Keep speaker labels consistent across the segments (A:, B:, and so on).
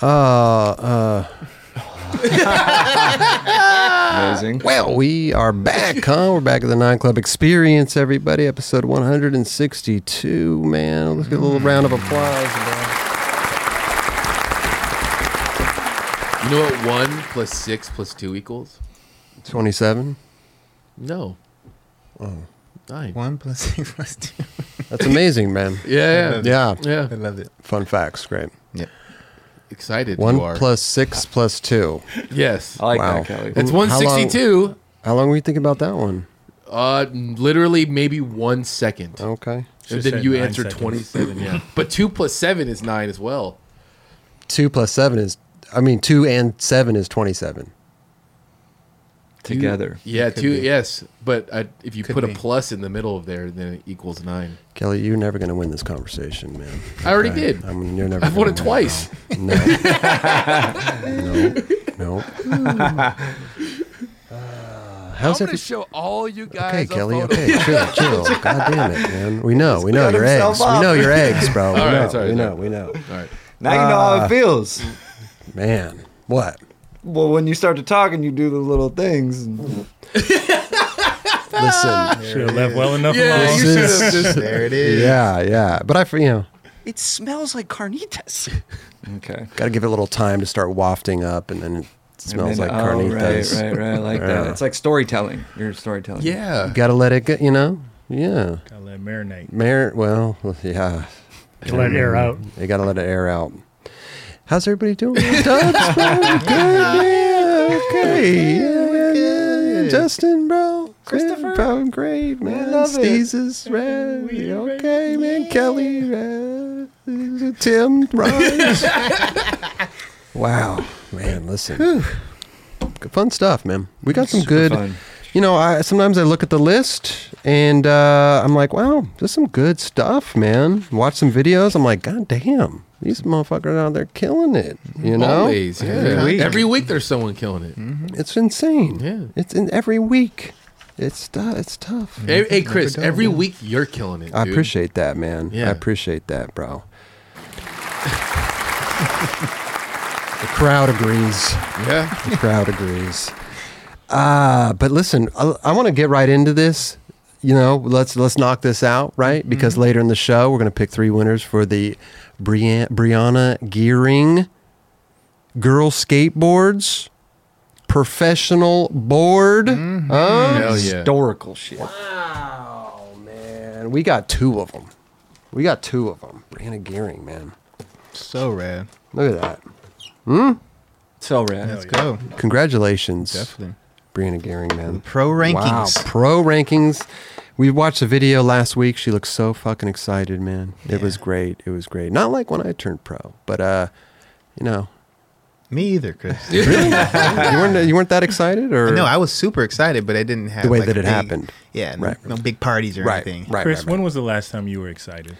A: Uh, uh,
B: Uh,
C: Amazing.
A: well, we are back, huh? We're back at the Nine Club Experience, everybody. Episode 162, man. Let's get a little round of applause. man.
D: You know what one plus six plus two equals?
A: 27.
D: No. Oh. Nine.
C: One plus six plus two.
A: That's amazing, man.
D: Yeah,
A: Yeah.
D: yeah. Yeah.
C: I love it.
A: Fun facts. Great.
C: Yeah.
D: Excited.
A: One
D: you are.
A: plus six plus two.
D: Yes.
B: I like
A: Wow.
B: that, Kelly.
D: That's
A: How long-
D: 162.
A: How long were you thinking about that one?
D: Uh, literally maybe one second.
A: Okay.
D: And
E: Should've
D: then
E: said
D: you
E: nine
D: answer
E: seconds.
D: 27. Yeah. But two plus seven is nine as well.
A: Two plus seven is, I mean, two and seven is 27.
D: Two-
B: Together.
D: yeah,
C: Could
D: two.
C: be.
D: Yes. But I, if you
C: Could
D: put
C: be.
D: a plus in the middle of there, then it equals nine.
A: Kelly, you're never going to win this conversation, man.
D: I already did.
A: I mean, you're never.
D: I've
A: gonna
D: won it
A: win
D: twice.
A: No. no. No.
B: Hmm.
A: Uh, how's
F: I'm gonna
A: every-
F: show all you guys.
A: Okay,
F: a
A: Kelly.
F: photo.
A: Okay, chill, chill. God damn it, man. We know, we know
B: got
A: your
B: himself
A: eggs.
B: up.
A: We know your eggs, bro. we
D: All right,
A: know,
D: sorry,
A: we
D: sorry.
A: know, we know.
D: All right.
B: Now you know how it feels.
A: Man, what?
B: Well, when you start to talk and you do the little things, and
A: Listen,
E: Should have left well enough
D: Yeah,
E: alone.
A: This
D: you should
A: is-
D: have just.
C: There it is.
A: yeah, yeah. But I, you know,
B: it smells like carnitas. Okay.
A: got to give it a little time to start wafting up, and then it smells
B: And
A: like
B: then- oh,
A: carnitas.
B: Right, right, right. I like
A: Yeah.
B: that. It's like storytelling. You're storytelling.
D: Yeah.
A: Got to let it, go, you know. Yeah,
E: Gotta let it marinate.
A: Mar Well, yeah.
E: To let air out.
A: You gotta let it air out. How's everybody doing? Dubs, bro? We Good, yeah. Okay. Yeah, yeah, yeah, yeah. Justin, bro. Christopher. Bro, I'm great, man.
B: love it.
A: Steezes, man. Okay, man. Kelly, man. Tim, Ryan. wow. Man, listen. Good fun stuff, man. We got some
B: Super
A: good.
B: fun.
A: You know, I sometimes I look at the list and uh, I'm like, wow, there's some good stuff, man. Watch some videos. I'm like, god damn, these motherfuckers out there killing it. You know,
D: Always. Yeah. Every week. there's someone killing it.
C: Mm-hmm.
A: it's insane.
D: Yeah.
A: it's in every week. It's tou- it's tough.
D: Hey, hey, Chris, every week you're killing it.
A: I
D: dude.
A: appreciate that, man. I
D: Yeah.
A: appreciate that, bro. the crowd agrees.
D: Yeah.
A: The crowd agrees. Uh, but listen, I, I want to get right into this. You know, let's let's knock this out, right? Because later in the show, we're going to pick three winners for the Brian, Brianna Gearing Girl Skateboards Professional Board. Huh?
D: Hell yeah.
B: Historical shit.
A: Wow, man. We got two of them. We got two of them. Brianna Gearing, man.
C: So rad.
A: Look at that.
B: So rad.
C: Let's go.
A: Congratulations,
C: Definitely.
A: Brianna Gearing, man.
C: Pro rankings.
A: Wow, pro rankings. We watched a video last week. She looked so fucking excited, man. It was great. It was great. Not like when I turned pro, but uh, you know,
C: Me either, Chris.
A: you weren't you weren't that excited, or
C: No, I was super excited, but I didn't have
A: The way
C: like,
A: that
C: a
A: it
C: big-
A: happened.
C: Yeah, no,
A: Right.
C: no big parties or
A: right,
C: anything.
A: right, right,
E: Chris,
A: right.
E: when was the last time you were excited?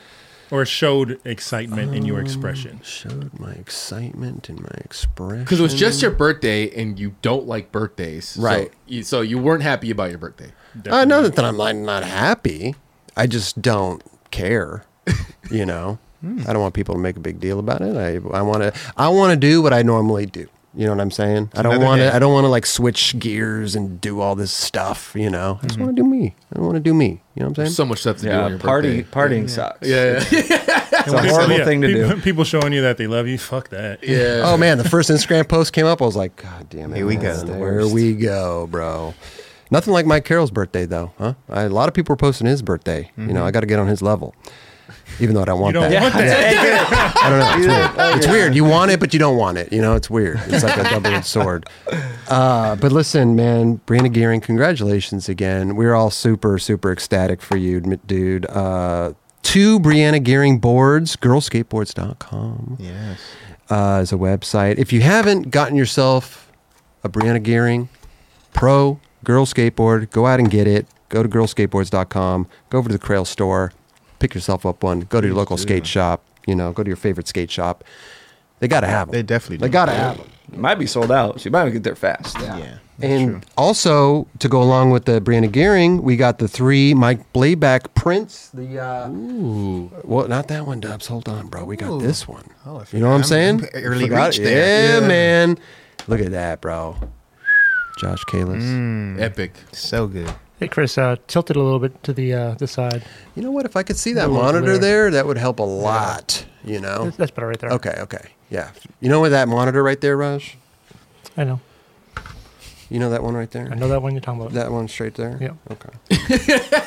E: Or showed excitement in your expression?
A: showed my excitement and my expression?
D: Because it was just your birthday, and you don't like birthdays,
A: Right.
D: So you, so you weren't happy about your birthday.
A: I know that I'm like Uh, not happy. I just don't care. You know, I don't want people to make a big deal about it. I I want to I want to do what I normally do. You know what I'm saying? I don't
C: another
A: want
C: day.
A: to I don't want to like switch gears and do all this stuff. You know, I just want to do me. I want to do me. You know what I'm
D: There's
A: saying?
D: so much stuff to do on
B: Yeah,
D: your
B: party
D: birthday.
B: partying sucks.
D: Yeah, yeah,
B: It's a horrible thing to
E: people,
B: do.
E: People showing you that they love you, fuck that.
D: yeah.
A: oh man, the first Instagram post came up. I was like, God damn it!
C: Here we
A: man,
C: go.
A: Here we go, bro. Nothing like Mike Carroll's birthday though, huh? I, a lot of people were posting his birthday. You know, I got to get on his level, even though I don't
E: You
A: want
E: don't
A: that.
E: want that.
A: I don't know. It's weird. It's weird. You want it, but you don't want it. You know, it's weird. It's like a double-edged sword. Uh, but listen, man, Brianna Gearing, congratulations again. We're all super, super ecstatic for you, m- dude. Uh, two Brianna Gearing boards, girlskateboards.com
C: Yes.
A: uh, is a website. If you haven't gotten yourself a Brianna Gearing Pro Girl Skateboard, go out and get it. Go to girlskateboards.com. Go over to the Crail store. Pick yourself up one. Go to your local skate shop. You know, go to your favorite skate shop. They got to have them.
C: They definitely
A: They
C: do.
A: got to have them.
B: It might be sold out. She might get there fast.
C: Yeah.
A: And also to go along with the Brianna Gearing, we got the three Mike Blayback prints. The uh, well, not that one, Dubs. Hold on, bro. We got
C: Ooh.
A: this one.
C: Oh, I
A: you know what I'm
C: forgot.
A: saying?
C: I'm early
A: Forgot-
C: reach there.
A: Yeah,
C: Yeah.
A: man. Look at that, bro. Josh Kalis.
C: Mm.
D: Epic.
C: So good.
F: Hey, Chris, uh, tilt it a little bit to the uh, the side.
A: You know what? If I could see that
F: Little
A: monitor
F: glare.
A: there, that would help a lot. You know?
F: That's better right there.
A: Oh. Okay, okay, yeah. You know what that monitor right there, Raj?
F: I know.
A: You know that one right there?
F: I know that one you're talking about.
A: That one straight there?
F: Yeah.
A: Okay.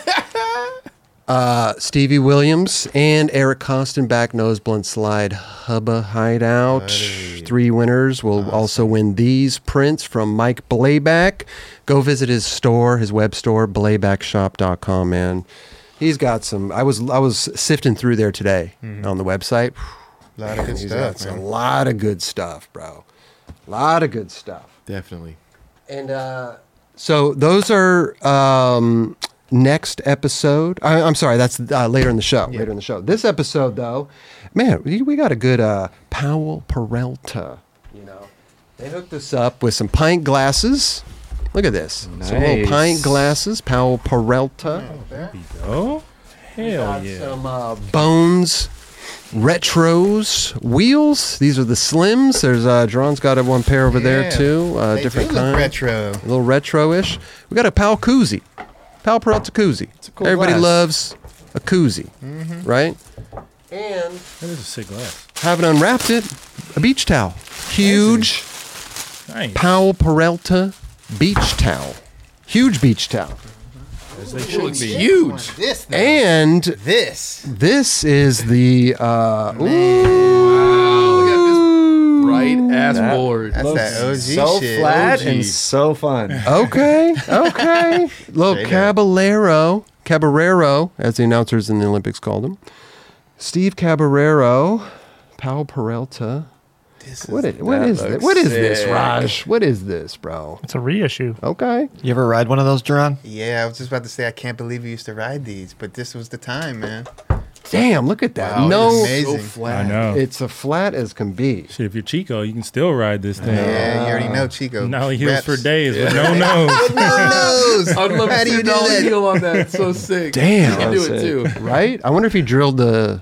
A: uh, Stevie Williams and Eric Costin back nose blunt slide hubba hideout. Three winners will also win these prints from Mike Blayback. Go visit his store, his web store, blaybackshop.com, man. He's got some I was I was sifting through there today on the website.
C: A Mm-hmm. lot of good
A: He's got
C: stuff.
A: some- a
C: Man.
A: lot of good stuff, bro. A lot of good stuff.
D: Definitely.
A: And uh, so those are um, next episode. I, I'm sorry, that's uh, later in the show. Later in the show. This episode, though, man, we, we got a good uh, Powell Peralta. You know, they hooked us up with some pint glasses. Look at this. Some little
B: Nice.
A: pint glasses. Powell Peralta.
E: Oh, hell
A: Got
E: yeah.
A: some uh, bones retros wheels. These are the slims. There's uh, Jeron's got one pair over there
C: Yeah.
A: too. Uh,
C: They
A: different
C: do look
A: kind.
C: retro.
A: A little retro-ish. We got a Pal Koozie. Pal Peralta Koozie.
C: cool
A: Everybody
C: glass. Mm-hmm.
A: loves a koozie, right? And
E: That is a sick glass.
A: haven't unwrapped it, a beach towel. Huge
E: Nice.
A: Powell Peralta beach towel. Huge beach towel.
E: As they should be.
D: Huge.
C: This though.
A: And
C: this.
A: this is the, uh,
D: Right ass board.
C: That's that OG
B: so
C: shit.
B: flat
D: OG.
B: and so fun.
A: Okay, okay. Little
C: Straight up.
A: Caballero, Caballero, as the announcers in the Olympics called him. Steve Caballero, Powell Peralta. What is, what is this? What is this, Raj? What is this, bro?
F: It's a reissue.
A: Okay.
G: You ever ride one of those, Duran?
C: Yeah, I was just about to say I can't believe you used to ride these, but this was the time, man.
A: Damn, look at that.
C: Wow,
A: no,
C: it's amazing.
D: So
E: I
D: flat.
E: know.
A: it's a flat as can be.
E: Shit, if you're Chico, you can still ride this thing.
C: Yeah, you already know Chico.
E: Nolly heels
C: Reps.
E: for days with no nose.
C: No nose.
D: I'd love
C: How
D: to
C: do
D: see
C: you
D: a
C: do
D: dollar
C: that?
D: deal on that. It's so sick.
A: Damn.
D: I can do it too.
A: Right? I wonder if he drilled the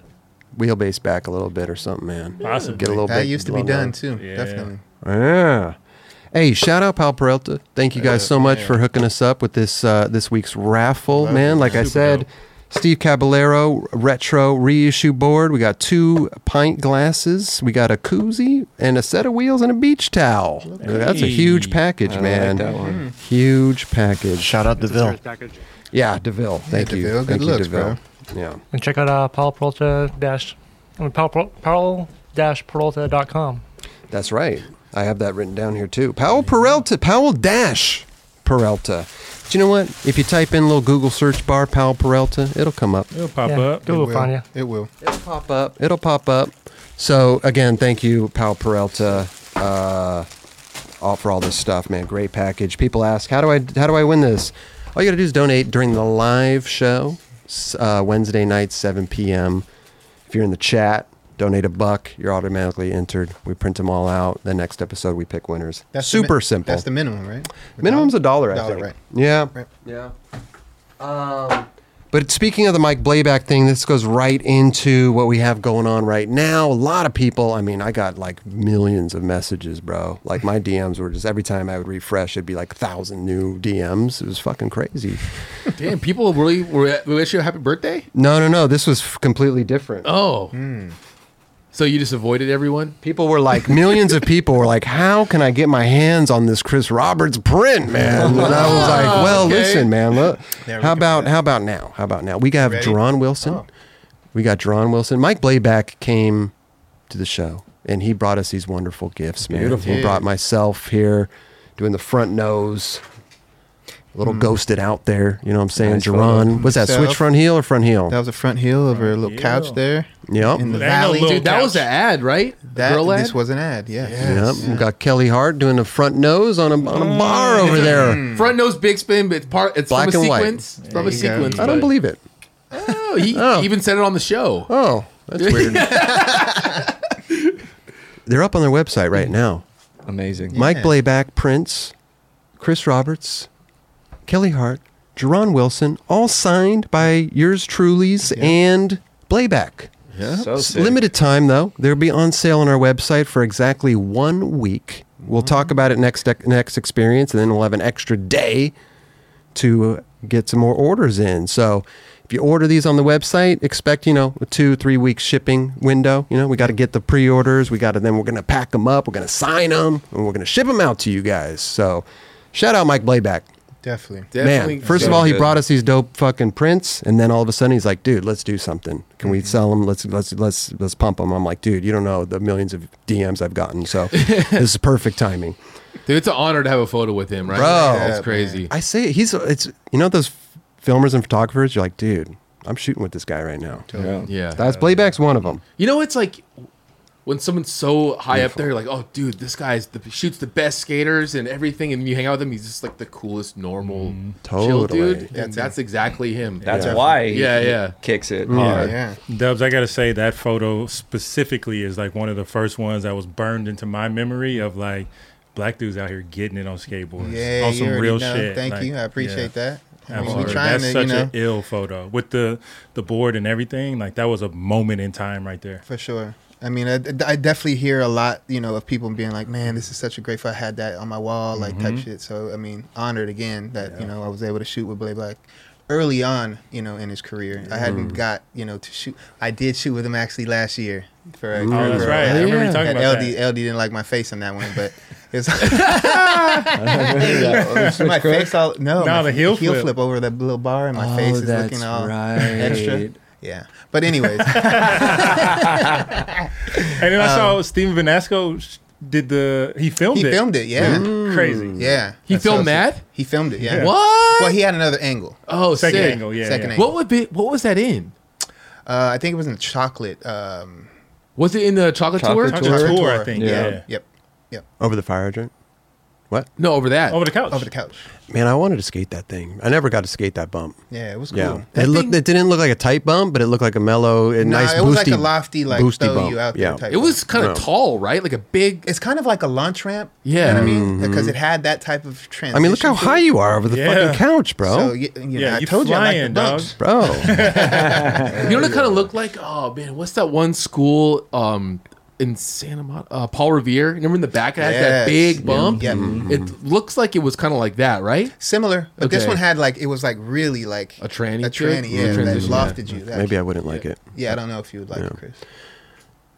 A: wheelbase back a little bit or something, man.
E: Possibly.
A: Get a little
C: That
A: bit
C: used to be
A: longer.
C: done too.
E: Yeah.
C: Definitely.
A: Yeah. Hey, shout out Pal Peralta. Thank you
C: Uh,
A: guys so much for hooking us up with this uh, this week's raffle,
C: Love
A: man.
C: it.
A: Like I
E: Super
A: said,
E: dope.
A: Steve Caballero retro reissue board. We got two pint glasses. We got a koozie and a set of wheels and a beach towel. That's a huge
E: Hey.
A: package,
B: I like
A: man.
B: that
C: Hmm.
B: one.
A: Huge package.
G: Shout out DeVille.
A: Yeah, Deville. Thank you.
C: DeVille, good
A: Thank you,
C: looks,
A: DeVille. Yeah.
F: And check out uh, Paul Peralta dash, I mean, Paul Per- Paul dash Peralta.com.
A: That's right. I have that written down here too. Powell Peralta, Powell Dash Peralta. Do you know what? If you type in a little Google search bar, Powell Peralta, it'll come up.
E: It'll pop
F: Yeah,
E: up.
F: Google
C: Will.
F: find you.
C: It will.
A: It'll pop up. It'll pop up. So again, thank you, Powell Peralta, uh, all for all this stuff, man. Great package. People ask, how do I how do I win this? All you got to do is donate during the live show, s- uh, Wednesday night, 7 p.m. If you're in the chat, donate a buck. You're automatically entered. We print them all out. The next episode, we pick winners.
C: the mi-
A: Super simple.
C: That's the minimum, right?
A: Minimum's a dollar, I
C: Dollar,
A: think.
C: right.
A: Yeah.
C: Right.
A: Yeah. Um, but speaking of the Mike Blayback thing, this goes right into what we have going on right now. A lot of people, I mean, I got like millions of messages, bro. Like my DMs were just every time I would refresh, it'd be like thousand new DMs. It was fucking crazy.
D: Damn, people really were we wish you a happy birthday?
A: No, no, no. This was f- completely different.
D: Oh.
C: Hmm.
D: So you just avoided everyone?
A: People were like, millions of people were like, how can I get my hands on this Chris Roberts print, man? And I was like, well,
D: Okay.
A: listen, man, look,
C: There we
A: how
C: go.
A: about how about now? How about now? We got
C: Ready? Oh.
A: Jeron Wilson. We got Jeron Wilson. Mike Blayback came to the show, and he brought us these wonderful gifts, man. He
C: Dude.
A: brought myself here, doing the front nose. A
C: Hmm.
A: little ghosted out there, you know what I'm saying?
B: Nice
A: Jeron, was that
C: Myself.
A: switch front heel or front heel?
C: That was a front heel over a little
E: heel.
C: couch there.
A: Yep.
C: In the
E: There ain't no
C: valley.
E: little-
D: Dude, that was an
E: couch.
D: ad, right? The
C: that
D: Girl ad?
C: this was an ad. Yeah.
A: Yep. we Got Kelly Hart doing the front nose on a, on a bar over there.
D: Front nose big spin, but it's part it's
A: Black
D: from a
A: and white.
D: sequence. It's From a
C: you go.
D: sequence.
A: I don't
D: but-
A: believe it.
D: Oh, he
A: Oh.
D: even said it on the show.
A: Oh, that's weird. They're up on their website right now.
B: Amazing.
A: Mike
C: Yeah.
A: Blayback, Prince, Chris Roberts, Kelly Hart, Jerron Wilson, all signed by yours truly's and Blayback.
D: Yeah.
B: So
A: S-
B: sick.
A: Limited time though. They'll be on sale on our website for exactly one week. We'll talk about it next dec- next experience, and then we'll have an extra day to uh, get some more orders in. So if you order these on the website, expect you know a two three week shipping window. You know we got to get the pre orders. We got to then we're gonna pack them up. We're gonna sign them, and we're gonna ship them out to you guys. So shout out Mike Blayback.
C: Definitely.
D: Definitely.
A: Man, first
D: so
A: of all, he
D: good.
A: brought us these dope fucking prints, and then all of a sudden he's like, "Dude, let's do something. Can we sell them? Let's let's let's let's pump them." I'm like, "Dude, you don't know the millions of DMs I've gotten, so this is perfect timing."
D: Dude, it's an honor to have a photo with him, right?
A: Bro.
D: That's
C: Yeah,
D: crazy.
A: I say it, he's it's you know those filmers and photographers. You're like, "Dude, I'm shooting with this guy right now."
B: Yeah.
D: Yeah.
A: That's playback's one of them.
D: You know, it's like when someone's so high up there, like, oh, dude, this guy's the, shoots the best skaters and everything, and you hang out with him, he's just like the coolest, normal, chill
A: Totally.
D: dude. And that's exactly him.
B: That's
D: yeah.
B: why he
D: Yeah, yeah.
B: kicks it
C: Yeah,
B: hard.
C: yeah.
E: Dubs, I gotta say that photo specifically is like one of the first ones that was burned into my memory of like black dudes out here getting it on skateboards.
C: Yeah,
E: on
C: you
E: some
C: already
E: real
C: know.
E: shit.
C: Thank
E: Like,
C: you. I
E: yeah.
C: appreciate that. I mean,
E: Absolutely.
C: we're trying
E: That's
C: to, you
E: such
C: know,
E: an ill photo with the the board and everything. Like that was a moment in time right there.
C: for sure. I mean, I, I definitely hear a lot, you know, of people being like, "Man, this is such a great photo. I had that on my wall, like type
E: Mm-hmm.
C: shit." So, I mean, honored again that you know I was able to shoot with Blade Black early on, you know, in his career. I hadn't
E: Mm.
C: got you know to shoot. I did shoot with him actually last year for.
A: Ooh.
E: Oh, that's
C: for-
E: right. I
C: uh,
E: remember you talking
C: And
E: about
C: LD,
E: that.
C: LD didn't like my face on that one, but it's
B: Yeah.
C: my face all no,
E: Nah,
C: my
E: the heel
C: heel
E: flip.
C: flip over the little bar, and my face is looking all
B: right.
C: extra. Yeah, but anyways,
E: And then I saw Steven Vanasco sh- did the he filmed
C: Um, he
E: it.
C: filmed it. Yeah,
A: Mm.
E: Crazy.
C: yeah.
D: He
C: That's
D: filmed
C: awesome.
D: that?
C: He filmed it. Yeah.
D: What?
C: Well, he had another angle. Uh,
D: oh,
E: Second
D: sick.
E: angle, yeah.
C: Second
E: yeah.
C: angle.
D: What would be? What was that in?
C: Uh, I think it was in chocolate. Um,
D: Was it in the chocolate,
B: Chocolate
D: tour?
E: Chocolate
C: Tour.
E: tour,
C: Tour.
E: I think.
B: Yeah.
E: Yeah.
C: yep,
A: Over the fire hydrant.
D: No, over that.
E: Over the couch.
C: over the couch.
A: Man, I wanted to skate that thing. I never got to skate that bump.
C: Yeah, it was cool.
A: Yeah,
D: That
A: it looked.
D: thing-
A: it didn't look like a tight bump, but it looked like a mellow, a
C: Nah,
A: nice
C: it
A: boosty.
C: was like a lofty, like
A: boosty
C: throw
A: bump.
C: you out
A: Yeah.
C: there type.
D: it was kind
A: No.
D: of tall, right? Like a big.
C: It's kind of like a launch ramp.
D: Yeah.
C: you know what I mean, because it had that type of
A: Mm-hmm. I
C: transition.
A: mean, look how
C: to
A: high
C: it.
A: you are over the
E: Yeah.
A: fucking couch, bro.
C: So you, you know,
E: Yeah,
C: I
E: you
C: told you, I like
E: flying,
C: the
E: dog.
C: bumps.
A: bro,
D: You know what it kind of looked like? Oh man, what's that one school um in Santa Monica? Uh, Paul Revere. Remember in the back it had that
C: Yes.
D: big bump? Mm-hmm.
C: Yeah.
D: It looks like it was kind of like that, right?
C: Similar, but this
D: Okay.
C: one had like it was like really like
D: A tranny
C: a
D: trip?
C: tranny, yeah,
D: Mm.
C: that
D: Transition,
C: lofted you. That,
A: maybe I wouldn't like it.
C: yeah, I don't know if you would like it, Chris.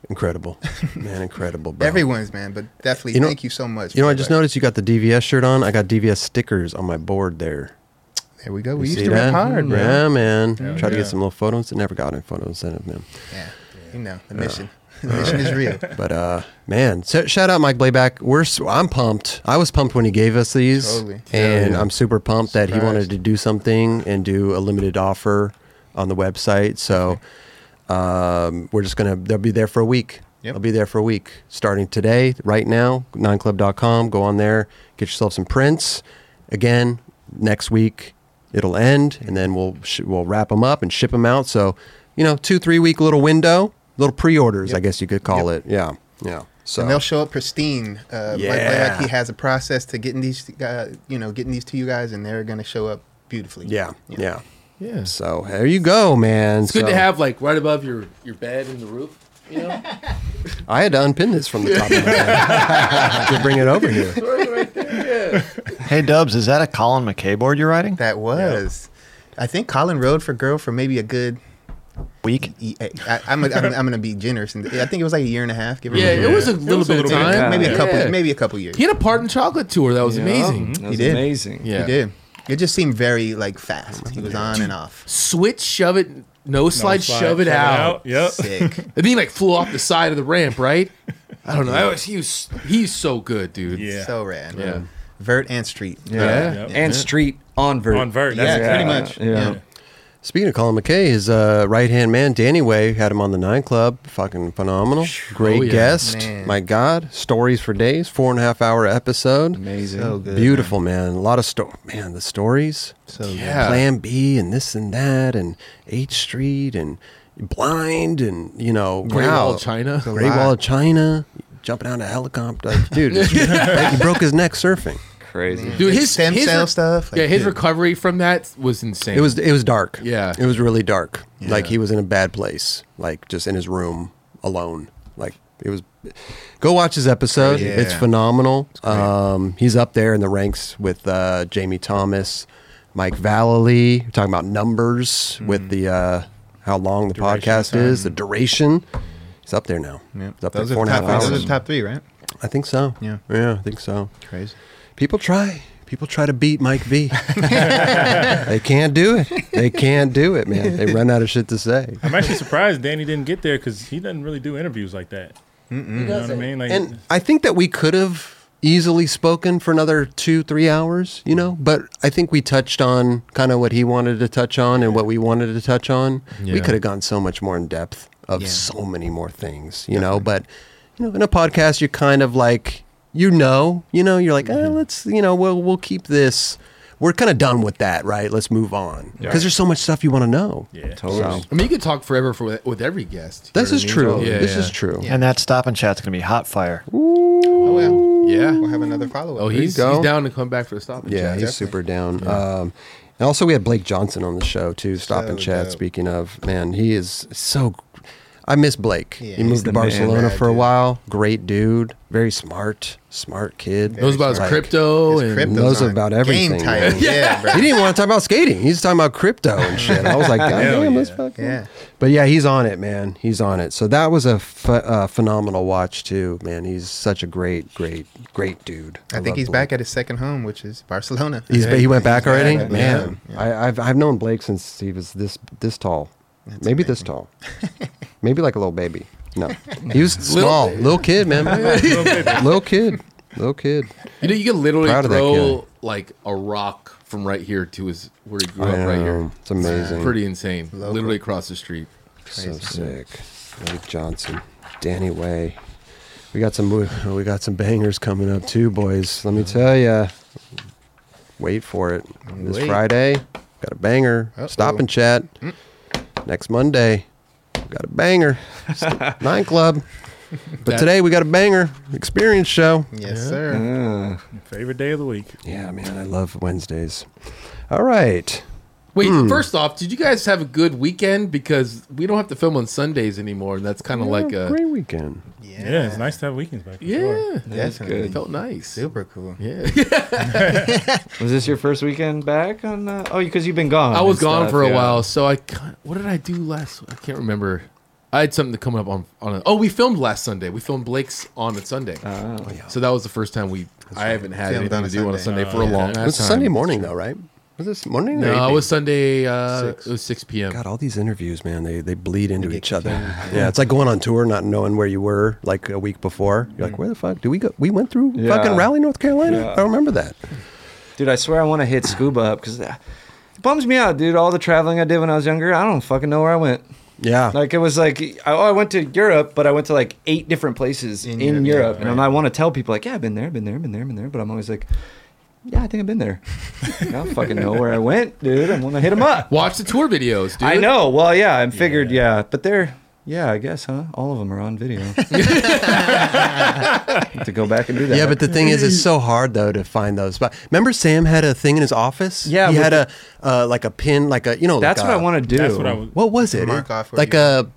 A: Incredible, man, incredible, bro.
C: Everyone's man, but definitely
A: You know-
C: thank you so much.
A: you know, I
C: for,
A: just
C: like-
A: noticed you got the DVS shirt on. I got DVS stickers on my board there.
C: There we go. We
A: You
C: used
A: see
C: to
A: that?
C: rip hard, bro.
A: Yeah, man. Tried to
E: yeah.
A: get some little photos. Never got any photos sent of them.
C: Yeah, you know the mission. The mission is real.
A: But uh, man, so shout out Mike Blayback. We're s- I'm pumped. I was pumped when he gave us these,
C: Totally.
A: and
D: Yeah.
A: I'm super pumped that he
C: Surprised.
A: wanted to do something and do a limited offer on the website. So um, we're just gonna they'll be there for a week.
C: Yep.
A: They'll be there for a week starting today, right now. Nineclub.com. Go on there, get yourself some prints. Again, next week it'll end, and then we'll sh- we'll wrap them up and ship them out. So you know, two three week little window, little pre-orders, I guess you could call it. Yeah, yeah. So
C: And they'll show up pristine. Uh, yeah.
A: Yeah.
C: Like, like he has a process to getting these, uh, you know, getting these to you guys, and they're going to show up beautifully.
A: Yeah, yeah.
D: Yeah. It's
A: So there you go, man.
D: good
A: So,
D: to have like right above your your bed in the roof. You know,
A: I had to unpin this from the top of my head to bring it over here.
D: right, right there. Yeah.
G: Hey Dubs, is that a Colin McKay board you're writing?
C: That was, I think, Colin rode for girl for maybe a good.
G: Week?
C: e- I, I'm a, I'm, I'm going to be generous, and I think it was like a year and a half. Give or
D: Yeah,
C: take.
D: it was a little
E: was a
D: bit of
E: little bit of
B: time.
D: time,
C: maybe a couple,
D: Yeah.
C: maybe a couple years.
D: He had a part in Chocolate Tour that was
B: Yeah. Mm-hmm.
D: amazing.
B: Oh, That was
C: did.
B: amazing.
D: Yeah.
C: He did. It just seemed very like fast. He was on and off.
D: Switch, shove it, no slide,
E: slide,
D: shove it out.
E: Yep.
C: Sick.
D: And then he like flew off the side of the ramp, right? I don't know. That was, he was he's so good, dude.
E: Yeah.
C: So rad.
D: Yeah.
C: Vert and Street.
B: Yeah.
E: Yep.
B: And street on vert.
E: On vert.
C: Yeah,
E: That's
C: pretty
E: exactly-
C: much.
B: Yeah.
C: Yeah.
A: Speaking of Colin McKay, his uh, right hand man, Danny Way, had him on the Nine Club. Fucking phenomenal. Great
D: Oh, yeah.
A: guest.
C: Man.
A: My God. Stories for days. Four and a half hour episode.
B: Amazing.
C: So good.
A: Beautiful, man. A lot of stories. Man, the stories.
C: So
D: Yeah.
A: Plan B and this and that and H Street and Blind and, you know,
D: Great
A: wow.
D: Wall of China.
A: Great Wall of China. jumping out of a helicopter. Like, dude, it's- like, he broke his neck surfing.
H: Crazy.
D: Dude, his
C: stem
D: his
C: cell
D: re-
C: stuff. like,
D: yeah, his
C: dude.
D: recovery from that was insane.
A: It was it was dark.
D: Yeah.
A: it was really dark. Like he was in a bad place. Like just in his room alone. Like it was. Go watch his episode.
C: Yeah.
A: It's phenomenal. um, he's up there in the ranks with uh, Jamie Thomas, Mike Vallely. We're talking about numbers with the uh, how long the
E: Duration
A: podcast
E: time.
A: is, the duration. He's up there now.
C: Yeah.
A: He's up
C: Those
A: there
C: are
A: four and a half
C: top-
A: hours.
C: Those are the top three, right?
A: I think so.
C: Yeah.
A: yeah, I think so.
C: Crazy.
A: People try. People try to beat Mike V. they can't do it. They can't do it, man. They run out of shit to say.
E: I'm actually surprised Danny didn't get there because he doesn't really do interviews like that. You know what I mean? Like,
A: And I think that we could have easily spoken for another two, three hours, you know, but I think we touched on kind of what he wanted to touch on and what we wanted to touch on. We
D: Yeah.
A: could have gone so much more in depth of
C: Yeah.
A: so many more things, you know, but, you know, in a podcast, you're kind of like, you know, you know, you're like, eh, let's, you know, we'll, we'll keep this. We're kind of done with that, right? Let's move on. Because there's so much stuff you want to know.
E: yeah.
A: So,
D: I mean, you could talk forever for with, with every guest.
A: this is true.
D: Yeah,
A: this
D: yeah.
A: is true.
G: And that stop and chat's going to be hot fire.
C: Oh, yeah.
D: Yeah.
C: We'll have another follow up.
D: Oh, he's,
A: go.
D: he's down to come back for a stop. and
A: Yeah,
D: chat.
A: he's super down. Um, and also, we had Blake Johnson on the show too. Stop
C: So
A: and chat.
C: dope.
A: Speaking of, man, he is so. I miss Blake.
C: Yeah,
A: he
C: he's
A: moved to
C: the man.
A: Barcelona
C: Yeah,
A: for a
C: dude.
A: while. Great dude. Very smart. Smart kid.
D: knows about his
A: Like,
D: crypto
C: His
D: and
C: crypto's
A: knows
C: on.
A: about everything,
C: Game title.
A: man.
C: Yeah, bro.
A: He didn't want to talk about skating. He's talking about crypto and shit. I was like, God
E: Hell
A: damn,
E: yeah.
A: this fucking.
C: Yeah.
A: But yeah, he's on it, man. He's on it. So that was a ph- uh, phenomenal watch too, man. He's such a great, great, great dude.
C: I think
A: love
C: he's
A: Blake.
C: back at his second home, which is Barcelona.
A: He's he went back already.
C: back,
A: Man,
C: yeah.
A: I, I've I've known Blake since he was this this tall, maybe this tall, maybe like a little baby. No, he was small, little kid, man, little kid, little kid.
D: You know, you can literally
A: Proud of that
D: throw like a rock from right here to his where he grew
A: I
D: up right
A: know.
D: here.
A: It's amazing.
D: Pretty insane. Literally across the street.
A: so sick. Blake Johnson, Danny Way. We got some mo- oh, we got some bangers coming up too, boys. Let me tell you. Wait for it. This
C: Wait.
A: Friday, got a banger. Stop
C: Uh-oh.
A: and chat.
D: Mm.
A: Next Monday, got a banger. Nine Club. But
D: That-
A: today we got a banger experience show.
C: Yes, sir.
B: Uh,
E: Favorite day of the week.
A: Yeah, man, I love Wednesdays. All right.
D: Wait,
A: Hmm.
D: first off, did you guys have a good weekend? Because we don't have to film on Sundays anymore, and that's kind of like uh, a
A: great weekend.
E: Yeah. it's nice to have weekends back. for
D: yeah.
E: sure.
C: That's
D: It felt nice.
C: Super cool.
D: Yeah,
B: was this your first weekend back? On uh, oh, because you've been gone.
D: I was
B: and
D: gone
B: stuff,
D: for a
B: yeah.
D: while, so I ca- what did I do last? I can't remember. I had something coming up on on. A, oh, we filmed last Sunday. We filmed Blake's on a Sunday,
B: Oh.
D: so that was the first time we. I haven't had
C: Filmed
D: anything
C: on
D: to
C: a
D: do on a
C: Sunday.
D: Sunday for a long
A: It
D: time.
A: was Sunday morning though, right? Was this morning? or
D: No, it
A: evening?
D: was Sunday. Uh,
C: Six.
D: It was six p.m.
A: God, all these interviews, man, they they bleed into
C: get
A: each other.
C: confused.
A: Yeah, it's like going on tour, not knowing where you were like a week before. You're like, where the fuck do we go? We went through
B: Mm. Yeah.
A: fucking Raleigh, North Carolina.
B: Yeah.
A: I remember that.
B: Dude, I swear I want to hit scuba up because it bums me out, dude. All the traveling I did when I was younger, I don't fucking know where I went.
A: Yeah,
B: Like it was like I, oh, I went to Europe, but I went to like eight different places in, Europe,
C: In Europe, yeah,
B: and I'm- I want to tell people like, yeah, I've been there, been there, been there, been there, but I'm always like, yeah, I think I've been there. I don't fucking know where I went, dude. I want to hit them up.
D: Watch the tour videos, dude.
B: I know. Well, yeah, I figured, yeah, but they're. Yeah, I guess, huh? All of them are on video. to go back and do that.
A: yeah, but the thing is, it's so hard though to find those. But remember, Sam had a thing in his office.
B: Yeah,
A: he
B: with
A: had a uh, like a pin, like a you know.
B: that's
A: like
B: what I
A: a-
B: want to do.
E: That's what I was.
A: What was it?
C: Mark off where
A: like
C: you-
A: a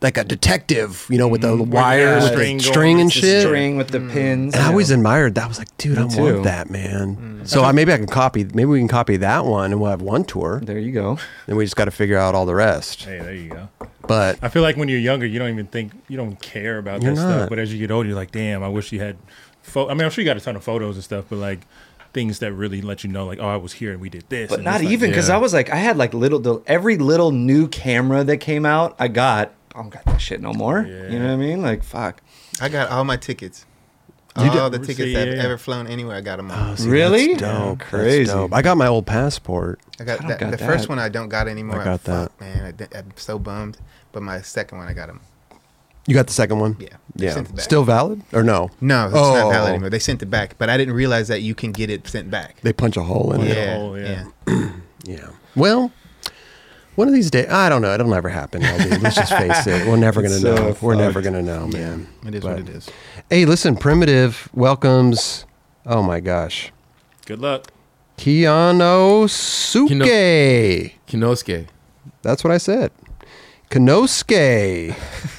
A: like a detective, you know, with
B: Mm,
A: the wire, with the
E: string
A: string,
E: going,
A: and
E: it's a
A: shit.
B: String with the pins.
A: And I
B: you
A: always
B: know.
A: admired that. I was like, dude, I
B: too.
A: want that, man.
C: Mm.
A: So I, maybe I can copy. Maybe we can copy that one, and we'll have one tour.
B: There you go.
A: Then we just got to figure out all the rest.
E: Hey, there you go.
A: But
E: I feel like when you're younger, you don't even think, you don't care about
A: You're
E: that
A: not.
E: stuff. But as you get older, you're like, damn, I wish you had. Fo- I mean, I'm sure you got a ton of photos and stuff, but like things that really let you know, like, oh, I was here and we did this.
B: But
E: and
B: not
E: it's like-
B: even because
D: yeah.
B: I was like, I had like little the, every little new camera that came out, I got. I don't got that shit no more. You know what I mean? Like fuck.
C: I got all my tickets.
E: You
C: all
E: did-
C: the tickets
E: see,
C: that
E: yeah.
C: I've ever flown anywhere, I got them all.
A: Oh, See,
B: Really?
A: that's dope. That's
B: Crazy.
A: dope. I got my old passport.
C: I got,
B: don't
C: that,
B: got
C: the
B: that.
C: first one I don't got anymore.
A: I got
C: Fuck, man, I did- I'm so bummed. But my second one I got them.
A: You got the second one?
C: Yeah. They
A: Yeah.
C: sent it back.
A: Still valid or no?
C: No, it's
A: Oh.
C: not valid anymore. They sent it back, but I didn't realize that you can get it sent back.
A: They punch a hole in
C: Yeah,
A: it.
C: yeah.
E: hole, yeah.
A: Yeah. Well, One of these days, I don't know. It'll never happen. LB. Let's just face it. We're never gonna
B: It's
A: know.
B: so
A: We're never
B: fucked.
A: gonna know, man.
C: It is
A: But-
C: what it is.
A: Hey, listen, Primitive welcomes. Oh my gosh,
E: Good luck.
A: Kianosuke.
D: Kinosuke.
A: That's what I said. Kanosuke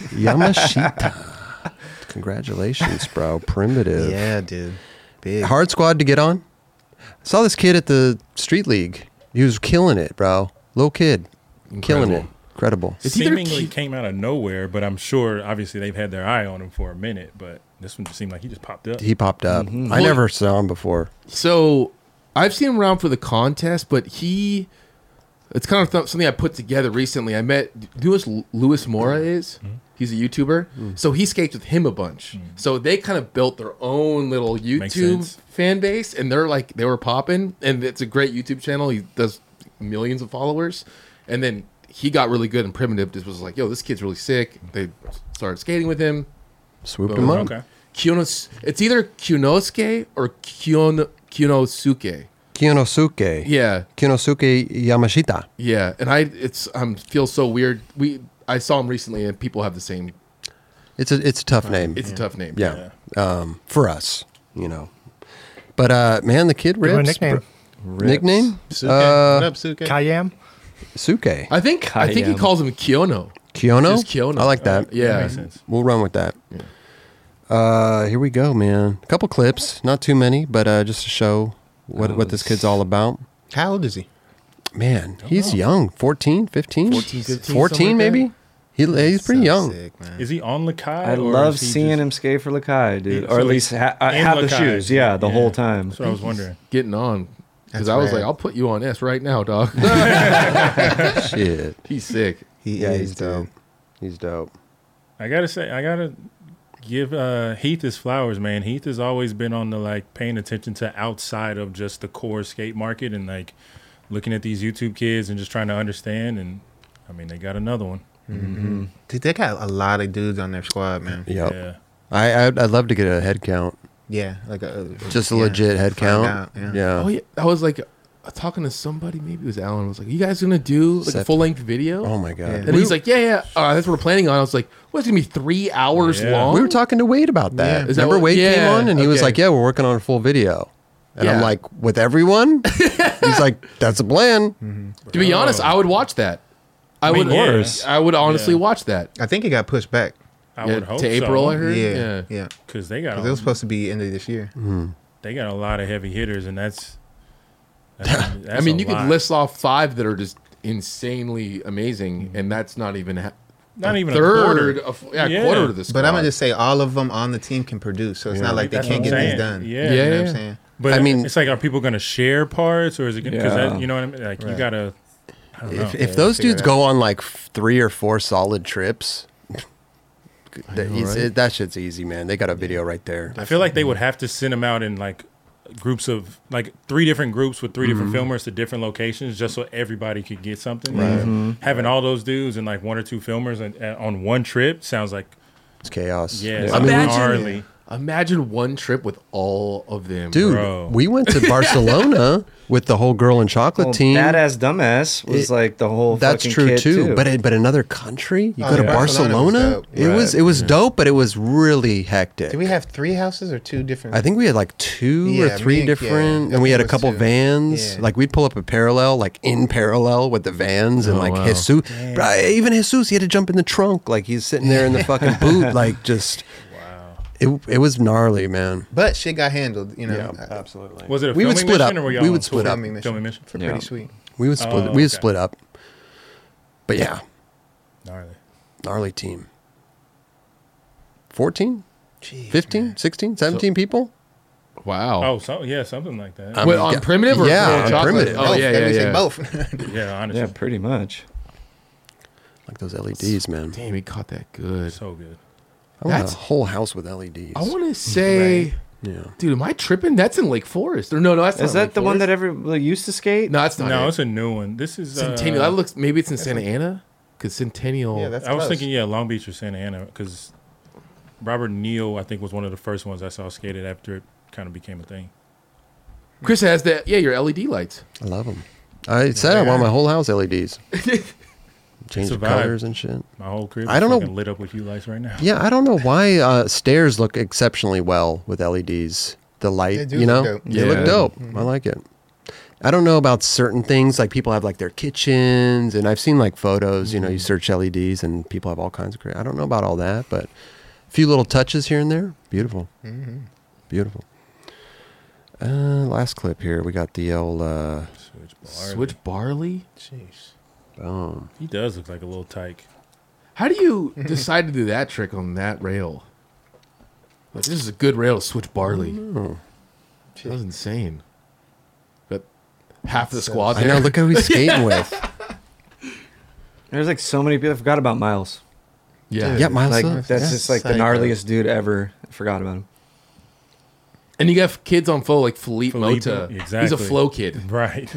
A: Yamashita. Congratulations, bro. Primitive.
G: Yeah, dude. Big.
A: Hard squad to get on. saw this kid at the street league. He was killing it, bro. Little kid, killing it.
D: Incredible.
A: Incredible.
D: It's either
E: Seemingly
D: cute-
E: came out of nowhere, but I'm sure obviously they've had their eye on him for a minute. But this one just seemed like he just popped up.
A: He popped up. I
D: Well-
A: never saw him before.
D: So I've seen him around for the contest, but he. It's kind of th- something I put together recently. I met. Do you know who Louis Mora is? He's a YouTuber. So he skates with him a bunch. So they kind of built their own little YouTube
E: sense.
D: fan base and they're like, they were popping. And it's a great YouTube channel. He does millions of followers. And then he got really good and primitive. Just was like, yo, this kid's really sick. They started skating with him.
A: Swooped
D: Boom.
A: him up.
E: Okay.
D: Kyonos, it's either Kyunosuke or Kyon, Kyonosuke.
A: Kinosuke.
D: Yeah,
A: Kinosuke Yamashita.
D: yeah, and I it's um feel so weird. We I saw him recently, and people have the same.
A: It's a it's a tough name.
D: It's a tough name.
A: yeah. Um, for us, you know. But uh, man, the kid
F: Give
A: rips.
F: him a nickname.
A: bro. Nickname?
G: Suke.
A: Uh,
G: what up, Suke?
F: Kayam.
A: Suke.
D: I think I think he
B: Kayam.
D: calls him Kyono.
A: Kiono?
D: Just Kiono. Uh,
A: I like that.
D: Yeah.
E: makes sense.
A: We'll run with that. Uh, here we go, man. A couple clips, not too many, but uh, just to show what, what this kid's all about.
C: How old is he?
A: Man, he's young 14, 15?
D: 14, 15,
A: 14
D: something like
A: maybe? He, he's pretty
C: So
A: young.
C: sick, man.
E: Is he on Lakai?
B: I
E: or
B: love
E: is he
B: seeing
E: just-
B: him skate for Lakai, dude,
E: He-
B: or
E: so
B: at least
E: he's
B: ha- uh,
E: in
B: have the
E: Lakai.
B: shoes. Yeah, the
E: Yeah.
B: whole time.
E: That's what I was wondering.
D: Getting on because I
C: That's
D: was
C: rad.
D: like, I'll put you on S right now, dog.
A: Shit.
D: He's sick.
C: He
A: Yeah,
C: is,
A: he's
C: dude.
A: dope. He's dope.
E: I gotta say, I gotta give uh, Heath his flowers, man. Heath has always been on the like paying attention to outside of just the core skate market and like looking at these YouTube kids and just trying to understand. And I mean, they got another one.
C: Dude, they got a lot of dudes on their squad, man.
A: Yep.
E: Yeah,
A: I, I'd, I'd love to get a head count.
C: Yeah, like a,
A: Just a
C: yeah,
A: legit head count.
C: find out,
A: yeah.
D: Oh yeah, I was like uh, talking to somebody. Maybe it was Alan. I was like, you guys gonna do like a
A: Sep-
D: full length video?
A: Oh my God.
C: Yeah.
D: And he's like, yeah, yeah, uh, that's what we're planning on. I was like, what's gonna be three hours
E: Yeah.
D: long?
A: We were talking to Wade about that.
D: Yeah. Is that
A: Remember,
D: what-
A: Wade came
D: yeah,
A: on and he was
D: okay.
A: like, "Yeah, we're working on a full video," and I'm
D: Yeah.
A: like, "With everyone?" He's like, "That's a plan."
D: to be honest, I would watch that. I,
E: mean,
D: would.
E: yeah.
D: I would honestly
E: Oh. Yeah.
D: watch that.
C: I think it got pushed back.
E: I
D: Yeah,
E: would hope
D: to April. I
E: so.
D: heard.
C: yeah,
D: yeah.
C: yeah.
E: Because they got
C: 'Cause it was supposed to be end of this year.
E: they got a lot of heavy hitters, and that's. that's,
D: I
E: that's
D: mean,
E: a
D: you
E: lot.
D: could list off five that are just insanely amazing, and that's not even ha-
E: Mm-hmm. not even
D: third,
E: a quarter.
D: of, yeah,
E: Yeah.
D: quarter of this.
C: But I'm gonna just say all of them on the team can produce, so it's not like they
E: That's
C: can't
E: what
C: get
E: I'm
C: things
E: saying.
C: done.
E: Yeah.
C: you know what
D: Yeah.
C: I'm saying.
E: But
A: I
E: I
A: mean-
E: mean, it's like, are people going to share parts, or is it going? Because
B: Yeah.
E: you know what I mean. Like you
C: Right.
E: gotta. I don't know.
A: If, if those
C: figure
A: dudes
C: it
A: go on like f- three or four solid trips, that,
D: know,
A: eas-
D: right?
A: that shit's easy, man. They got a video right there.
E: I feel like they would have to send them out in like groups of like three different groups with 3 different
A: Mm-hmm.
E: filmers to different locations just so everybody could get something. Like,
A: Mm-hmm.
E: Having all those dudes and like one or two filmers and, and on one trip sounds like
A: It's chaos.
E: yeah,
A: I
E: it's
A: mean,
D: Imagine-
E: gnarly.
D: imagine one trip with all of them,
A: dude,
E: Bro.
A: we went to Barcelona with the whole girl and chocolate
D: Oh,
B: Well,
A: team.
B: Badass dumbass
A: It-
B: was like the whole.
A: That's
B: fucking
A: true
B: kid,
A: too, but it, but another country. You
C: Oh,
A: go to
C: yeah.
A: Barcelona.
C: Barcelona was
A: it
B: dope.
A: was it was dope, but it was really hectic.
C: Did we have three houses or two different?
A: I think we had like two
C: Yeah,
A: or
C: me
A: three
C: and
A: different,
C: Kiara.
A: and we
C: I
A: had a
C: think it was
A: couple
C: two.
A: vans.
C: Yeah.
A: Like we'd pull up a parallel, like in parallel with the vans, and
D: Oh,
A: like
D: wow.
A: Jesus, bro, even Jesus, he had to jump in the trunk. Like he's sitting there in the fucking boot, like just. It it was gnarly, man.
C: but shit got handled. You know, uh,
A: absolutely.
E: Was it a
A: We would
E: filming
A: split
E: mission
A: up.
E: or were y'all
A: We would
E: on
A: split
E: tour?
A: up.
C: Filming mission.
E: Filming mission.
C: for
B: Yeah.
C: pretty sweet.
A: We would split.
E: Oh,
A: we would
E: okay.
A: split up. But yeah,
E: Gnarly.
A: gnarly team. 14, 15, 16, 17 people.
D: Wow.
E: Oh, so yeah, something like that.
A: I
D: Wait,
A: mean,
D: on
A: yeah.
D: primitive or
A: Yeah,
D: Little
A: on
D: Chocolate?
A: Primitive.
D: Oh
C: both.
D: yeah,
C: That
D: yeah,
C: means they
D: yeah.
C: both.
E: yeah, honestly,
B: yeah, pretty much.
A: Like those LEDs, man.
D: Damn, he caught that good.
E: so good.
A: I want
D: That's-
A: a whole house with LEDs.
D: I want to say,
A: yeah.
D: dude, am I tripping? That's in Lake Forest, or no, no, that's
B: Is
D: not
B: that
D: Lake
B: the one
D: Forest.
B: that ever like, used to skate?
D: No, that's not.
E: No,
D: it.
E: it's a new one. This is uh,
D: Centennial. that looks maybe it's in Santa Ana because Centennial.
C: yeah, that's.
E: I was
C: close.
E: thinking, yeah, Long Beach or Santa Ana, because Robert Neal, I think, was one of the first ones I saw skated after it kind of became a thing.
D: Chris has that. Yeah, your LED lights.
A: I love them. I said I want my whole house LEDs. E change
E: It's a
A: the
E: vibe.
A: colors and shit.
E: My whole crib
A: I
E: is
A: don't know-
E: fucking lit up with you lights right now.
A: Yeah, I don't know why uh, stairs look exceptionally well with LEDs. The
C: They
A: light,
C: do
A: you know,
C: look dope. Mm-hmm.
A: they look
B: Yeah.
A: dope. I like it. I don't know about certain things. Like people have like their kitchens, and I've seen like photos. You know, you
C: Mm-hmm.
A: search LEDs, and people have all kinds of. Cra- I don't know about all that, but a few little touches here and there. Beautiful,
C: Mm-hmm.
A: beautiful. Uh, last clip here. We got the old uh,
E: Switch bar.
D: Switch barley.
E: Jeez.
A: boom.
E: He does look like a little tyke.
D: How do you decide to do that trick on that rail? Like, this is a good rail to switch barley. That was insane. But half the squad
A: I
D: there.
A: know. Look at who he's skating with.
B: There's like so many people. I forgot about Miles.
D: yeah.
A: Yeah, Miles.
B: Like
A: Lewis,
B: that's
A: yeah.
B: just like the
C: Psycho.
B: gnarliest dude ever. I forgot about him.
D: And you got kids on flow like Philippe,
E: Philippe,
D: Mota. He's a
E: exactly.
D: flow kid.
E: Right.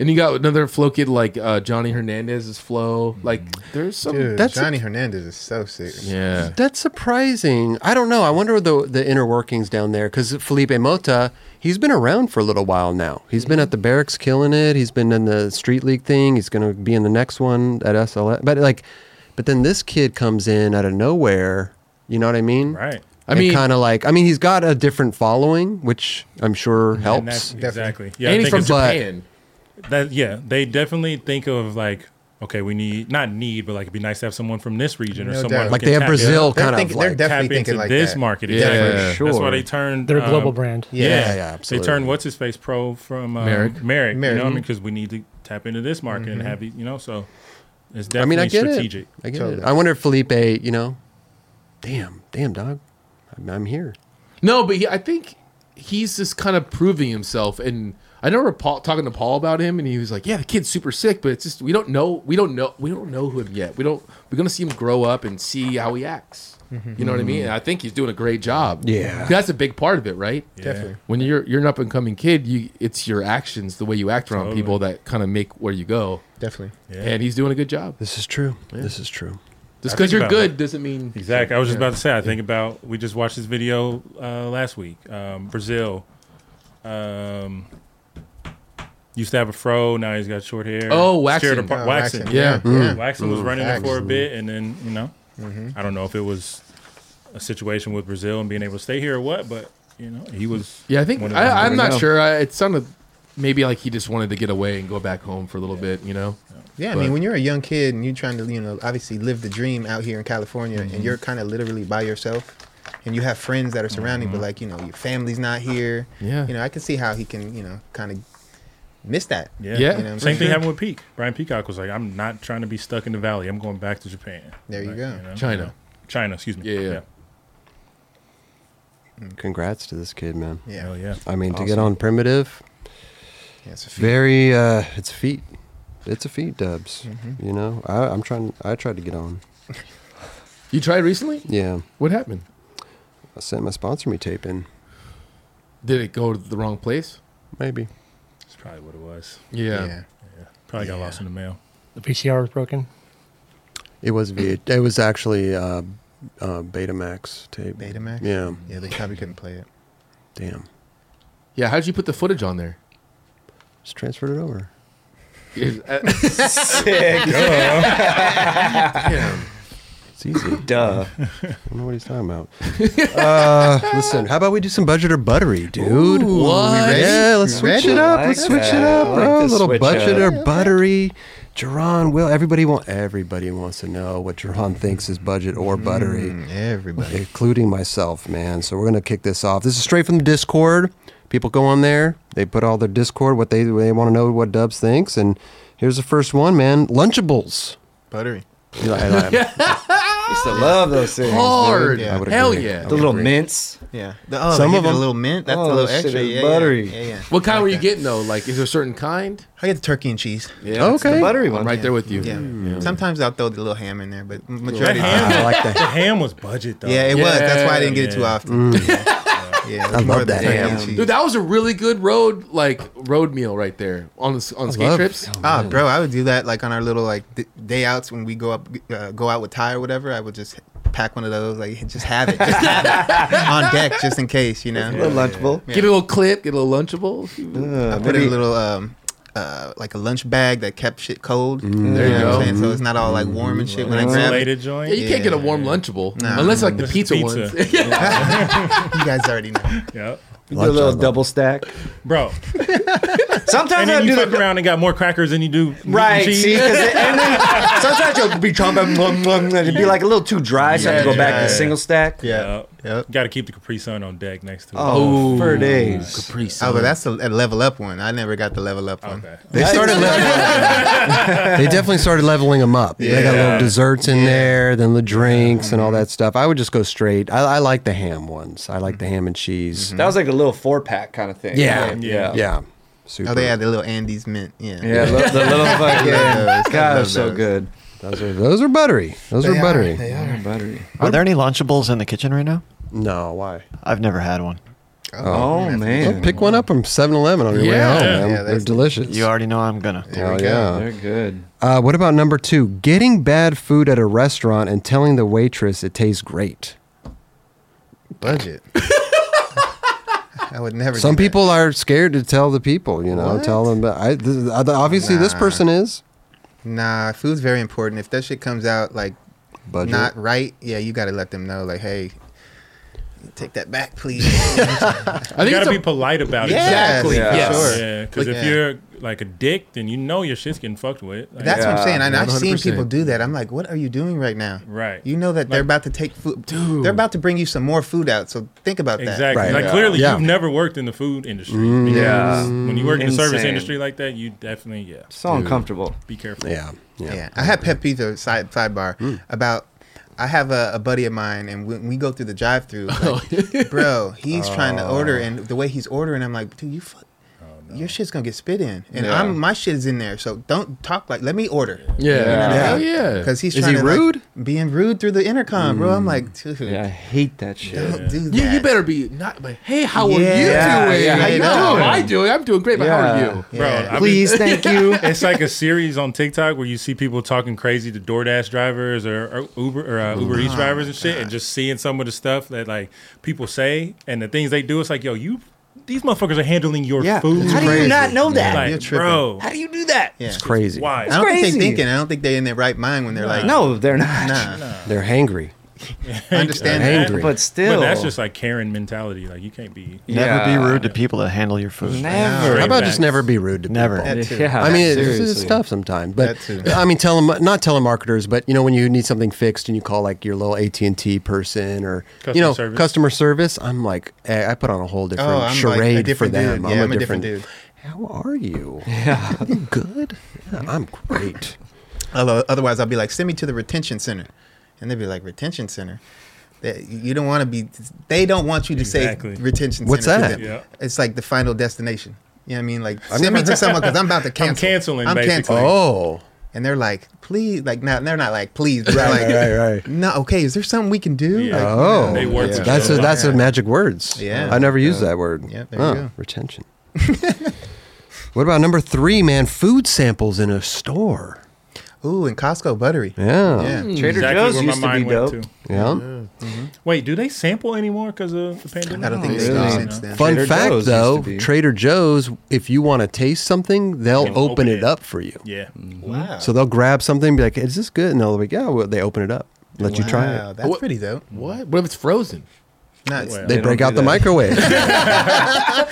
D: And you got another flow kid like uh, Johnny Hernandez's flow. Like there's some
C: Dude,
A: That's a-
C: Johnny Hernandez is so sick.
D: Yeah.
A: That's surprising. I don't know. I wonder the the inner workings down there because Felipe Mota, he's been around for a little while now. He's been at the barracks killing it. He's been in the street league thing. He's going to be in the next one at SLS. But like, but then this kid comes in out of nowhere. You know what I mean?
E: right.
D: I mean
A: kind of like. I mean, he's got a different following, which I'm sure
E: And that's
A: helps.
E: exactly. Yeah, I
D: and he's
E: think
D: from
E: it's-
A: but-
D: Japan.
E: that yeah they definitely think of like okay we need not need but like it'd be nice to have someone from this region or
C: No
E: someone
C: doubt.
E: who
A: Like
E: can
A: they have
E: tap
A: Brazil
C: They're
A: kind of
C: thinking- they're
A: like.
E: in, tap
C: Definitely
E: into
C: thinking like
E: this
C: that.
E: market
D: Yeah,
E: exactly
D: for
E: that's
B: sure.
E: why they turned
F: They're a
E: um,
F: global brand.
A: yeah,
E: yeah,
A: yeah, absolutely.
E: They turned what's his face pro from uh,
D: Merrick.
E: Merrick. Merrick. You know
C: Merrick.
E: what I mean? Because we need to tap into this market and have these, you know. So it's
A: Mm-hmm. I
E: definitely
A: mean, I get
E: strategic.
A: it. I get
C: Totally.
A: it. I wonder if Felipe, you know, damn, damn dog, I'm, I'm here.
D: No, but he, I think he's just kind of proving himself. And I remember Paul, talking to Paul about him, and he was like, "Yeah, the kid's super sick, but it's just we don't know, we don't know, we don't know him yet. We don't. We're gonna see him grow up and see how he acts.
E: Mm-hmm.
D: You know what I mean? And I think he's doing a great job.
A: Yeah.
D: that's a big part of it, right?
C: Definitely.
D: When you're you're an up and coming kid, you it's your actions, the way you act around
E: Totally.
D: people, that kind of make where you go.
C: Definitely.
E: Yeah.
D: And he's doing a good job.
A: This is true. This is true.
D: Just because
E: I think
D: you're
E: about
D: good doesn't mean
E: Exactly. I was just about to say. I think about we just watched this video uh, last week. Um, Brazil um, used to have a fro. Now he's got short hair.
D: Oh, Waxon.
E: Scared apart-
C: Oh,
E: waxon.
C: Waxon,
D: yeah. Mm-hmm.
C: yeah, yeah.
E: Waxon was running it
C: facts.
E: for a bit, and then you know,
A: Mm-hmm.
E: I don't know if it was a situation with Brazil and being able to stay here or what, but you know, he was.
D: Yeah, I think
E: one of the-
D: I, I'm not
B: know.
D: sure. I, it sounded maybe like he just wanted to get away and go back home for a little bit. You know,
C: Yeah, I
D: But-
C: mean, when you're a young kid and you're trying to, you know, obviously live the dream out here in California,
E: Mm-hmm.
C: and you're kind of literally by yourself, and you have friends that are surrounding,
E: Mm-hmm.
C: but like, you know, your family's not here.
D: Yeah.
C: You know, I can see how he can, you know, kind of miss that.
E: Yeah.
D: Yeah.
C: You know what
E: Same
C: I'm
E: thing
C: saying?
E: happened with Peak. Brian Peacock was like, "I'm not trying to be stuck in the valley. I'm going back to Japan."
C: There you
E: Like,
C: go.
E: know,
D: China.
E: China. Excuse me.
D: Yeah, yeah.
A: Congrats to this kid, man.
E: yeah.
C: Yeah.
E: Hell yeah.
A: I mean, to get on primitive,
C: yeah it's a feat.
A: very uh, it's a feat. It's a feat, Dubs. You know, I, I'm trying. I tried to get on.
D: you tried recently.
A: Yeah,
D: What happened?
A: I sent my sponsor me tape in.
D: Did it go to the wrong place?
A: Maybe.
E: That's probably what it was.
D: Yeah.
C: yeah.
E: Probably got lost in the mail.
F: The PCR was broken.
A: It was V. It was actually uh, uh, Betamax tape.
C: Betamax?
A: Yeah.
C: Yeah, they probably couldn't play it.
A: Damn.
D: Yeah, How did you put the footage on there?
A: Just transferred it over.
D: Is- uh,
A: It's easy. I
B: Duh.
A: don't know what he's talking about. uh, listen, how about we do some budget or buttery, dude?
D: what?
A: Yeah, let's switch
C: Ready?
A: it up.
B: I
A: let's
B: like
A: switch it
B: that.
A: up,
B: I like
A: bro.
B: the
A: A little
B: switch
A: budget
B: up.
A: or buttery. Jerron will everybody want everybody wants to know what Jerron thinks is budget or buttery,
B: Hmm.
C: Mm, Everybody.
A: including myself, man. So we're gonna kick this off. This is straight from the Discord. People go on there, they put all their Discord what they they want to know what Dubs thinks, and here's the first one, man. Lunchables.
C: Buttery.
A: You know, I- I-
B: used to love those things.
D: hard.
B: dude.
C: Yeah. I
A: would
D: Hell
A: agree.
D: yeah.
B: The little mints.
C: Yeah. The, oh,
A: Some
C: they
A: of
C: give it
A: them-
C: a little mint. That's
B: Oh,
C: a little
B: that shit
C: extra.
B: is
C: Yeah, yeah,
B: buttery.
C: Yeah, yeah.
D: What kind were you
C: that.
D: getting though? Like, is there a certain kind?
C: I get the turkey and cheese.
D: Yeah.
A: Okay.
D: it's the
A: The
B: buttery
D: I'm
B: one.
D: right
C: Yeah.
D: there with you.
C: Yeah.
A: Mm.
C: Sometimes I'll throw the little ham in there, but
E: That
C: majority.
E: ham,
A: I like that.
E: the ham was budget though.
C: Yeah, it was. That's why I didn't get it too
E: Yeah.
C: often. Yeah, yeah
A: Mm.
C: it was
A: I love
C: more of the
A: that
C: turkey
A: ham.
C: and cheese.
D: Dude, that was a really good road, like road meal right there on the, on skate
A: love-
D: trips.
C: Ah, bro, I would do that like on our little like d- day outs when we go up, uh, go out with Ty or whatever. I would just pack one of those, like just have it, just have it on deck just in case, you know.
B: A little lunchable.
D: Get a little clip, get a little lunchable.
B: Uh,
C: I put in
B: maybe-
C: a little um, uh, like a lunch bag that kept shit
A: Mm.
C: cold.
D: There you
C: know
D: go.
C: What I'm saying? So it's not all like warm and shit when I grab it.
E: Mm. Insulated joint.
D: Yeah, you can't get a warm
E: Yeah.
D: Lunchable
C: Nah.
D: unless like the
E: This is
D: pizza,
E: pizza.
D: ones. Yeah.
C: You guys already know.
E: Yep.
B: Do a little double stack.
E: Bro, and
B: Sometimes I
E: then you
B: do
E: fuck
B: the.
E: around and got more crackers than you do meat and
B: Right,
E: cheese.
B: see, 'cause it- and then sometimes you'll be chomping, blum, blum, and it'd be like a little too dry, so I have to
C: Yeah,
B: go back to
C: yeah.
B: the single stack.
C: Yeah.
E: Yep.
C: Yep.
E: Got to keep the Capri Sun on deck next to it.
B: Oh, for days.
D: Capri
C: Oh,
D: Sun.
C: but that's a, a level up one. I never got the level up one.
E: Okay.
A: They started leveling. they definitely started leveling them up. They got
E: Yeah.
A: little desserts in there, then the drinks and all
G: Mm-hmm.
A: that stuff. I would just go straight. I, I like the ham ones. I like the ham and
G: Mm-hmm.
A: cheese.
B: That was like a little four pack kind of thing.
A: Yeah.
B: right?
E: Yeah.
A: Yeah, super.
C: Oh, they had the little Andes mint. Yeah.
B: Yeah, li- the little fucking.
C: Yeah, those-
B: God,
C: I
B: they're
C: love
B: so
C: those.
B: good.
A: those are those are buttery. Those
C: They
A: are buttery.
C: They
B: They're
C: are.
B: buttery.
G: Are there any Lunchables in the kitchen right now?
A: No, why?
G: I've never had one.
B: Oh,
C: that's-
B: man.
A: Well, pick one up from 7-Eleven on your
D: Yeah.
A: way home.
E: Yeah,
A: man. They're
C: that's-
A: delicious.
G: You already know I'm gonna.
C: There we
A: Hell
C: go.
A: yeah.
B: They're good.
A: Uh, what about number two? Getting bad food at a restaurant and telling the waitress it tastes great.
C: Budget. I would never.
A: Some
C: do that.
A: people are scared to tell the people. You know, tell them. But I, this, is- obviously, this
C: Nah.
A: person is.
C: Nah, food's very important. If that shit comes out like
A: Budget.
C: not right, yeah, you got to let them know. Like, hey, take that back, please.
D: I
E: You
D: think
E: got
D: it's
E: to
D: a-
E: be polite about
C: Yeah,
E: it.
C: Exactly,
B: yeah.
E: Yeah.
B: for
C: sure.
E: Because
C: Like-
E: if
C: Yeah.
E: you're like a dick, then you know your shit's getting fucked with. Like,
C: That's what I'm saying. And
D: Yeah,
C: I've seen
D: 100%.
C: people do that. I'm like, what are you doing right now?
E: Right.
C: You know that they're
E: Like-
C: about to take food.
D: Dude.
C: They're about to bring you some more food out. So think about that.
E: Exactly.
A: Right.
E: Like
A: Yeah.
E: clearly,
A: Yeah. Mm-hmm.
E: you've never worked in the food industry.
B: yeah.
E: because When you work in the service
B: Insane.
E: industry like that, you definitely yeah.
B: So uncomfortable.
E: Be careful.
A: Yeah. Yeah.
C: Yeah. I had pet peeves or side sidebar about. I have a, a buddy of mine, and when we go through the drive-through, like, bro, he's trying to order, and the way he's ordering, I'm like, dude, you fuck. Your shit's gonna get spit in, and
B: Yeah.
C: I'm my shit is in there. So don't talk like. Let me order.
D: yeah.
B: Yeah.
D: Hell yeah.
C: because he's
A: Is
C: trying
A: he
C: to, like,
A: rude?
C: being rude through the intercom, bro. I'm like, dude,
B: Yeah, I hate that shit.
C: don't do that.
D: You, you better be not. But hey, how are
C: Yeah.
D: you
C: Yeah,
D: doing?
B: yeah,
D: how
B: how
D: you
B: you
D: doing?
B: doing?
D: I doing. I'm doing great. But how
B: Yeah.
D: are you?
C: Yeah.
E: Bro, I mean-
B: Please, thank you.
E: It's like a series on TikTok where you see people talking crazy to DoorDash drivers or, or Uber or uh,
A: Oh
E: Uber Eats drivers and shit, and just seeing some of the stuff that like people say and the things they do. It's like, yo, you these motherfuckers are handling your
B: Yeah.
E: food.
B: How do you not know that?
E: Like,
C: You're tripping.
E: bro,
B: How do you do that?
C: yeah.
A: It's crazy.
E: why?
C: I don't think
B: crazy.
C: they're thinking. I don't think they're in their right mind when they're like,
B: No, they're not.
C: nah.
A: They're hangry.
C: Understand
A: They're
C: that?
A: hangry.
B: But still,
E: But that's just like Karen mentality. Like you can't be.
G: Never
B: Yeah.
G: be rude to people that handle your food.
C: Mm-hmm.
A: How
B: never.
A: about
E: Straight
A: just
E: backs.
A: never be rude to
G: Never.
A: people?
C: That too.
B: Yeah,
A: I mean, it's, it's
B: seriously.
A: tough sometimes, but
C: That too.
A: I mean, telem not telemarketers, but you know, when you need something fixed and you call like your little AT and T person or you
E: Customer
A: know
E: service.
A: customer service, I'm like, eh, I put on a whole different
C: Oh, I'm like a
A: charade
C: different
A: for
C: dude.
A: them.
C: Yeah, I'm a different
A: How are you? Yeah, you good. Yeah, I'm great.
C: Although, otherwise, I'll be like, send me to the retention center, and they'd be like, retention center. That you don't want to be. They don't want you to
E: Exactly.
C: say retention.
A: What's
C: center
A: that?
C: To them.
E: Yeah.
C: It's like the final destination. You know what I mean? Like, send me to someone because I'm about to cancel.
E: canceling,
C: I'm
E: basically.
C: canceling.
A: Oh,
C: And they're like, please, like, not. They're not like, please. But they're like,
A: right, right.
C: no, okay. Is there something we can do?
E: Yeah.
C: Like,
A: Oh,
E: They work together
A: that's a,
E: lot.
A: that's a magic words.
C: Yeah.
A: I never used that word.
C: yeah, there you go.
A: Retention. what about number three, man? Food samples in a store.
C: Ooh, and Costco buttery.
A: Yeah,
C: Yeah.
E: Hmm.
B: Trader
E: Exactly
B: Joe's
E: where my
B: used to be
E: mind went
B: dope.
E: to.
A: yeah.
E: Wait, do they sample anymore because of the pandemic?
C: I don't think
B: Oh,
C: they do
B: really?
C: since then.
A: Fun
B: Trader
A: fact,
B: Joe's used
A: though,
B: to be.
A: Trader Joe's, if you want to taste something, they'll
E: Can
A: open, it up for you.
E: Yeah.
B: Mm.
C: Wow.
A: So they'll grab something, be like, "Is this good?" And they'll be, like, "Yeah." Well, they open it up, let you try
C: Wow,
A: it.
C: That's
D: What-
C: pretty dope.
D: What? What if it's frozen?
C: No, it's-
A: They,
B: They
A: break
B: don't
A: out the
B: do that.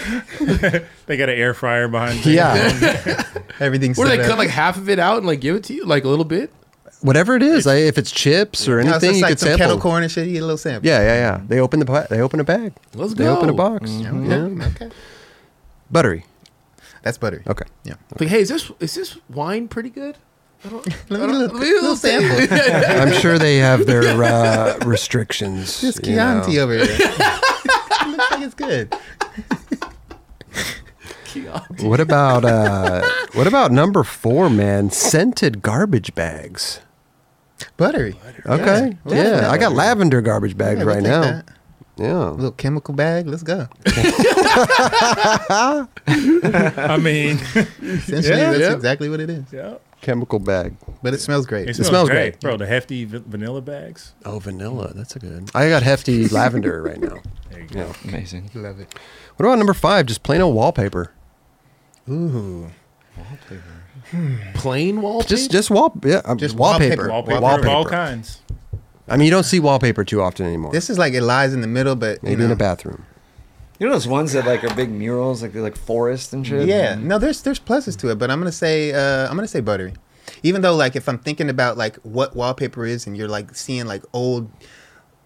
A: microwave.
E: They got an air fryer behind. them.
A: yeah,
C: everything's.
D: What do
C: set
D: they
C: up.
D: cut like half of it out and like give it to you like a little bit?
A: whatever it is, I, if it's chips or
C: No, it's
A: anything,
C: just
A: you
C: like
A: could
C: some
A: sample.
C: kettle corn and shit. You get a little sample.
A: Yeah, yeah, yeah. They open the pa- they open a bag.
D: Let's
A: they
D: go.
A: open a box. Yeah.
C: Mm-hmm. Yeah, Okay.
A: Buttery.
C: That's buttery.
A: Okay.
C: Yeah.
D: Like hey, is this is this wine pretty good? I don't.
C: Let
D: I
C: me
D: don't-
C: look-
D: let me get a little sample.
A: I'm sure they have their uh, restrictions.
C: This
A: you know.
C: Chianti over here. Looks like it's good.
A: What about uh, what about number four, man? Scented garbage bags.
C: Buttery.
A: Okay.
C: Yeah.
A: Yeah, I got lavender garbage bags
C: Yeah, we'll
A: right
C: take
A: now.
C: that.
A: Yeah.
C: Little chemical bag. Let's go.
E: I mean,
C: Essentially,
E: Yeah,
C: that's
E: yeah.
C: exactly what it is.
E: yeah.
A: Chemical bag.
C: But it smells great.
E: It
A: smells
E: smells,
A: great.
E: great. bro. The hefty v- vanilla bags.
A: Oh, vanilla. That's a good. I got hefty lavender right now.
E: There you go.
A: Yeah.
B: Amazing.
C: Love it.
A: What about number five? Just plain old wallpaper.
C: Ooh.
D: Plain wallpaper.
A: Just just wall yeah um,
C: Just
A: wallpaper.
E: Wallpaper,
C: wallpaper.
A: Wallpaper.
E: of all kinds.
A: I mean you don't see wallpaper too often anymore.
C: This is like it lies in the middle, but you
A: Maybe in
C: know.
A: a bathroom.
B: You know those ones that like are big murals, like they're like forest and shit.
C: Yeah, no, there's there's pluses to it, but I'm gonna say uh, I'm gonna say buttery, even though like if I'm thinking about like what wallpaper is, and you're like seeing like old,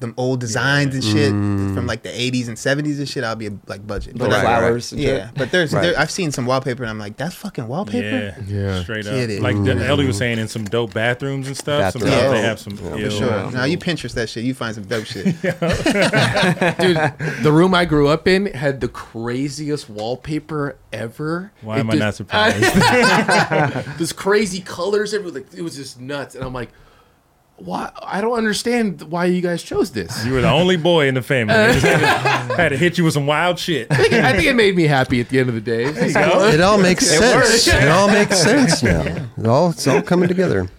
C: them old designs and shit from like the 80s and 70s and shit, I'll be like budget.
B: Little
C: like,
B: flowers and
C: yeah.
B: shit.
C: But there's
A: Right.
C: there, I've seen some wallpaper, and I'm like, that's fucking wallpaper.
E: Yeah,
D: Yeah.
E: straight up.
C: Get it.
E: Like the Ellie was saying, in some dope bathrooms and stuff.
A: Bathrooms.
E: Sometimes
C: Yeah.
E: they have some.
C: For
E: ill-
C: sure.
B: Yeah.
C: Now you Pinterest that shit, you find some dope shit.
D: Dude, the room I grew up in had the craziest wallpaper ever.
E: Why
D: It
E: am I
D: did-
E: not surprised?
D: There's crazy colors everywhere. Like, it was just nuts. And I'm like, why? I don't understand why you guys chose this.
E: you were the only boy in the family. They just had, to, had to hit you with some wild shit.
D: I think, I think it made me happy at the end of the day.
A: It all makes sense.
D: works.
A: It all makes sense now. It all it's all coming together.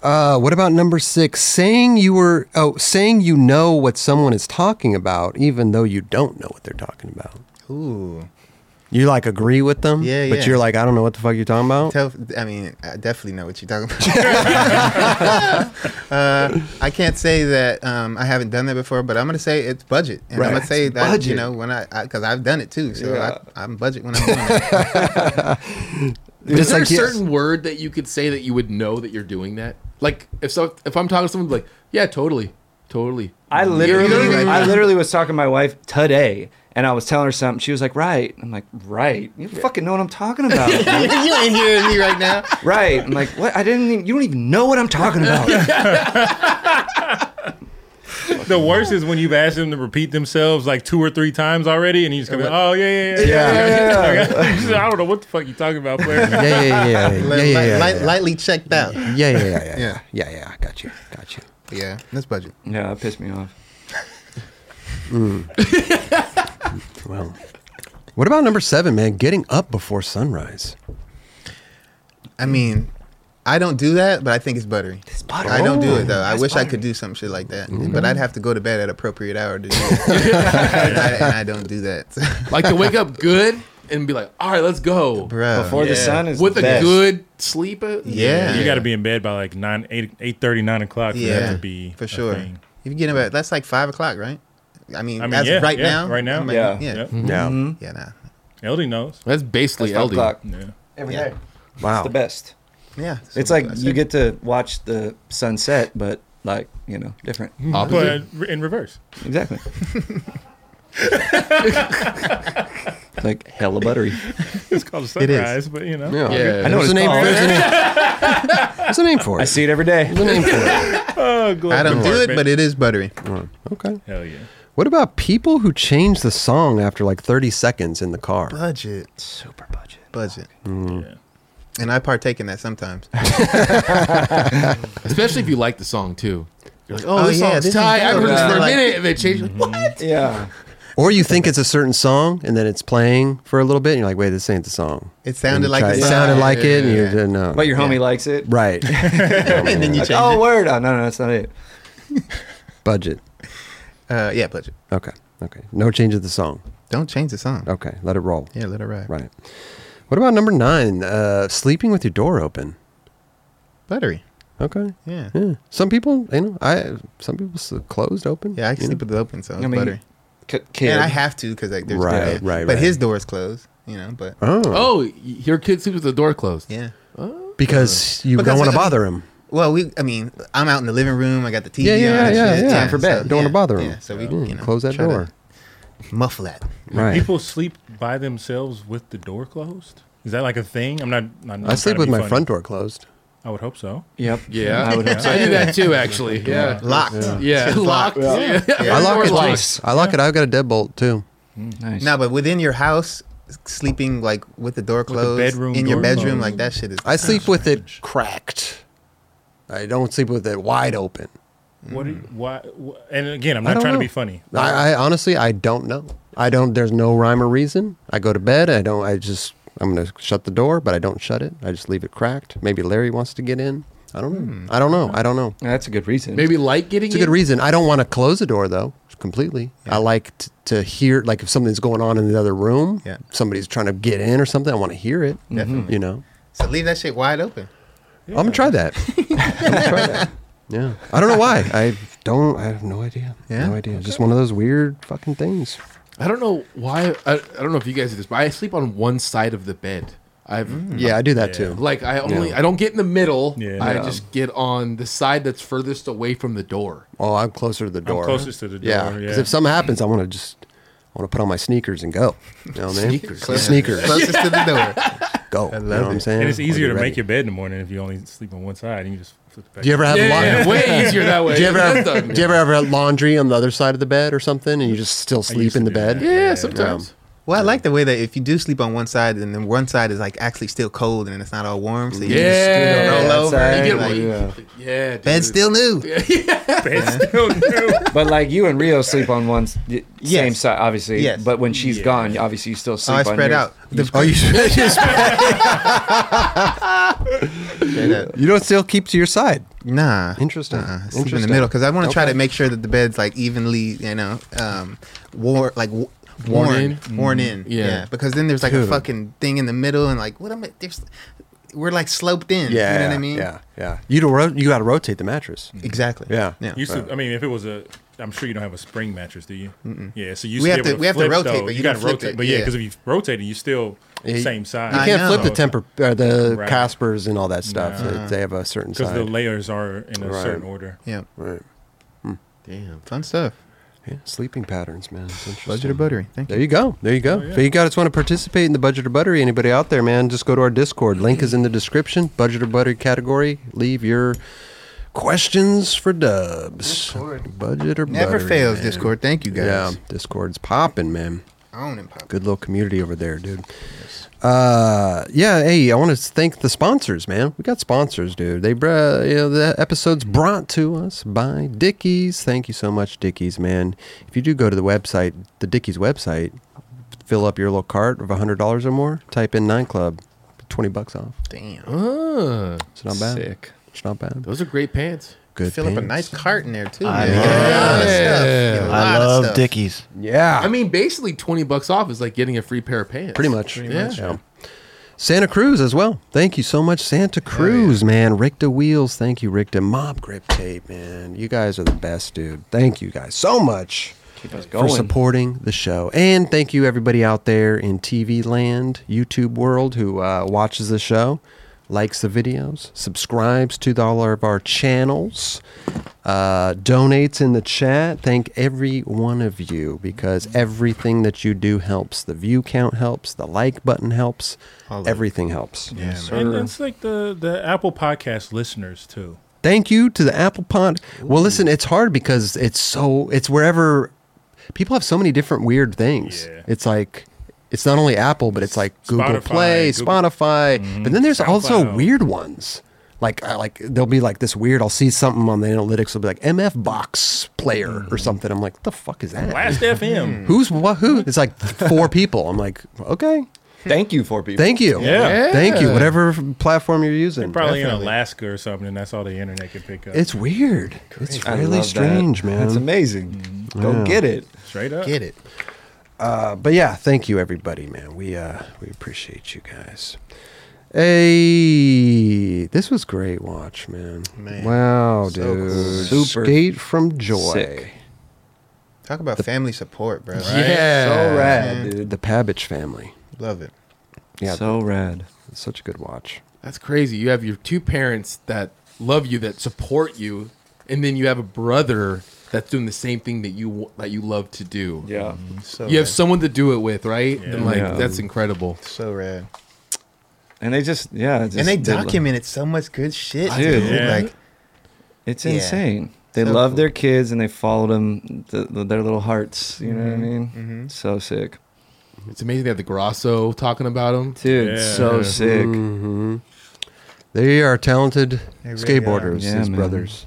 A: Uh, what about number six? Saying you were oh, saying you know what someone is talking about, even though you don't know what they're talking about.
C: Ooh,
A: You like agree with them,
C: Yeah,
A: but
C: yeah.
A: you're like, I don't know what the fuck you're talking about.
C: Tell, I mean, I definitely know what you're talking about. uh, I can't say that um, I haven't done that before, but I'm gonna say it's budget, and I'm
A: Right.
C: gonna say that you
B: budget.
C: know when I because I've done it too, so
B: Yeah.
C: I, I'm budget when I'm doing it.
A: But
D: Is
A: it's
D: there
A: like,
D: a
A: yes.
D: certain word that you could say that you would know that you're doing that? Like if so, if I'm talking to someone, like yeah, totally, totally.
B: I
D: You know what I
B: literally,
D: mean?
B: I literally was talking to my wife today, and I was telling her something. She was like, "Right." I'm like, "Right." You fucking know what I'm talking about, dude.
C: you ain't hearing me right now.
B: right? I'm like, "What? I didn't. Even, you don't even know what I'm talking about."
E: the worst is when you've asked them to repeat themselves like two or three times already, and you just go, "Oh yeah, yeah, yeah, yeah." yeah, yeah. I don't know what the fuck you talking about, player.
A: yeah, yeah, yeah, yeah, yeah,
C: Li-
A: yeah,
C: li-
A: yeah,
C: li-
A: yeah.
C: Lightly checked out.
A: yeah, yeah, yeah, yeah, yeah,
C: Yeah.
A: yeah, yeah. Got you, got you.
C: Yeah, that's budget.
B: yeah, that pissed me off.
A: Well, what about number seven, man? Getting up before sunrise.
C: I mean, I don't do that, but I think it's Oh. buttery.
B: It's buttery. Oh,
C: I don't do it though. I
B: That's
C: wish I
B: buttery.
C: could do some shit like that, but I'd have to go to bed at appropriate hour to do it, and, I, and I don't do that.
D: Like to wake up good and be like, all right, let's go
C: Bro,
B: Before the
C: yeah.
B: sun is
D: with
B: the
D: a
B: best.
D: good sleep. uh,
C: Yeah.
E: You got to be in bed by like nine, eight, eight thirty, nine o'clock for that
C: Yeah,
E: to be
C: for
E: a
C: sure.
E: thing.
C: If you get about that's like five o'clock, right? I mean,
E: I mean,
C: as of
E: yeah,
C: right
E: yeah,
C: now,
E: right now.
C: I mean,
B: Yeah.
C: yeah,
E: Yep.
G: Mm-hmm.
A: Yeah.
C: yeah, nah.
E: Eldy knows.
D: That's basically
B: It's five
D: LD.
B: o'clock
E: Yeah.
B: every
C: Yeah.
B: day.
A: Wow.
B: It's the best.
C: yeah. so
B: It's like
C: I
B: you
C: said-
B: get to watch the sunset, but like you know, different.
D: Opposite.
E: But uh, in reverse.
B: Exactly. like hella buttery.
E: It's called a
C: It is.
E: sunrise, but you know.
A: Yeah.
D: Yeah.
B: I
A: There's
B: know what
A: a
B: it's
A: name.
B: called.
A: There's a name. There's a name for
B: I
A: it.
B: see it every day.
A: There's a name for
E: Oh,
C: I don't do it, but it is buttery.
A: it. Okay.
E: Hell yeah.
A: What about people who change the song after like 30 seconds in the car?
C: Budget,
B: Super budget.
C: budget,
E: Yeah.
C: and I partake in that sometimes.
D: Especially if you like the song too. You're like, oh,
C: Oh,
D: this
C: yeah,
D: song's
C: this is
D: tight. I've
C: dope.
D: heard this for a
C: Yeah.
D: minute, and they change. Like, what?
B: Yeah.
A: Or you think it's a certain song and then it's playing for a little bit and you're like, wait, this ain't the song.
C: It
A: And
C: sounded
A: you
C: like
A: try-
C: the
A: it
C: song,
A: sounded like it and
C: Yeah.
A: you didn't know.
B: But your homie likes it.
A: Right.
C: and then you
B: Like,
C: change
B: oh, word. Oh, no, no, that's not it.
A: Budget.
C: it. Uh, yeah, budget.
A: Okay. Okay. No change of the song.
C: Don't change the song.
A: Okay. Let it roll.
C: Yeah, let it ride.
A: Right. What about number nine? Uh, sleeping with your door open.
C: Buttery.
A: Okay.
C: Yeah.
A: Yeah. Some people, you know, I some people s- closed open.
C: Yeah, I can
A: you know?
C: sleep with it open, so it's
B: I mean,
C: buttery.
B: K- kid.
C: And I have to because like there's
A: Right,
C: yeah.
A: right,
C: But
A: right.
C: his door is closed, you know. But
A: Oh,
D: Oh, y- your kid sleeps with the door closed.
C: yeah.
A: because you
C: Because,
A: don't want
C: I
A: to
C: mean-
A: bother him.
C: Well, we. I mean, I'm out in the living room. I got the TV.
A: Yeah, yeah,
C: on and
A: yeah, yeah,
C: shit.
A: yeah. Time for
B: bed.
A: Don't wanna bother 'em.
C: Yeah, so we
A: Mm,
C: you know,
A: close that
C: try to
A: door.
C: Muffle that.
A: Right.
E: People sleep by themselves with the door closed. Is that like a thing? I'm not. I'm not
A: I sleep
E: trying
A: with
E: to be
A: my
E: funny.
A: front door closed.
E: I would hope so.
B: Yep. Oh,
D: Yeah.
B: I would hope so.
D: I do that too, actually. Yeah.
C: Locked.
D: Yeah. Locked. Yeah.
A: I lock
D: Door
A: it.
D: locked.
A: I lock it. I've got a deadbolt too.
B: Nice.
C: No, but within your house, sleeping like with the door
E: the
C: closed
E: bedroom
C: in your
E: door
C: bedroom,
E: closed.
C: like that shit is.
A: I sleep with it
E: strange.
A: cracked. I don't sleep with it wide open.
E: What? Are you, why? wh- And again, I'm
A: I
E: not
A: don't
E: trying
A: know.
E: to be funny.
A: I, I honestly, I don't know. I don't. There's no rhyme or reason. I go to bed. I don't. I just. I'm gonna shut the door, but I don't shut it. I just leave it cracked. Maybe Larry wants to get in.
E: Hmm.
A: I don't know. I don't know. I don't know.
B: That's a good reason.
D: Maybe like getting
A: It's a good
D: in?
A: reason. I don't want to close the door though. completely.
C: Yeah.
A: I like t- to hear like if something's going on in the other room.
C: Yeah.
A: Somebody's trying to get in or something. I want to hear it.
C: Definitely.
A: You know.
C: So leave that shit wide open.
A: I'm gonna try that. I'm gonna try that. Yeah. I don't know why. I don't. I have no idea.
C: Yeah?
A: No idea. Just one of those weird fucking things.
D: I don't know why. I, I don't know if you guys do this, but I sleep on one side of the bed. I've
A: Yeah, I do that
E: Yeah.
A: too.
D: like I only I don't get in the middle.
E: Yeah.
D: I
E: Yeah.
D: just get on the side that's furthest away from the door.
A: Oh, I'm closer to the door.
E: I'm closest to the door.
A: Yeah.
E: Yeah.
A: Because if something happens, I want to just. I want to put on my sneakers and go. You know what I mean?
D: Sneakers.
A: Sneakers.
C: Closest to the door.
A: Go. I love you know what I'm saying?
E: and it's
A: Wanna
E: easier
A: be
E: to
A: ready.
E: make your bed in the morning if you only sleep on one side and you just flip it back.
A: Do you ever have a lot?
D: way easier that way.
A: Do you ever
D: That's
A: have,
D: done.
A: do you ever ever have laundry on the other side of the bed or something, and you just still sleep
E: used
A: in the
E: to do
A: bed?
E: that.
D: yeah,
E: Yeah.
D: sometimes.
C: Well, I like the way that if you do sleep on one side and then one side is like actually still cold and then it's not all warm, so you
D: Yeah.
C: just roll
B: Yeah,
C: over.
B: that's
C: and
D: You get
C: like,
D: one-
B: yeah.
D: yeah, dude.
C: Bed's still new.
B: But like you and Rio sleep on one s- y-
C: Yes.
B: same side, obviously.
C: Yes.
B: But when she's gone, obviously you still
C: So
B: sleep
C: Oh, I
B: on
C: spread
B: yours.
C: out. The,
A: Oh, you
C: spread out.
A: you don't still keep to your side.
C: Nah.
A: Interesting.
C: Uh-uh. I Sleep in the
A: Interesting.
C: middle because I want to try
A: Okay.
C: to make sure that the bed's like evenly, you know, um, war like w-
D: Worn
C: worn,
D: in?
C: worn in,
D: Yeah.
C: Yeah. because then there's like a
A: Mm, Dude.
C: fucking thing in the middle and like what am I? There's, we're like sloped in.
A: Yeah,
C: you know
A: yeah,
C: what I mean?
A: Yeah, yeah. You do ro- you got to rotate the mattress.
C: exactly.
A: Yeah.
C: yeah.
E: You used to, I mean, if it was a, I'm sure you don't have a spring mattress, do you? Yeah, so you used
C: We
E: to
C: have
E: be able
C: to- we have to
E: flip,
C: rotate,
E: though.
C: but
E: you
C: you
E: got to
C: don't flip
E: rotate.
C: it,
E: But yeah,
C: yeah.
E: because if you rotate it, you still
A: you-
E: same side.
A: You
C: I
A: can't
C: know.
A: flip the temper, uh, the
E: Right.
A: Caspers and all that stuff.
E: No.
A: They- They have a certain
E: because
A: side.
E: the layers are in a
A: Right.
E: certain order.
C: Yeah.
A: right.
D: Damn.
C: Fun stuff.
A: Yeah, sleeping patterns, man. It's interesting.
C: Budget or buttery. Thank you.
A: There you go. There you go.
E: Oh, yeah.
A: So you guys want to participate in the budget or buttery? Anybody out there, man? Just go to our Discord. Link is in the description. Budget or buttery category. Leave your questions for Dubs. Budget or
C: Never
A: buttery,
C: fails,
A: man.
C: Discord. Thank you guys.
A: Yeah, Discord's popping, man.
C: Own and pop.
A: Good little community over there, dude. Uh, yeah. Hey, I want to thank the sponsors, man. We got sponsors, dude. They, br- uh, you know, the episode's brought to us by Dickies. Thank you so much, Dickies, man. If you do go to the website, the Dickies website, fill up your little cart of hundred dollars or more. Type in Nine Club, twenty bucks off.
C: Damn.
D: Ah,
A: It's not bad.
B: Sick.
A: It's not bad.
D: those are great pants.
A: Good.
C: Fill up a
A: pants.
C: nice cart in there too.
G: I
C: man. You
G: love
C: get a lot of stuff.
D: it.
C: You get a lot
G: I
C: of
G: love
C: stuff.
G: Dickies.
A: Yeah.
D: I mean, basically, twenty bucks off is like getting a free pair of pants.
A: Ah. Pretty much.
D: Yeah. much.
A: Yeah. Santa Cruz as well. Thank you so much, Santa Cruz, man. Richta Wheels, thank you, Richta. Mob Grip Tape, man. You guys are the best, dude. Thank you guys so much
B: Keep us going.
A: for supporting the show. And thank you, everybody out there in TV land, YouTube world who uh, watches the show, likes the videos, subscribes to all of our channels, uh, donates in the chat. Thank every one of you because everything that you do helps. The view count helps, the like button helps,
C: All of it.
A: everything helps.
C: Yeah, man.
E: And it's like the the Apple Podcast listeners too.
A: Thank you to the Apple Pod. Well, listen, it's hard because it's so it's wherever people have so many different weird things.
E: Yeah.
A: It's like it's not only Apple, but it's like Google
E: Spotify,
A: Play,
E: Google-
A: Spotify. But then there's also
E: SoundCloud.
A: weird ones. Like I like there'll be like this weird. I'll see something on the analytics. It'll be like MF Box Player or something. I'm like, what the fuck is that?
E: Last FM.
A: Who's what? Who? It's like four people. I'm like, okay,
B: Thank you for people.
A: thank you,
E: Yeah.
A: thank you. Whatever platform you're using,
E: They're probably
A: Definitely.
E: in Alaska or something, and that's all the internet can pick up.
A: It's weird. It's
B: I
A: really
B: love
A: strange,
B: that.
A: man.
B: That's amazing. Go get it.
E: straight up.
C: Get it.
A: Uh, but yeah, thank you everybody, man. We uh we appreciate you guys. Hey, this was great watch, man.
C: Man,
A: wow,
C: so
A: dude.
B: cool.
A: Super. Skate from joy.
B: Sick.
C: Talk about family support, bro.
D: Yeah.
B: So rad, dude.
A: The Pabbage family.
C: Love it.
A: Yeah,
B: So rad.
A: it's such a good watch.
D: That's crazy. You have your two parents that love you, that support you, and then you have a brother that's doing the same thing that you wa- that you love to do.
B: Yeah.
C: So
D: You have
C: rad.
D: someone to do it with, right?
E: Yeah.
D: And like
B: Yeah.
D: that's incredible.
C: so rad.
B: And they just yeah. Just,
C: and they
B: lo-
C: documented so much good shit,
B: Dude.
C: dude.
E: Yeah.
C: Like
B: It's
C: Yeah.
B: insane. They
C: So
B: love
C: cool.
B: their kids and they followed them, th- th- their little hearts. You know what I mean? Mm-hmm. So sick,
D: It's amazing they have the Grosso talking about him.
B: dude.
E: Yeah.
B: So
E: Yeah.
B: sick.
A: hmm They are talented
C: They really
A: skateboarders,
B: are. Yeah,
A: these
B: man.
A: brothers.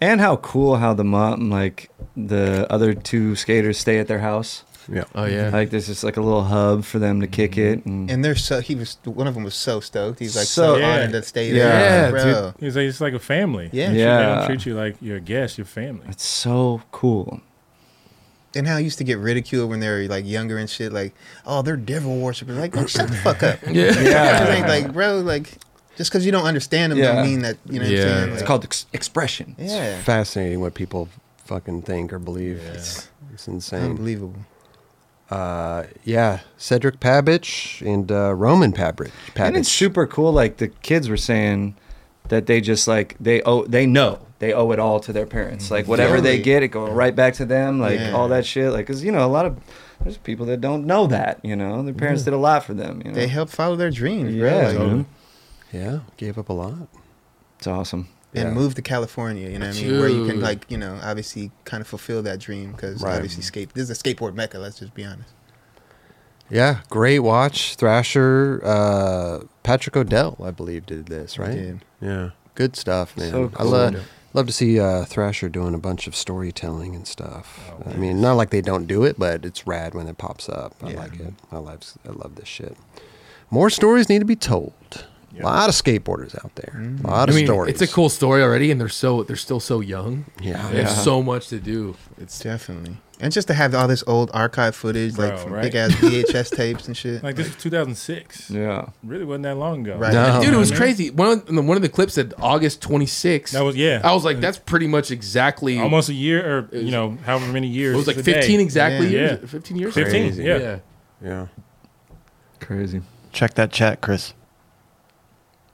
B: And how cool how the mom, like the other two skaters, stay at their house.
A: Yeah.
D: Oh yeah.
B: Like there's just like a little hub for them to kick it. Mm-hmm. And,
C: and they're so he was one of them was so stoked. He's like
B: So-
C: so,
E: Yeah.
C: honored to stay
D: Yeah,
C: there. Like, bro.
E: It's like, it's like a family.
C: Yeah.
E: They don't
B: yeah,
E: treat you like your guest, your family.
B: it's so cool.
C: and how I used to get ridiculed when they were like younger and shit. Like, oh, they're devil worshippers. Like, like, shut the fuck up.
D: Yeah.
C: It ain't like, bro, like, just because you don't understand them,
B: Yeah.
C: don't mean that you know.
D: Yeah.
C: What I'm saying?
B: It's
C: Like,
B: called ex- expression.
C: Yeah.
A: Fascinating what people fucking think or believe. It's, it's insane.
C: Unbelievable.
A: Uh, yeah, Cedric Pabich and uh, Roman Pabich.
B: And it's
A: Pabich.
B: super cool. Like the kids were saying that they just like they owe they know they owe it all to their parents. Like whatever they
C: Totally.
B: get, it goes Mm-hmm. right back to them. Like
C: Yeah.
B: all that shit. Like because you know a lot of there's people that don't know that. You know their parents did a lot for them. You know
C: They help follow their dreams, bro.
B: yeah,
C: Like,
B: dude.
A: Yeah, gave up a lot.
B: it's awesome.
C: and
A: Yeah.
C: move to California. You know what I mean? Where you can
D: Dude.
C: like you know obviously kind of fulfill that dream because
A: Right.
C: obviously skate. This is a skateboard mecca. Let's just be honest.
A: Yeah, great watch. Thrasher, uh, Patrick Odell, I believe, did this, right?
C: Dude.
A: Yeah. Good stuff, man.
B: So
A: I
B: cool.
A: love love to see uh, Thrasher doing a bunch of storytelling and stuff. I mean, not like they don't do it, but it's rad when it pops up. I
C: Yeah.
A: like it. I love I love this shit. More stories need to be told. A lot of skateboarders out there. A lot
D: I
A: of
D: mean,
A: stories.
D: it's a cool story already, and they're so they're still so young.
A: Yeah.
D: They have so much to do. It's
C: Definitely. And just to have all this old archive footage, like
E: Bro,
C: from
E: right?
C: big ass VHS tapes and shit.
E: Like this was 2006.
B: Yeah.
E: Really wasn't that long ago.
C: Right.
A: No.
D: dude, it was
E: Mhm.
D: crazy. One of the, one of the clips said August 26th.
E: That was yeah.
D: I was like, that's pretty much exactly
E: almost a year, or
D: It
E: you
D: was-
E: know, however many
D: It
E: years.
D: was like
E: to the day.
D: 15 exactly.
E: Yeah.
D: years- 15 years.
E: 15,
D: Crazy.
E: yeah.
A: Yeah.
B: Crazy.
G: Check that chat, Chris.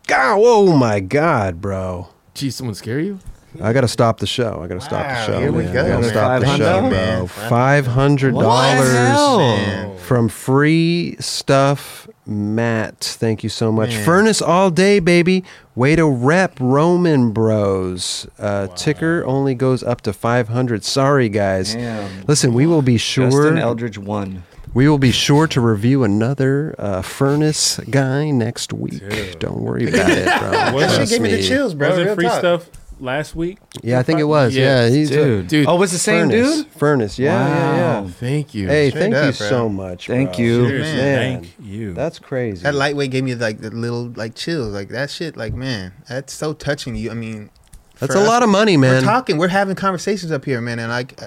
A: God, whoa my god, bro.
D: Geez, someone scare you?
A: I gotta stop the show. I gotta stop the
C: Wow,
A: show.
C: here we
A: man.
C: go,
A: I gotta
C: man.
A: stop the
B: 500,
A: show,
C: man.
A: bro. Five hundred dollars
C: Man.
A: from free stuff, Matt. Thank you so much.
C: Man.
A: Furnace all day, baby. Way to rep Roman Bros. Uh, Ticker only goes up to five hundred. Sorry, guys.
B: Damn.
A: Listen, we will be
B: Justin
A: sure.
B: Eldridge won.
A: We will be sure to review another uh, furnace guy next week. Don't worry about it, bro.
E: That shit
C: That shit
A: Trust
C: gave me the chills, bro.
E: Wasn't
C: Real
E: free
C: talk.
E: stuff last week?
A: Yeah, I think it was.
D: Yeah,
A: Yeah, he's a-
B: Dude.
D: Dude.
B: Oh, was the same
A: furnace.
B: dude?
A: Furnace. Yeah, yeah,
B: Wow.
A: yeah.
D: Thank you.
A: Hey,
C: Straight
A: thank
C: up,
A: you
C: bro.
A: so much.
B: Thank
A: bro.
B: you.
E: Seriously,
A: Man.
E: Thank you.
A: That's crazy.
C: That lightweight gave me like the little like chills, like that shit. Like man, that's so touching. You, I mean,
A: That's
C: for
A: a
C: us-
A: lot of money,
C: We're
A: man.
C: talking, we're having conversations up here, man, and like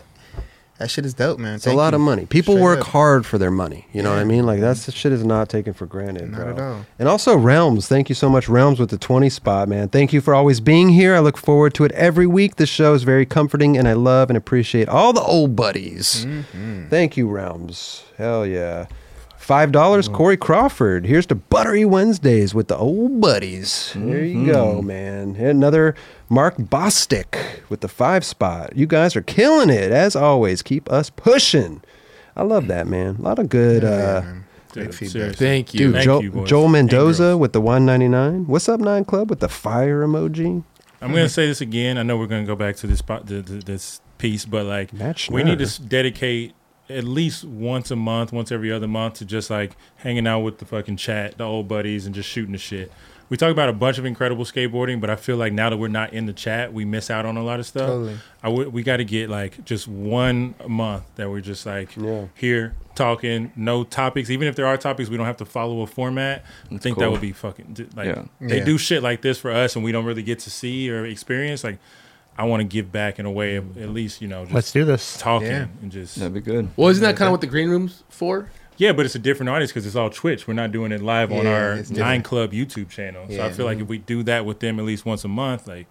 C: that shit is dope, man.
A: It's a lot of money. People
C: Straight
A: work
C: up.
A: hard for their money. You know what I
C: Yeah.
A: mean? Like that's the shit is not taken for granted.
C: Not
A: bro.
C: at all.
A: And also Realms. Thank you so much, Realms, with the 20 spot, man. Thank you for always being here. I look forward to it every week. The show is very comforting and I love and appreciate all the old buddies.
C: Mm-hmm.
A: Thank you, Realms. Hell yeah. Five dollars,
E: Mm.
A: Corey Crawford. Here's to Buttery Wednesdays with the old buddies. There you go,
E: Mm-hmm.
A: man. Another Mark Bostick with the five spot. You guys are killing it as always. Keep us pushing. I love that, man. A lot of good. uh,
E: Dude,
C: feedback.
E: seriously.
D: Thank you.
A: Dude,
E: Thank
A: Joel,
E: you, boys.
A: Joel
E: And
A: Mendoza
E: girls.
A: with the 199. What's up, Nine Club with the fire emoji?
E: I'm
A: Mm-hmm.
E: gonna say this again. I know we're gonna go back to this po- th- th- this piece, but like
A: Match
E: we need to
A: nerve.
E: s- dedicate at least once a month, once every other month, to just like hanging out with the fucking chat, the old buddies, and just shooting the shit. We talk about a bunch of incredible skateboarding, but I feel like now that we're not in the chat, we miss out on a lot of stuff.
C: Totally.
E: I would we got to get like just one a month that we're just like
A: Yeah.
E: here talking, no topics. Even if there are topics, we don't have to follow a format. I think that
B: cool.
E: would be fucking d- like
B: Yeah.
E: they
C: Yeah.
E: do shit like this for us and we don't really get to see or experience. Like I want to give back in a way, of at least you know, just
F: Let's do this.
E: talking
C: Yeah.
E: and just
B: That'd be good.
D: Well, isn't that kind of what the green room's for?
E: yeah. But it's a different audience because it's all Twitch. We're not doing it live on
C: Yeah,
E: our
C: it's different.
E: Nine Club YouTube channel. So I
C: Yeah. Mm-hmm.
E: feel like if we do that with them at least once a month, like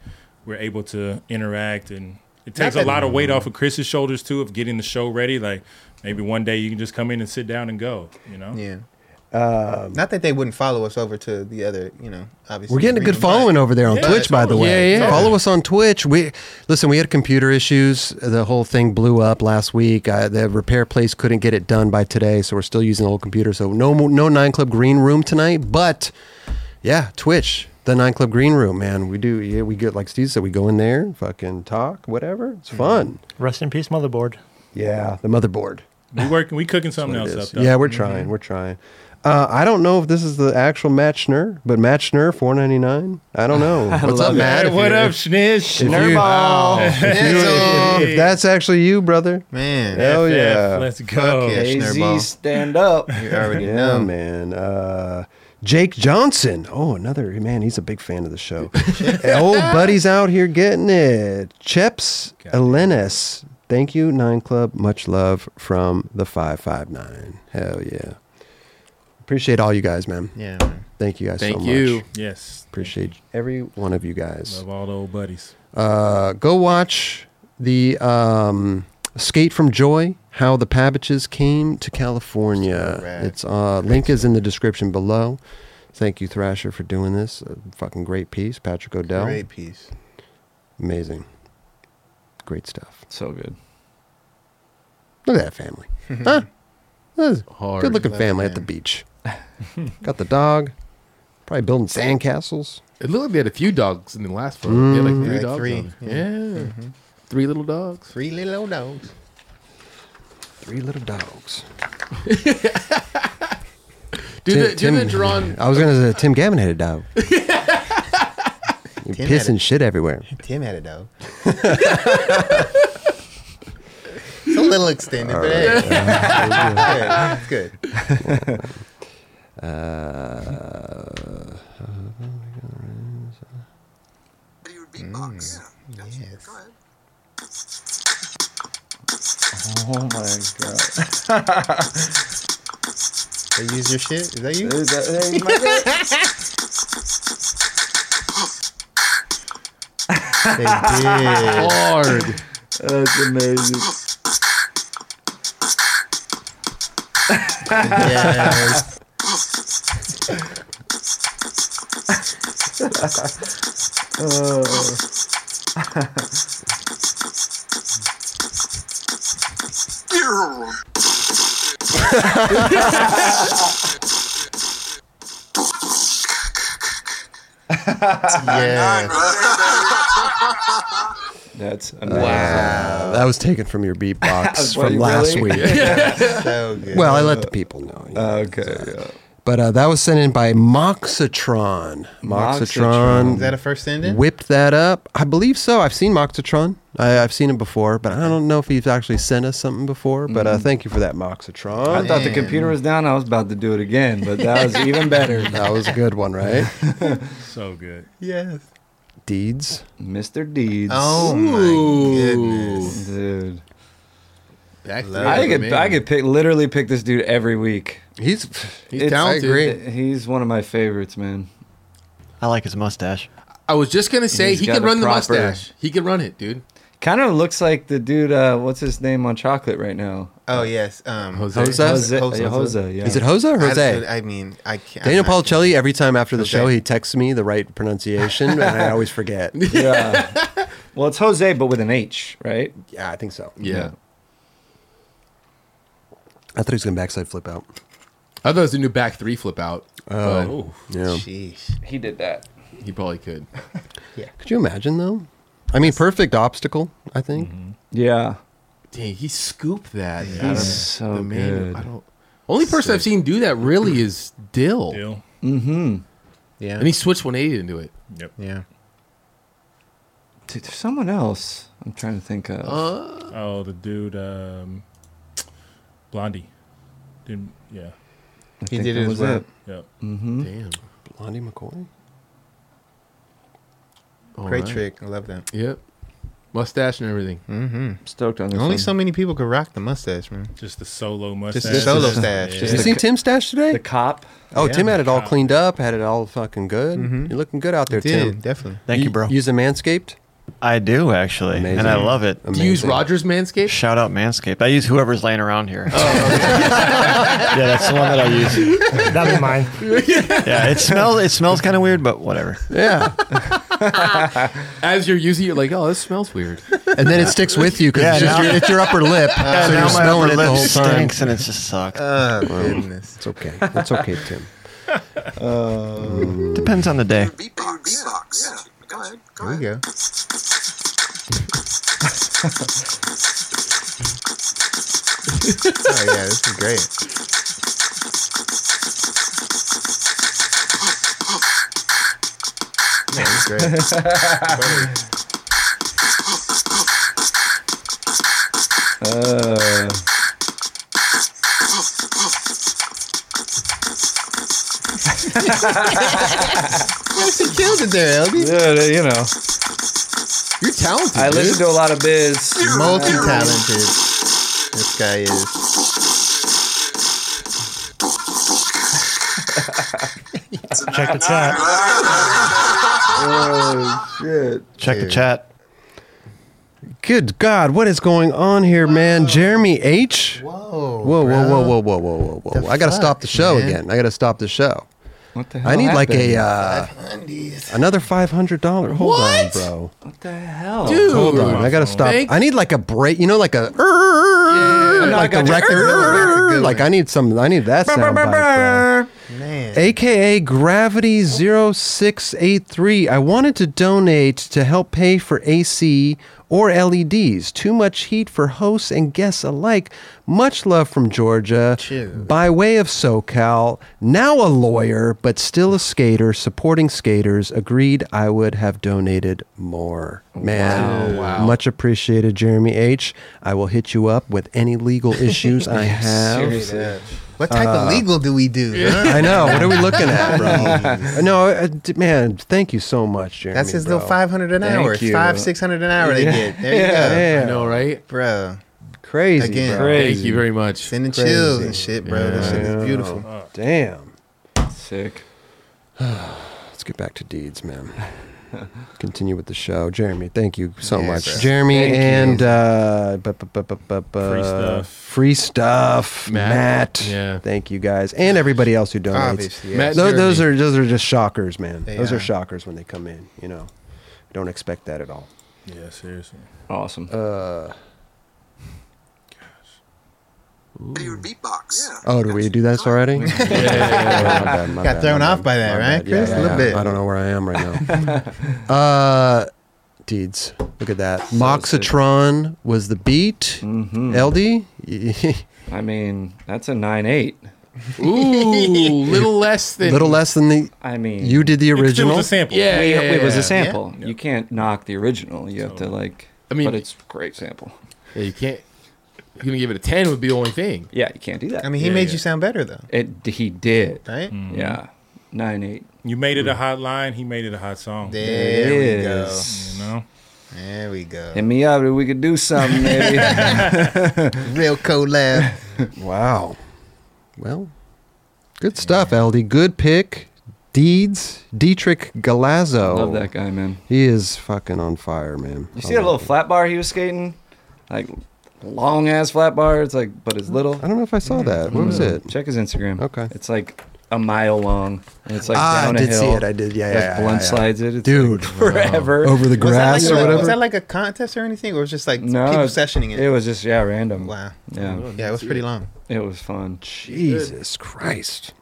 E: we're able to interact and it takes a
C: that-
E: lot of weight off of Chris's shoulders too of getting the show ready. Like maybe one day you can just come in and sit down and go. You know,
C: Yeah. Not that they wouldn't follow us over to the other, you know. Obviously,
A: Um, We're getting a
C: green
A: good
C: room,
A: following
C: but-
A: over there on
E: Yeah,
A: Twitch, by the
E: totally.
A: way.
D: Yeah, yeah.
A: Follow us on Twitch. We listen. We had computer issues. The whole thing blew up last week. Uh, the repair place couldn't get it done by today, so we're still using the old computer. So no, mo- no Nine Club Green Room tonight. But yeah, Twitch, the Nine Club Green Room, man. We do. Yeah, we get like Steve said. We go in there, fucking talk, whatever. It's fun.
F: Rest in peace, motherboard.
A: Yeah, the motherboard.
E: we working, we cooking something
A: what it
E: else up.
A: is.
E: Though.
A: Yeah, we're trying. We're trying. Uh, I don't know if this is the actual Matchner, but Matchner four ninety nine. I don't know. What's up,
B: love it.
A: Matt?
E: Hey,
A: If
E: what
A: you-
E: up,
A: if
E: Schnish?
A: you- if, you- if- if that's actually you, brother.
C: man.
A: Hell
E: FF,
A: yeah.
E: let's go.
C: Oh, yeah. Schnurr
B: AZ,
C: ball.
B: stand up.
C: You already
A: Yeah,
C: know, man.
A: man. Uh, Jake Johnson. Oh, another man. He's a big fan of the show. Old buddies out here getting it. Cheps Elenis. Thank you, Nine Club. Much love from the 559. Hell yeah. Appreciate all you guys, man.
C: Yeah, man.
A: Thank you guys
D: Thank
A: so
D: you.
A: much.
E: Yes.
A: Appreciate every one of you guys.
E: Love all the old buddies.
A: Uh, go watch the um, Skate from Joy, How the Pabbages Came to California.
C: Rad.
A: It's uh, Link is in the description below. Thank you, Thrasher, for doing this. A fucking great piece. Patrick Odell.
C: great piece.
A: Amazing. Great stuff.
B: So good.
A: Look at that family. huh? That's a
D: Hard.
A: Good looking
C: Love
A: family at the
C: them.
A: beach. Got the dog. Probably building sandcastles.
D: It looked like they had a few dogs in the last photo. They had like
C: Yeah,
D: three
C: like
D: dogs.
C: three,
D: on it.
C: yeah.
D: Yeah. Three little dogs.
C: Three little dogs.
A: Three little dogs.
D: Do
A: Tim-
D: the, do the
A: Tim-
D: drawn.
A: I was gonna say Tim Gavin had a dog. He
C: Tim had
A: pissing
C: a-
A: shit everywhere.
C: Tim had a dog. it's a little extended, but hey. Yeah, it's good.
A: Uh,
B: Mm,
C: Yes.
B: Oh my god.
C: They use your shit. Is that you?
B: Is that- hey, my god.
C: They did.
D: Hard.
B: That's amazing.
C: yes.
B: Uh,
C: Yes.
B: that's
A: wow, that was taken from your beatbox
B: Wait,
A: from last
B: really? Uh,
A: week.
C: So good.
A: Well, I let the people know. you know.
B: Okay. Yeah.
A: But uh, that was sent in by Moxitron.
B: Moxitron.
A: Moxitron.
C: is that a first ending?
A: whipped that up. I believe so. I've seen Moxitron. I, I've seen him before, but I don't know if he's actually sent us something before. But uh, thank you for that,
B: I
A: Moxitron.
B: thought the
C: Man.
B: computer was down. I was about to do it again, but that was even better.
A: That was a good one, right?
E: So good.
C: Yes.
A: Deeds.
B: Mr. Deeds.
C: Oh my goodness.
B: Dude,
D: Back three
B: I
D: of
B: could
D: them,
B: I
D: man.
B: could pick literally pick this dude every week.
A: He's
D: He's
B: It's-
D: talented.
A: I agree.
B: He's one of my favorites, man.
G: I like his mustache.
D: I was just gonna say
B: He's
D: he
B: got
D: could
B: a
D: run the
B: proper-
D: mustache. He could run it, dude.
B: Kind of looks like the dude. Uh, what's his name on Chocolate right now?
C: Oh yes. Um,
D: Jose.
A: Jose?
B: Jose.
C: Jose.
B: Jose. Jose yeah.
A: Is it Jose or
C: I-
A: Jose?
C: I, mean, I can't.
A: Daniel
C: I'm not sure.
A: Policelli, every time after the
C: Jose.
A: show, he texts me the right pronunciation, and I always forget.
B: yeah. Well, it's Jose, but with an H, right?
A: Yeah, I think so.
D: Yeah.
A: I thought he was going to backside flip out.
D: I thought it was a new back three flip out. Oh.
E: Oh,
A: Yeah.
C: Sheesh.
B: He did that.
D: He probably could.
A: Could you imagine, though? I mean, perfect obstacle, I think.
B: Yeah.
D: Dang, he scooped that. out of
B: He's so
D: the manual.
B: good.
D: I don't. Only person I've seen do that really is Dill.
E: deal.
B: Mm-hmm.
C: Yeah.
D: And he switched 180 into it.
E: Yep.
C: yeah.
B: Dude, there's someone else I'm trying to think of.
D: Uh,
E: Oh, the dude, um, Blondie. Didn't, yeah.
B: I
C: He
B: think
C: did
B: that
C: it as
B: was
C: well.
B: it.
E: Yep.
B: Mm-hmm.
D: damn.
A: Blondie McCoy?
D: All
C: Great
D: right.
C: trick. I love that.
D: Yep. Mustache and everything.
C: Mm-hmm.
B: Stoked on this
C: Only
B: one.
C: so many people could rock the mustache, man.
E: Just the solo mustache.
C: Just the solo
E: Yeah.
C: stash.
A: Have you
B: the
A: seen
B: c-
A: Tim Stash today?
B: The cop.
A: oh,
C: yeah.
A: Tim had it all
E: Wow.
A: cleaned up, had it all fucking good.
C: Mhm.
A: You're looking good out there,
C: Did
A: Tim.
C: definitely.
G: Thank you, bro.
A: Use a Manscaped?
G: I do actually, and I
A: Amazing.
G: love it.
D: Do you use
A: Amazing.
D: Rogers Manscaped?
G: Shout out Manscaped. I use whoever's laying around here. yeah, that's the one that I use.
F: That'd be mine.
G: Yeah, it smells. It smells kind of weird, but whatever.
A: Yeah.
D: As you're using it, you're like, oh, this smells weird.
A: And then it sticks with you because
G: Yeah,
A: it's, just
G: now-
A: your, it's your upper lip.
G: Yeah,
A: so
G: now
A: you're
G: my
A: smelling
G: upper
A: it the
G: lip
A: whole time.
G: stinks, and it just sucks.
C: Oh goodness.
A: It's okay. It's okay, Tim.
G: Depends on the day.
C: Here we go. oh yeah, this is great. Man, this is great. Totally.
B: Uh,
C: Yes, he killed it there, Elby.
B: dude, you know.
D: You're talented.
B: I
D: dude.
B: listen to a lot of biz.
C: Multi-talented. This guy is.
F: Check the chat.
B: Oh shit!
G: Check the
C: Dude.
G: chat.
A: Good God, what is going on here, man? Jeremy H.
C: Whoa.
B: Oh,
A: Whoa, whoa, whoa, whoa, whoa, whoa, whoa, whoa!
C: The
A: I gotta stop the show
C: fuck, man?
A: again. I gotta stop the show.
B: What the hell?
A: I need like a
B: happened?
A: uh, another five hundred dollar. Hold on, bro.
B: what the hell,
D: Dude.
A: Hold on, I gotta stop.
D: Thank-
A: I need like a break. You know, like a
B: no, I
A: like a
B: got you.
A: record.
C: That's a good
A: Like
C: one.
A: I need some. I need that sound bite, bro.
C: Man.
A: AKA Gravity 0683. I wanted to donate to help pay for AC or LEDs. Too much heat for hosts and guests alike. Much love from Georgia.
C: Dude.
A: By way of SoCal. Now a lawyer, but still a skater, supporting skaters. Agreed I would have donated more. Man, much appreciated, Jeremy H. I will hit you up with any legal issues I have.
C: What type of legal do we do? huh?
A: I know. What are we looking at, bro? no, uh, d- man. Thank you so much, Jeremy.
C: That's his
A: bro.
C: little 500 an hour.
B: Thank you.
C: Five, 600 an hour they get. There you go.
A: Yeah,
D: I know, right?
C: Bro.
A: crazy.
C: Again.
A: bro.
D: Thank you very much.
C: Sending
A: Crazy.
C: chills and shit, bro. This shit
A: Yeah.
C: is beautiful.
A: Damn.
B: Sick.
A: Let's get back to deeds, man. Continue with the show, Jeremy. Thank you so
C: Yes,
A: much,
C: sir.
A: Jeremy,
C: Thank you.
A: and uh, bu- bu- bu- bu- bu- bu- uh,
E: Free stuff.
A: free stuff, Matt.
D: Matt. Yeah.
A: Thank you guys, and everybody else who donates.
C: Obviously.
D: Matt-
C: Yeah.
A: Those, those
D: Jeremy.
A: are those are just shockers, man.
C: They
A: those are
C: are.
A: shockers when they come in. You know, don't expect that at all.
E: Yeah, seriously.
B: Awesome.
A: Oh, do we do this already? yeah, my bad, my
C: Got
A: bad,
C: thrown
A: my
C: off
A: bad,
C: by that,
A: my
C: right,
A: bad. Yeah,
C: Chris?
A: yeah,
C: A little
A: yeah.
C: bit.
A: I don't know where I am right now. uh, deeds. Look at that. Moxatron was the beat.
B: Mhm.
A: LD,
B: I mean, that's a nine eight.
D: Ooh, little less than.
A: little less than the.
B: I mean,
A: You did the
E: It was
A: original.
E: a sample.
D: Yeah,
B: Wait,
D: yeah, yeah,
B: wait, it was
D: yeah.
B: a sample. You can't knock the original. You have to like.
D: I mean-
B: but it's a great sample.
D: Yeah, you can't. You're gonna give it a ten would be the only thing.
B: Yeah, you can't do that.
C: I mean, he
D: Yeah,
C: made
D: yeah. Mm.
C: you sound better, though,
B: it he did.
C: right?
B: Yeah, nine eight.
E: You made it a hot line. He made it a hot song.
C: There we go.
B: Yes.
E: You know?
C: There we go.
B: Hit me up. We could do something. Maybe.
C: Real collab.
A: Wow. Well, good stuff, LD. Good pick. Deeds. Dietrich Galazzo.
B: Love that guy, man.
A: He is fucking on fire, man.
B: You
A: I
B: see that
A: love
B: little
A: him.
B: flat bar he was skating, like long ass flat bar. It's like, but it's little.
A: I don't know if I saw that. What was it?
B: Check his Instagram.
A: Okay.
B: It's like a mile long, and it's like
A: ah, I
B: down a
A: did
B: hill.
A: see it. I did. Yeah, yeah.
B: Just
A: yeah,
B: blunt
A: yeah.
B: slides it. It's
A: Dude.
B: like forever
A: Over the
C: Was that
A: grass
C: like
A: or
C: a-
A: whatever.
C: Was that like a contest or anything? Or was just like
B: No,
C: people
B: it-
C: sessioning it?
B: It was just yeah, random.
C: wow.
B: Yeah,
C: Yeah, it was pretty long.
B: it was fun.
A: Jesus Christ.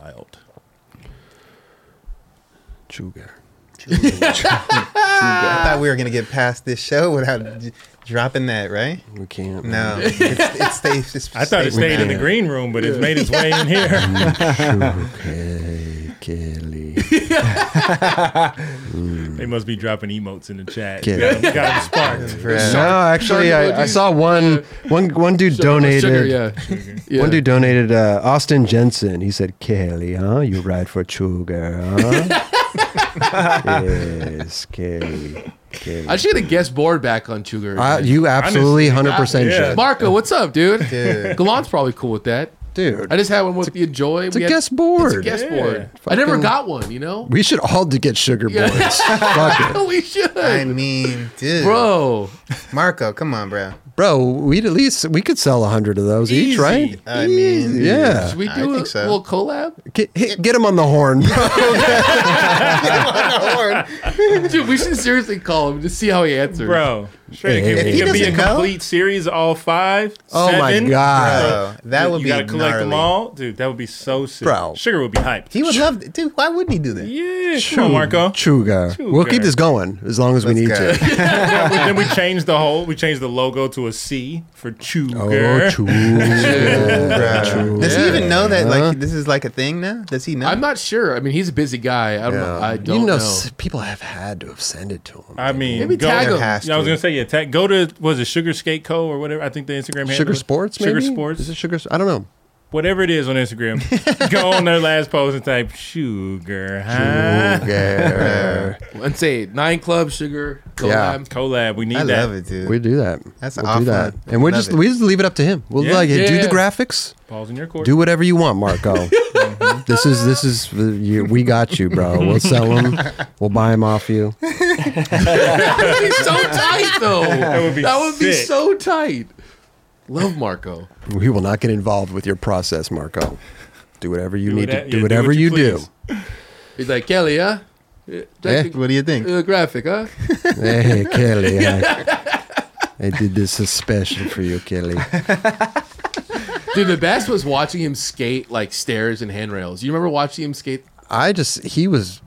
E: Wild.
A: Sugar.
C: I thought we were gonna get past this show without d- dropping that, right?
A: We can't.
C: No, it's, it stays. It's
E: I thought it stayed in the green room, but it's made its way in here.
A: Sugarcane Kelly.
E: they must be dropping emotes in the chat.
A: Kid.
E: Got 'em- got 'em sparked.
A: No, actually, I, I saw one, one, one dude donated.
D: Sugar, yeah. yeah.
A: One dude donated uh, Austin Jensen. He said, Kelly, huh? You ride for sugar, huh? yes, Kelly. Kelly.
D: I should get a guest board back on Sugar.
A: Uh, you absolutely 100%
E: yeah.
A: should.
D: Marco, what's up, dude?
C: Dude.
D: Galant's probably cool with that.
A: Dude,
D: I just had one with the enjoy.
A: it's a guest board.
D: It's a guest
E: Yeah.
D: board. I never
A: Fucking-
D: got one. You know.
A: We should all get sugar
D: Yeah.
A: boards. Fuck it.
D: we should,
C: I mean, dude,
D: bro.
C: Marco, come on, bro.
A: Bro, we'd at least, we could sell 100 of those each,
E: Easy.
A: right?
C: I mean,
A: Easy. yeah.
D: Should we
C: I
D: do a
C: think so.
D: little collab?
A: Get, hit, get him on the horn, bro.
D: Dude, we should seriously call him to see how he answers.
E: Bro, straight,
A: Hey,
E: it,
A: hey,
E: could-
A: hey.
E: it could be a
C: If he doesn't know-
E: complete series, all five.
A: Oh my
E: seven.
A: God.
C: Bro, Oh, that
E: you,
C: would
E: you
C: be
E: gotta collect them
C: gnarly.
E: all, dude. That would be so sick.
A: Bro.
E: Sugar would be hyped.
C: He would love, to, dude. Why wouldn't he do that?
E: yeah, come on, Marco.
A: Sugar. We'll keep
E: Sugar.
A: this going as long as we need
C: Let's go.
A: to.
E: Yeah, but then we changed the whole. We changed the logo to a C for Sugar.
A: Oh, sugar.
C: Bro. Does he even know that
A: Uh,
C: like this is like a thing now? Does he know?
D: I'm not sure. I mean, he's a busy guy. I don't. know. I don't
A: you know,
D: know.
A: s- people have had to have sent it to him.
E: I mean,
D: Maybe
E: go,
D: tag
C: There
D: him.
C: has
E: Yeah, I was
C: to.
E: gonna say yeah. Tag, go to was it Sugar Skate Co or whatever? I think the Instagram handle
A: Sugar
E: is.
A: Sports, maybe?
E: Sugar Sports.
A: Is it Sugar? I don't know.
E: whatever it is on Instagram, go on their last post and type sugar, huh?
C: Yeah.
D: And say nine club sugar.
A: Yeah.
D: collab.
E: Collab, we need
C: I
E: that.
C: love it, dude.
A: We do that.
C: That's
A: we'll
C: awful.
A: do that, and we
C: Love
A: just
C: it.
A: we just leave it up to him. We'll
E: Yeah.
A: like do
D: Yeah.
A: the graphics,
E: Balls in your court.
A: do whatever you want, Marco. Mm-hmm. This is this is you, we got you, bro. We'll sell them, we'll buy them off you.
D: That'd be so tight, though. That
E: would be sick.
D: so tight. Love Marco.
A: We will not get involved with your process, Marco. Do whatever you
E: Do
A: need
E: whata-
A: to do.
E: yeah, do
A: whatever
E: what you
A: you, do.
E: please.
D: He's like Kelly, huh? Yeah,
A: Yeah.
D: take
C: What do you think?
D: the- uh, graphic, huh?
A: Hey, Kelly. I, I did this special for you, Kelly.
D: Dude, the best was watching him skate like stairs and handrails. You remember watching him skate?
A: I just he was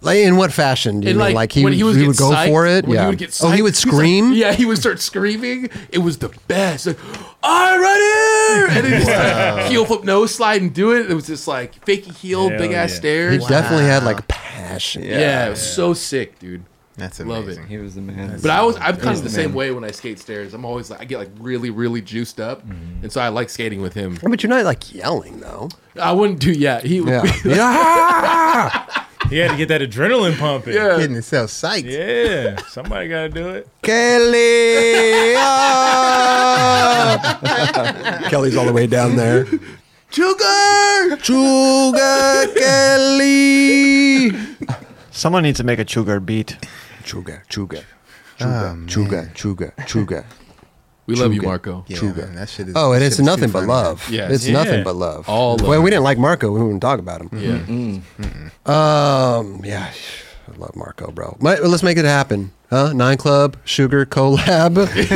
A: like in what fashion? Do you
D: And,
A: mean like, he,
D: when
A: would- he would
D: getting
A: go for
D: psyched-
A: it?
D: when
A: yeah.
D: He would get
A: oh, he
D: psyched,
A: would
D: he's like-
A: scream.
D: yeah, he would start screaming. It was the best. Like, I'm right here, and then just like, heel flip, nose slide, and do it. It was just like faking heel,
E: Hell
D: big ass
E: yeah.
A: He
D: stairs.
A: definitely had like passion.
D: yeah, it was so sick, dude.
C: That's
D: Love it.
C: amazing.
B: He was the man.
D: But I was I'm kind of
B: the
D: the same
B: man.
D: way when I skate stairs. I'm always like I get like really really juiced up, and so I like skating with him.
A: But you're not like yelling though.
D: I wouldn't do yeah. He would
A: Yeah.
D: be-
A: yeah.
E: He had to get that adrenaline pumping.
D: yeah.
C: Getting himself psyched.
E: Yeah, somebody got to do it.
A: Kelly. ah. Kelly's all the way down there.
D: Sugar!
A: Chuga Kelly.
G: Someone needs to make a Chugard beat.
A: Chuga, chuga. Chuga, chuga, chuga, chuga.
D: We love you,
A: Chuga.
D: Marco.
C: Yeah,
A: True.
C: man, that shit is.
A: Oh, and
C: that
A: it's
C: shit is too
A: nothing but
C: funny.
A: love.
D: Yes.
A: It's
E: Yeah.
A: nothing but love.
D: All
A: well,
D: love.
A: we didn't like Marco. We wouldn't talk about him.
D: Yeah.
A: Um, yeah, I love Marco, bro. My, let's make it happen, huh? Nine Club, Sugar collab,
D: We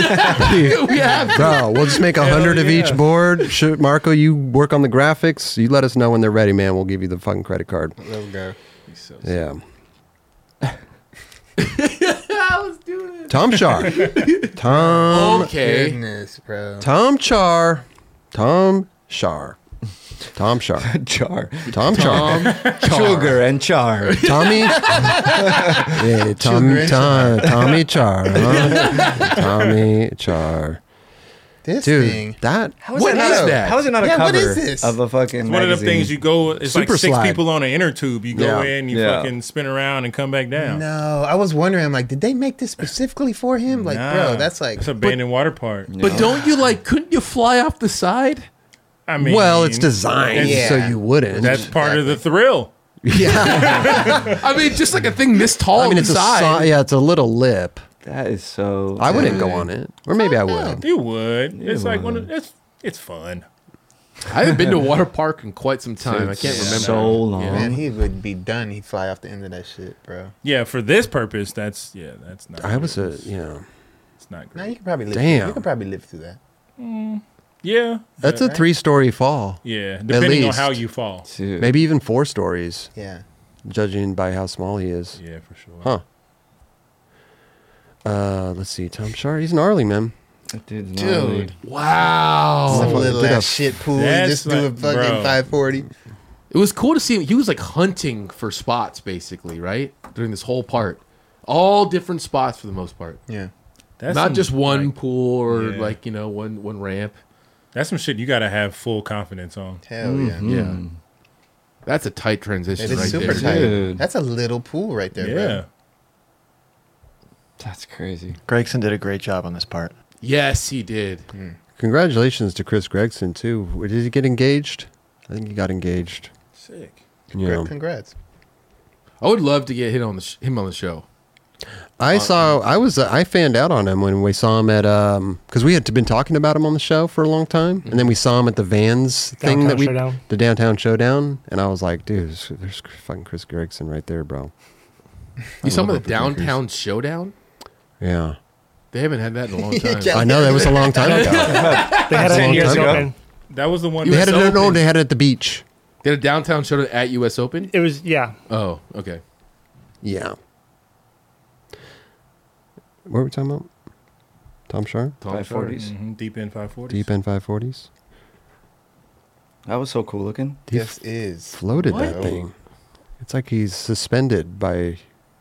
D: have
A: bro. We'll just make a hundred of
E: yeah.
A: each board. Sh- Marco, you work on the graphics. You let us know when they're ready, man. We'll give you the fucking credit card.
C: There we go.
A: Yeah,
D: Yeah, let's do it.
A: Tom Char, Tom,
D: Okay.
C: Goodness, bro.
A: Tom Char, Tom Char, Tom Char,
B: char.
A: Tom Char.
B: Sugar and char.
A: Tommy, yeah, Tommy,
C: Children.
A: Tom, Tommy Char, huh? Tommy Char,
C: This
A: dude,
C: thing.
A: that
B: How is
D: What
B: it not
D: is
B: a-
D: that?
B: How is it not a
C: Yeah, what
B: cover
C: is this?
B: of a fucking
E: It's one of the things you go, it's
A: Super
E: like six
A: slide.
E: people on an inner tube. You go
A: Yeah.
E: in, you
B: Yeah.
E: fucking spin around and come back down.
C: No, I was wondering. I'm like, did they make this specifically for him? Like, bro, that's like.
E: It's abandoned water park.
D: But don't you like? Couldn't you fly off the side?
E: I mean,
A: well, it's designed
E: that's-
A: so
C: Yeah.
A: you wouldn't.
E: That's part of the thrill.
A: yeah,
D: I mean, just like a thing this tall
A: I mean
D: on
A: it's
D: the
A: a
D: side.
A: si- yeah, it's a little lip.
B: That is so.
A: I wouldn't go on it, or maybe I would.
E: You would. it's like one of it's it's fun.
D: I haven't been to a water park in quite some time. I
B: It's
D: can't remember.
B: So long.
C: Man, he would be done. He'd fly off the end of that shit, bro.
E: Yeah, for this purpose, that's yeah, that's not.
A: I was a you know
E: It's not
C: Now
E: great.
C: you could probably live.
A: Damn.
C: You could probably live through that.
E: Yeah,
A: that's
E: but-
A: a three story fall,
E: Yeah, depending on
A: least.
E: how you fall.
B: Dude.
A: maybe even four stories,
C: Yeah.
A: judging by how small he is.
E: Yeah, for sure.
A: Huh. Uh, let's see, Tom Char, he's gnarly, man.
B: That dude's gnarly.
D: Dude, wow.
C: Some
A: fucking
C: little
A: did a
C: ass shit pool. You
E: That's
C: just do a
E: like-
C: fucking
E: bro.
C: 540.
D: It was cool to see him. He was like hunting for spots, basically, right? During this whole part. All different spots for the most part.
C: Yeah.
E: That's
D: Not
E: some-
D: just one
E: like,
D: pool or
E: Yeah.
D: like, you know, one one ramp.
E: that's some shit you got to have full confidence on.
C: Hell
A: Hmm.
C: yeah.
D: Yeah. That's a tight transition
C: It is
D: Mm-hmm. right
C: super
D: there.
C: tight.
B: Dude.
C: That's a little pool right there, bro.
E: Yeah,
B: That's crazy.
G: Gregson did a great job on this part.
D: Yes, he did.
A: Congratulations to Chris Gregson too. Did he get engaged? I think he got engaged.
E: sick.
A: Yeah.
C: Congrats.
D: I would love to get hit on the sh- him on the show.
A: I saw. I was. uh, I fanned out on him when we saw him at um because we had been talking about him on the show for a long time, and then we saw him at the Vans thing that
F: Downtown
A: we
F: Showdown.
A: the downtown showdown, and I was like, dude, there's, there's fucking Chris Gregson right there, bro.
D: You saw him at the downtown showdown?
A: Yeah,
D: They haven't had that in a long
C: Yeah,
D: time.
C: yeah.
A: I know that was a long time ago.
F: They had
A: Long
F: it ten years
A: time
F: ago.
A: ago.
F: and
E: That was the one.
A: they had it.
D: US
A: at- No,
D: Open.
A: they had it at the beach.
D: They had a downtown showdown at US Open?
F: It was yeah.
D: Oh, okay.
A: Yeah. What were we talking about? Tom Shar,
D: Tom
B: Five
D: Shore.
B: forties.
E: Mhm, deep in five forty.
A: deep end five forties,
B: That was so cool looking.
C: This is.
A: floated
C: What?
A: that thing. It's like he's suspended by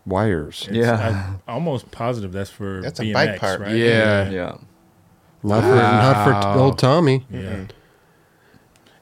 A: wires.
B: Yeah.
E: I'm almost positive that's for
C: That's a
E: BMX,
C: bike part.
E: right?
D: Yeah.
B: Yeah.
A: Not for not for t-
D: Wow.
A: old Tommy.
E: Yeah.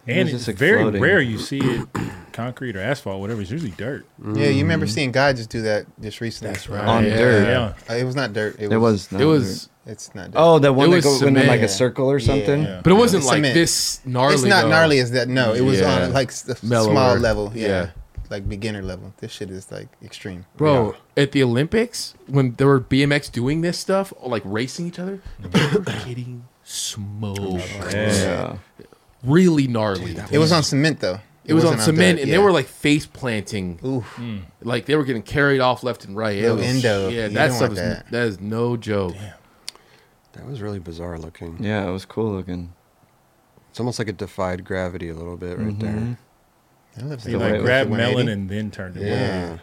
E: and
B: was
E: it's
B: just, like,
E: very
B: floating.
E: rare you see it concrete or asphalt, whatever. It's usually dirt.
C: Yeah, you remember seeing Guy just do that just recently.
E: That's right.
B: On
E: yeah.
B: dirt.
E: Yeah.
C: Uh, it was not dirt. It was.
B: It was. not
D: it was,
C: It's not dirt.
B: Oh, that one
D: It
B: that
D: was
B: goes in like
D: cement.
B: a circle or something.
C: Yeah.
D: but it wasn't
C: It's
D: like
C: cement.
D: this gnarly.
C: it's not
D: though.
C: gnarly as that. No, it was
D: Yeah.
C: on like s- the
D: Mellower.
C: small level. Yeah.
D: Yeah.
C: Like beginner level. This shit is like extreme.
D: Bro, at the Olympics, when there were BMX doing this stuff, like racing each other, they were getting
C: Oh,
D: smoked.
B: Yeah.
D: Really gnarly.
C: It was on cement though.
D: It was on
C: wasn't
D: cement,
C: dirt,
D: and
C: yeah.
D: they were like face planting.
C: Oof.
D: Like they were getting carried off left and right. It
C: Yo,
D: was-
C: endo.
D: Yeah,
C: You
D: that
C: don't
D: stuff
C: want
D: is
C: that.
D: that is no joke.
A: That was really bizarre looking.
B: Yeah, it was cool looking.
A: It's almost like it defied gravity a little bit right there.
B: Mhm.
C: I love
B: The
E: You
C: that.
B: way it
E: like
B: was
E: grabbed
C: The
E: melon
C: 180.
E: and then turned it.
C: Yeah.
E: Yeah.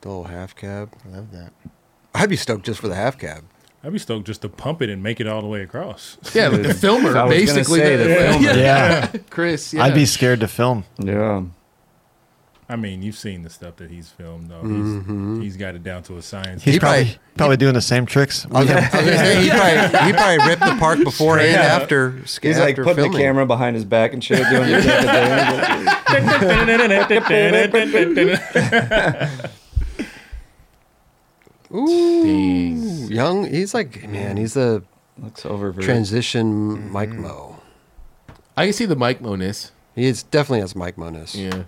A: The little half cab.
C: I love that.
A: I'd be stoked just for the half cab.
E: I'd be stoked just to pump it and make it all the way across.
D: Yeah, like the
B: I
D: filmer,
B: was gonna
D: basically.
B: say
D: the,
B: the
D: yeah.
B: filmer.
G: Yeah.
D: Chris. Yeah.
G: I'd be scared to film.
B: Yeah.
E: I mean, you've seen the stuff that he's filmed though. He's, he's got it down to a science.
G: He's
A: He
G: probably
A: probably-
G: probably doing the same tricks.
A: I was gonna- I was gonna say, he, probably, he probably ripped the park before and after.
B: He's like putting the camera behind his back and shit, doing the thing.
A: Ooh, young. He's like man. He's a
B: Looks oververted.
A: transition Mike Mo.
D: I can see the Mike Monis.
A: He is, definitely has Mike Moness.
D: Yeah.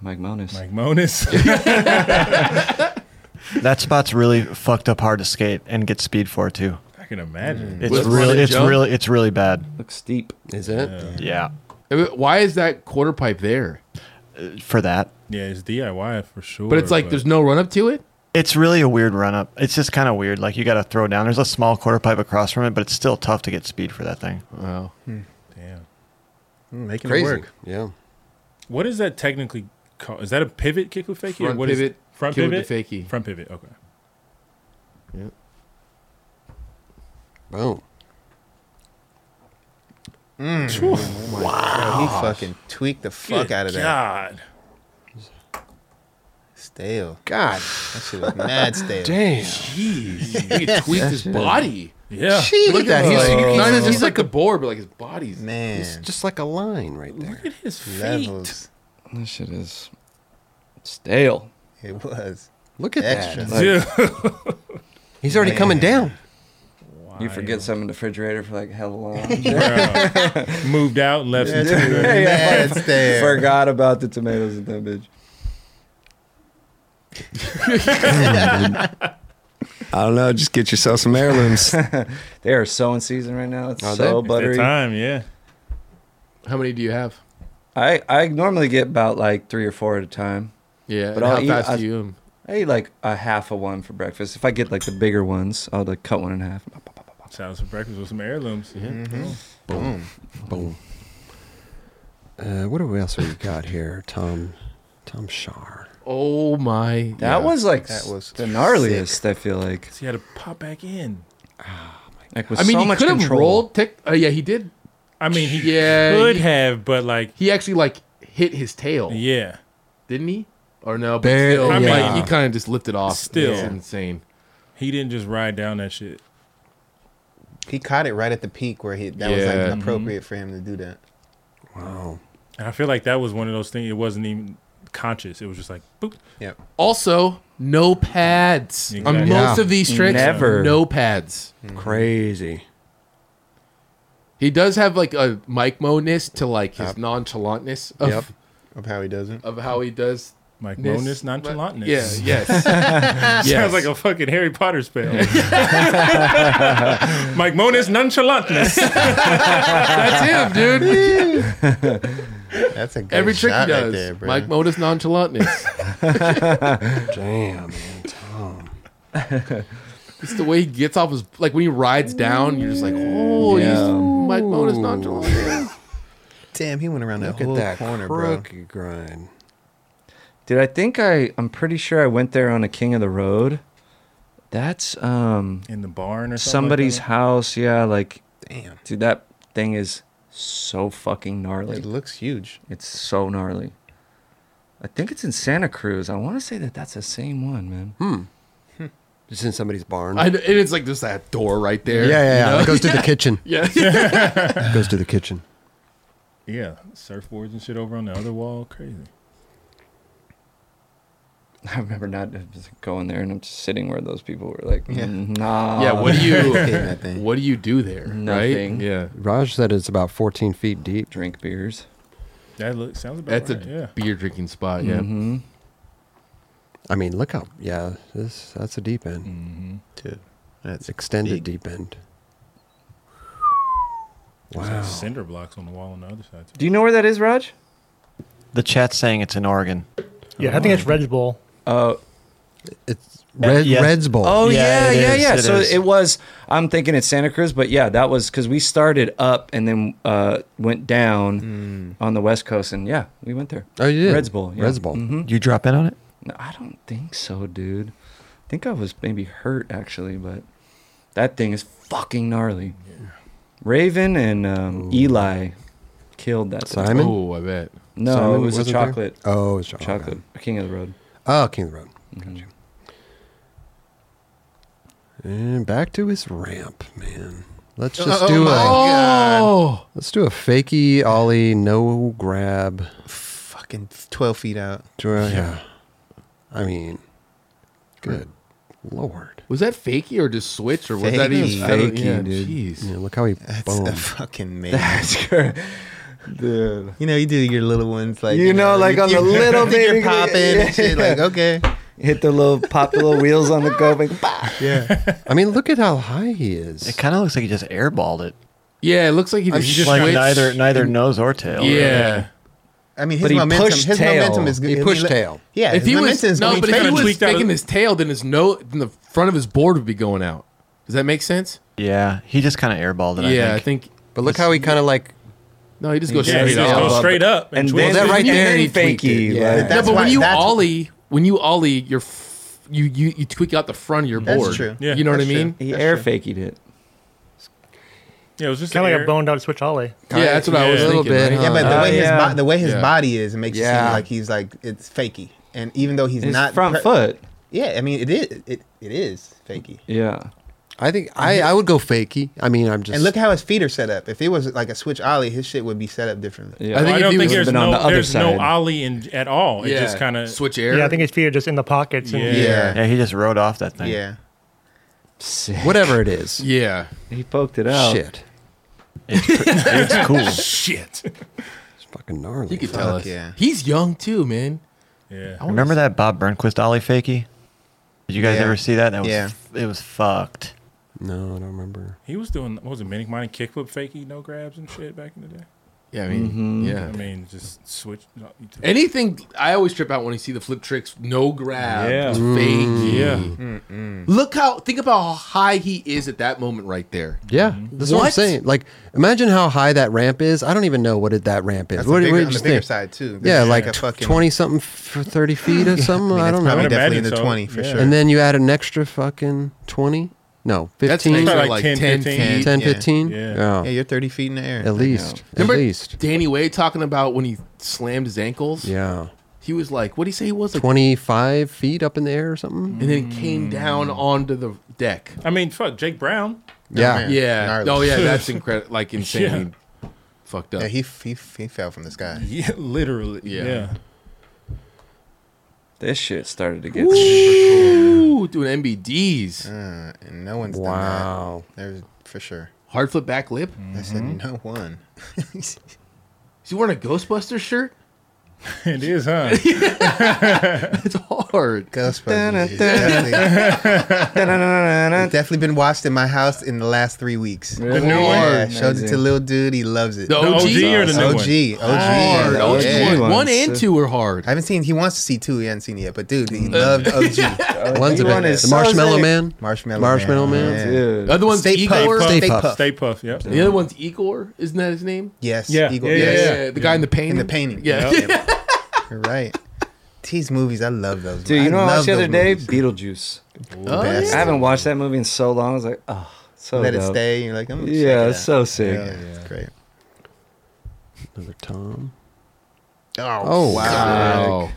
B: Mike Monis.
E: Mike Monis.
G: That spot's really fucked up hard to skate and get speed for too.
E: I can imagine.
G: It's
D: With
G: really
D: the
G: it's
D: jump?
G: really it's really bad.
B: Looks steep.
A: Is it?
G: Yeah.
D: Why is that quarter pipe there?
G: For that.
E: Yeah, it's DIY for sure.
D: But it's like there's no run up to it.
G: It's really a weird run up. It's just kind of weird. Like you got to throw down. There's a small quarter pipe across from it, but it's still tough to get speed for that thing.
D: Wow.
E: Damn.
C: Making
A: Crazy. Yeah.
E: What is that technically called? Is that a pivot kick with fakie? or
D: Front
E: what is-
D: pivot,
E: front
D: kick with
E: pivot.
D: the fakie.
E: Front pivot. Okay.
A: Boom.
C: Wow. He fucking tweaked the fuck
E: Good
C: out of that.
E: God.
C: Stale.
A: God
C: That shit was mad stale.
A: damn.
D: Jeez. He could tweak his body.
E: Yeah.
A: Look at that.
D: He's,
A: He's,
D: like,
A: he's
D: not- he's like the board, but like his body's.
C: Man.
A: It's just like a line right there.
E: Look at his feet.
C: levels.
B: This shit is stale.
C: It was.
A: Look at
C: Extra.
A: that.
B: Like,
E: Dude.
A: He's already coming down.
B: You forget something in the refrigerator for like hella long.
E: Bro. Moved out and left. some tomato.
C: Mad stale.
B: Forgot about the tomatoes in that bitch.
H: I don't know. Just get yourself some heirlooms.
B: They are so in season right now. It's
A: Are
B: so
A: they?
E: It's that
B: buttery.
E: time, yeah.
D: How many do you have?
B: I, I normally get about like three or four at a time.
D: Yeah.
B: But
D: But how
B: I'll eat-
D: fast
B: I-
D: do you? eat 'em?
B: I eat like a half of one for breakfast. If I get like the bigger ones, I'll like cut one in half.
E: Sounds for breakfast with some heirlooms.
D: Mm-hmm.
C: Boom.
A: Boom. Uh, what else have we got here, Tom? Tom Shar.
D: Oh my.
B: That was like
C: That was
B: the gnarliest. I feel like
E: So you had to pop back in.
B: like with
D: I mean,
B: so
D: he
B: much
D: could have
B: control.
D: rolled. Tech, uh, yeah, he did.
E: I mean, he
D: Yeah,
E: could
D: he-
E: have, but like,
D: He actually like hit his tail,
E: yeah.
D: didn't he? Or no? But
A: Bare-
D: still,
E: I
D: like, he
E: mean-
D: kind of just lifted off.
E: Still.
D: It's insane.
E: He didn't just ride down that shit.
C: He caught it right at the peak where he that was
D: Yeah. Mm-hmm.
C: like appropriate for him to do that.
A: Wow.
E: And I feel like that was one of those things. It wasn't even conscious. It was just like, boop.
C: Yep.
D: Also, no pads
E: Exactly.
D: on most
A: Yeah.
D: of these tricks.
B: Never.
D: no pads.
A: Crazy.
D: He does have like a Mike Mo-ness to like his nonchalantness of,
A: Yep.
C: Of how he does it.
D: of how he does.
E: Like,
D: this.
E: bonus nonchalantness.
D: Yeah. Yes. yes.
E: Sounds like a fucking Harry Potter spell. Mike Monis nonchalantness.
D: That's him, dude.
C: That's a good
D: Every trick he
C: shot
D: does.
C: right there, bro.
D: Mike Moda's nonchalantness.
A: Damn, man, Tom.
D: it's the way he gets off his like when he rides down. You're just like, oh, he's
B: Yeah.
D: Mike Moda's nonchalantness.
C: Damn, he went around that
A: Look
C: whole
A: at that
C: corner, bro.
A: crook grind.
B: Dude, I think I I'm pretty sure I went there on a King of the Road. That's um
E: In the barn or something like
B: somebody's
E: that?
B: house. Yeah, like
C: Damn,
B: dude, that thing is so fucking gnarly.
C: it looks huge.
B: It's so gnarly. I think it's in Santa Cruz. I want to say that that's the same one, man.
A: It's in somebody's barn.
D: I, know- and it's like just that door right there.
A: yeah, yeah,
D: you
A: yeah.
D: know?
A: It goes to the kitchen.
D: yeah.
A: It goes to the kitchen.
E: Yeah, surfboards and shit over on the other wall. Crazy.
B: I remember not just going there and I'm just sitting where those people were like,
C: Yeah.
B: nah.
D: yeah, what do
C: Hating
D: you
C: that thing.
D: what do you do there?
B: Nothing.
D: Right? Yeah.
A: Raj said it's about 14 feet deep.
B: Drink beers.
E: That looks sounds about
D: That's
E: right.
D: a
E: yeah.
D: beer drinking spot, yeah.
B: Mhm.
A: I mean, look how, yeah, this that's a deep end.
G: Dude,
A: It's
G: that's
A: extended
G: Big.
A: deep end.
E: There's like
A: Wow.
E: cinder blocks on the wall on the other side. Too.
B: Do you know where that is, Raj?
G: the chat's saying it's in Oregon.
F: Yeah, I think it's Reg Bull.
B: Oh,
A: It's Red,
G: yes.
A: Red's Bowl.
B: oh yeah,
G: Yeah, it
B: yeah,
G: is,
B: yeah.
G: it
B: so
G: is.
B: it was. I'm thinking it's Santa Cruz, but yeah, that was because we started up and then uh, went down on the West Coast, and yeah, we went there.
A: Oh, you did?
B: Reds Bowl. Yeah.
A: Red's Bowl.
B: Mhm.
G: You drop in on it?
B: No, I don't think so, dude. I think I was maybe hurt actually, but that thing is fucking gnarly. Raven and um, Eli killed that. thing.
A: Simon?
D: Oh, I bet.
B: No,
A: Simon
B: it was a
A: wasn't there?
B: chocolate,
A: Oh, it's chocolate.
B: chocolate King of the Road.
A: Oh, King of the Road.
B: Mhm.
A: And back to his ramp, man. Let's just
C: Oh,
A: do
C: my
A: a
C: God.
D: Oh,
A: let's do a fakey ollie no grab.
C: Fucking 12 feet out.
A: Dra- Yeah. I mean, good lord.
D: was that fakey or just switch or was that
C: Fakey.
D: even I don't-
C: Fakey,
D: yeah,
C: dude.
D: Jeez.
A: Yeah, look how he
C: That's
A: boom.
C: a fucking man.
B: That's correct. Mm-hmm. Dude.
C: You know, you do your little ones like
B: You know, like on the little
C: you're
B: baby-
C: popping and shit. Like okay,
B: Hit the little, pop the little wheels on the go. Like, bah.
C: yeah.
A: I mean, look at how high he is.
G: It kind of looks like he just airballed it.
D: Yeah, it looks like he just,
G: Just like
D: switched.
G: neither neither nose or tail. really.
D: Yeah.
C: I mean, his
B: But he
C: momentum.
B: pushed
C: His
B: tail.
C: momentum is good.
A: He pushed tail.
C: Yeah,
D: if
C: his
D: he was
C: momentum is
D: no,
C: good.
D: but if he
E: kinda
D: was
E: tweaked out a-
D: faking his tail, then his no, then the front of his board would be going out. Does that make sense?
G: Yeah, he just kind of airballed it.
D: yeah,
G: I
D: I
G: think.
D: think.
A: But look how he kind of like
D: No, he just goes
E: Yeah,
D: straight
E: he just
D: up.
E: goes straight up and,
B: And then,
E: twirls
A: that
E: his-
A: right
B: and
A: there,
B: then
A: he tweaked
B: fakey.
A: it.
B: Yeah.
C: Yeah.
D: yeah,
C: That's
D: but
C: why-
D: when you
C: that's-
D: ollie, when you ollie, you're f- you you you tweak out the front of your
C: That's
D: board.
C: true.
E: Yeah,
D: you know what I
C: that's true.
D: mean.
B: he
C: That's
B: air
C: true.
B: fakied it.
E: Yeah, it was just
F: Kind of
E: an
F: like
E: air-
F: a boned out switch ollie.
D: Yeah, that's what I was
E: Yeah.
A: a little
D: thinking.
A: bit.
D: right?
C: Yeah, but the
B: Uh,
C: way his
B: yeah.
C: bo- the way his
D: Yeah.
C: body is, it makes it
A: Yeah.
C: seem like he's like it's fakey. And even though he's
B: His
C: not
B: front
C: per-
B: foot.
C: yeah, I mean it is it, it is fakey.
B: Yeah.
A: I think I, I would go fakey. I mean, I'm just
C: And look how his feet are set up. If it was like a switch ollie, his shit would be set up differently.
B: yeah.
D: I
E: Well,
D: think
E: I
D: if
E: don't
D: he
E: think
D: was
E: there's
B: been on
E: no
B: the other
E: there's no
B: side-
E: ollie in at all. It
D: Yeah.
E: just kind of
D: switch air.
F: Yeah, I think his feet are just in the pockets. And
E: Yeah.
G: Yeah, he just rode off that thing.
C: Yeah.
B: Sick.
A: whatever it is.
D: Yeah.
B: He poked it out.
A: Shit,
G: It's cool.
E: shit.
A: it's fucking gnarly.
D: You could tell
C: Fuck
D: us.
C: yeah.
D: He's young too, man.
E: Yeah.
D: I wanna
G: Remember
D: s-
G: that Bob Burnquist Ollie fakey? Did you guys
C: Yeah.
G: ever see that? That was
C: Yeah.
G: it was fucked.
A: No, I don't remember.
E: He was doing what was it, manic mining kickflip fakey no grabs and shit back in the day.
D: Yeah, I mean,
C: Mm-hmm.
D: yeah.
E: I mean, just switch. no, you took-
D: Anything I always trip out when you see the flip tricks, no grab,
E: Yeah.
D: fake.
E: yeah.
D: Look how think about how high he is at that moment right there.
A: Yeah, that's what? I'm
D: What?
A: saying. Like, imagine how high that ramp is. I don't even know what it, that ramp is.
C: That's
A: what
C: a
A: do-
C: bigger,
A: what do
C: on
A: you
C: the bigger
A: think?
C: side too.
A: Yeah,
C: There's
A: like,
C: a fucking-
A: twenty something for thirty feet or something. I,
C: mean, it's
A: don't
C: probably
A: know.
E: I'd
C: definitely in
E: imagine
C: the
E: so.
C: twenty for
E: Yeah.
C: sure.
A: And then you add an extra fucking twenty, no,
D: That's
A: 15,
D: an extra,
E: Like
D: like
E: 10,
D: 10,
E: 15.
D: 15.
A: 10,
C: Yeah.
A: 15?
E: Yeah.
A: Yeah.
C: yeah, you're thirty feet in the air.
A: Oh, at least, at
D: Remember
A: least,
D: Danny Way talking about when he slammed his ankles?
A: yeah,
D: He was like, what do you say he was? Like,
A: twenty-five feet up in the air or something.
D: and then came down onto the deck.
E: I mean, fuck Jake Brown.
A: Yeah,
C: man.
D: Yeah.
C: Gnarly.
D: Oh, yeah. That's incredible. Like, insanely fucked up.
C: Yeah, he, he he fell from the sky.
E: Yeah, literally. Yeah.
D: Yeah.
B: This shit started to get.
D: Ooh, doing MBDs.
C: Uh, and no one's
A: wow.
C: done that. There's for sure.
D: Hard flip back lip.
C: I said no one.
D: Is he wearing a Ghostbuster shirt?
E: It is, huh?
D: That's hard.
C: Ghostbusters. It's definitely, it's definitely been watched in my house in the last three weeks.
B: Really?
E: The new
C: Yeah,
B: one?
C: showed it to
B: Amazing.
C: little dude. He loves it.
D: The
E: The
D: OG?
E: OG or the new one?
C: OG, OG.
D: Hard.
C: yeah.
D: OG.
C: Yeah.
B: OG.
D: One,
B: ones,
D: and
B: too.
D: two are
C: I
D: hard.
C: haven't seen. He wants to see two. He hasn't seen it yet, but dude, he loved OG.
A: One's a
B: One
A: bit.
B: is
A: The
B: so
A: Marshmallow
B: sick.
A: Man.
C: Marshmallow.
A: Marshmallow Man.
C: Yeah.
D: The other one's
C: Stay
D: Igor.
C: Puft.
A: Stay
C: Stay,
A: Puft.
C: Puft.
E: Stay puff. Yep.
D: The other one's Igor. Isn't that his name?
C: Yes.
E: Yeah.
C: Eagle.
E: Yeah, yeah,
C: yes.
E: yeah.
D: The guy in the painting.
C: In the painting.
D: Yeah.
C: You're right. These movies, I love those.
B: Dude, you know what I
C: love
B: watched the
C: those
B: other day?
C: movies.
B: Beetlejuice.
D: Oh,
C: Best.
B: I haven't watched that movie in so long. I was like, oh, so
C: Let it
B: dope.
C: stay. You're like, I'm gonna check
B: Yeah,
C: it
B: it's
C: out.
B: so sick.
C: Yeah, it's great.
A: Another Tom.
C: Oh,
A: Oh,
D: Wow.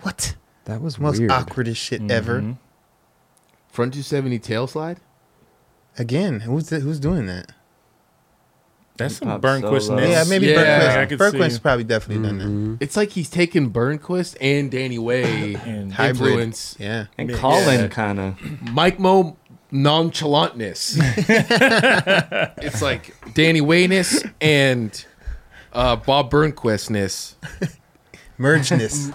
C: What?
A: That was
C: Most
A: weird.
C: awkwardest shit ever.
E: Mhm.
D: Front 270 tail slide?
C: Again, who's th- who's doing that?
E: That's some
B: Not
E: Burnquist
B: solo.
E: ness.
C: yeah, maybe
D: Yeah,
E: I could
C: Bergquist.
E: see.
C: Bergquist probably definitely done
B: Mm-hmm.
D: It's like he's taken Burnquist and Danny Way
E: And
C: Hybrid.
D: influence.
C: that. Yeah.
B: And
E: Yeah.
B: Colin
D: Yeah.
B: kind of.
D: Mike Mo nonchalantness. it's like Danny Wayness and uh, Bob Burnquistness.
C: Mergeness.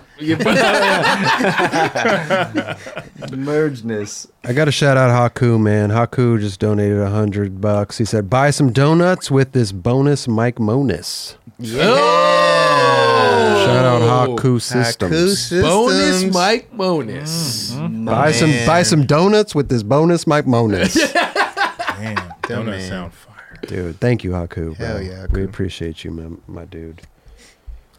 B: Mergeness.
A: I got to shout out Haku, man. Haku just donated a hundred bucks. He said, "Buy some donuts with this bonus Mike Monus."
D: Oh!
A: Shout out Haku Systems.
C: Haku Systems. Mm.
D: Bonus Mike Bonus.
A: Buy some
C: man.
A: buy some donuts with this bonus Mike Monus.
E: Man,
C: Dumb
E: donuts
C: man.
E: sound fire.
A: dude, thank you, Haku. Bro.
C: Hell yeah,
A: We
C: Haku.
A: appreciate you, my, my dude.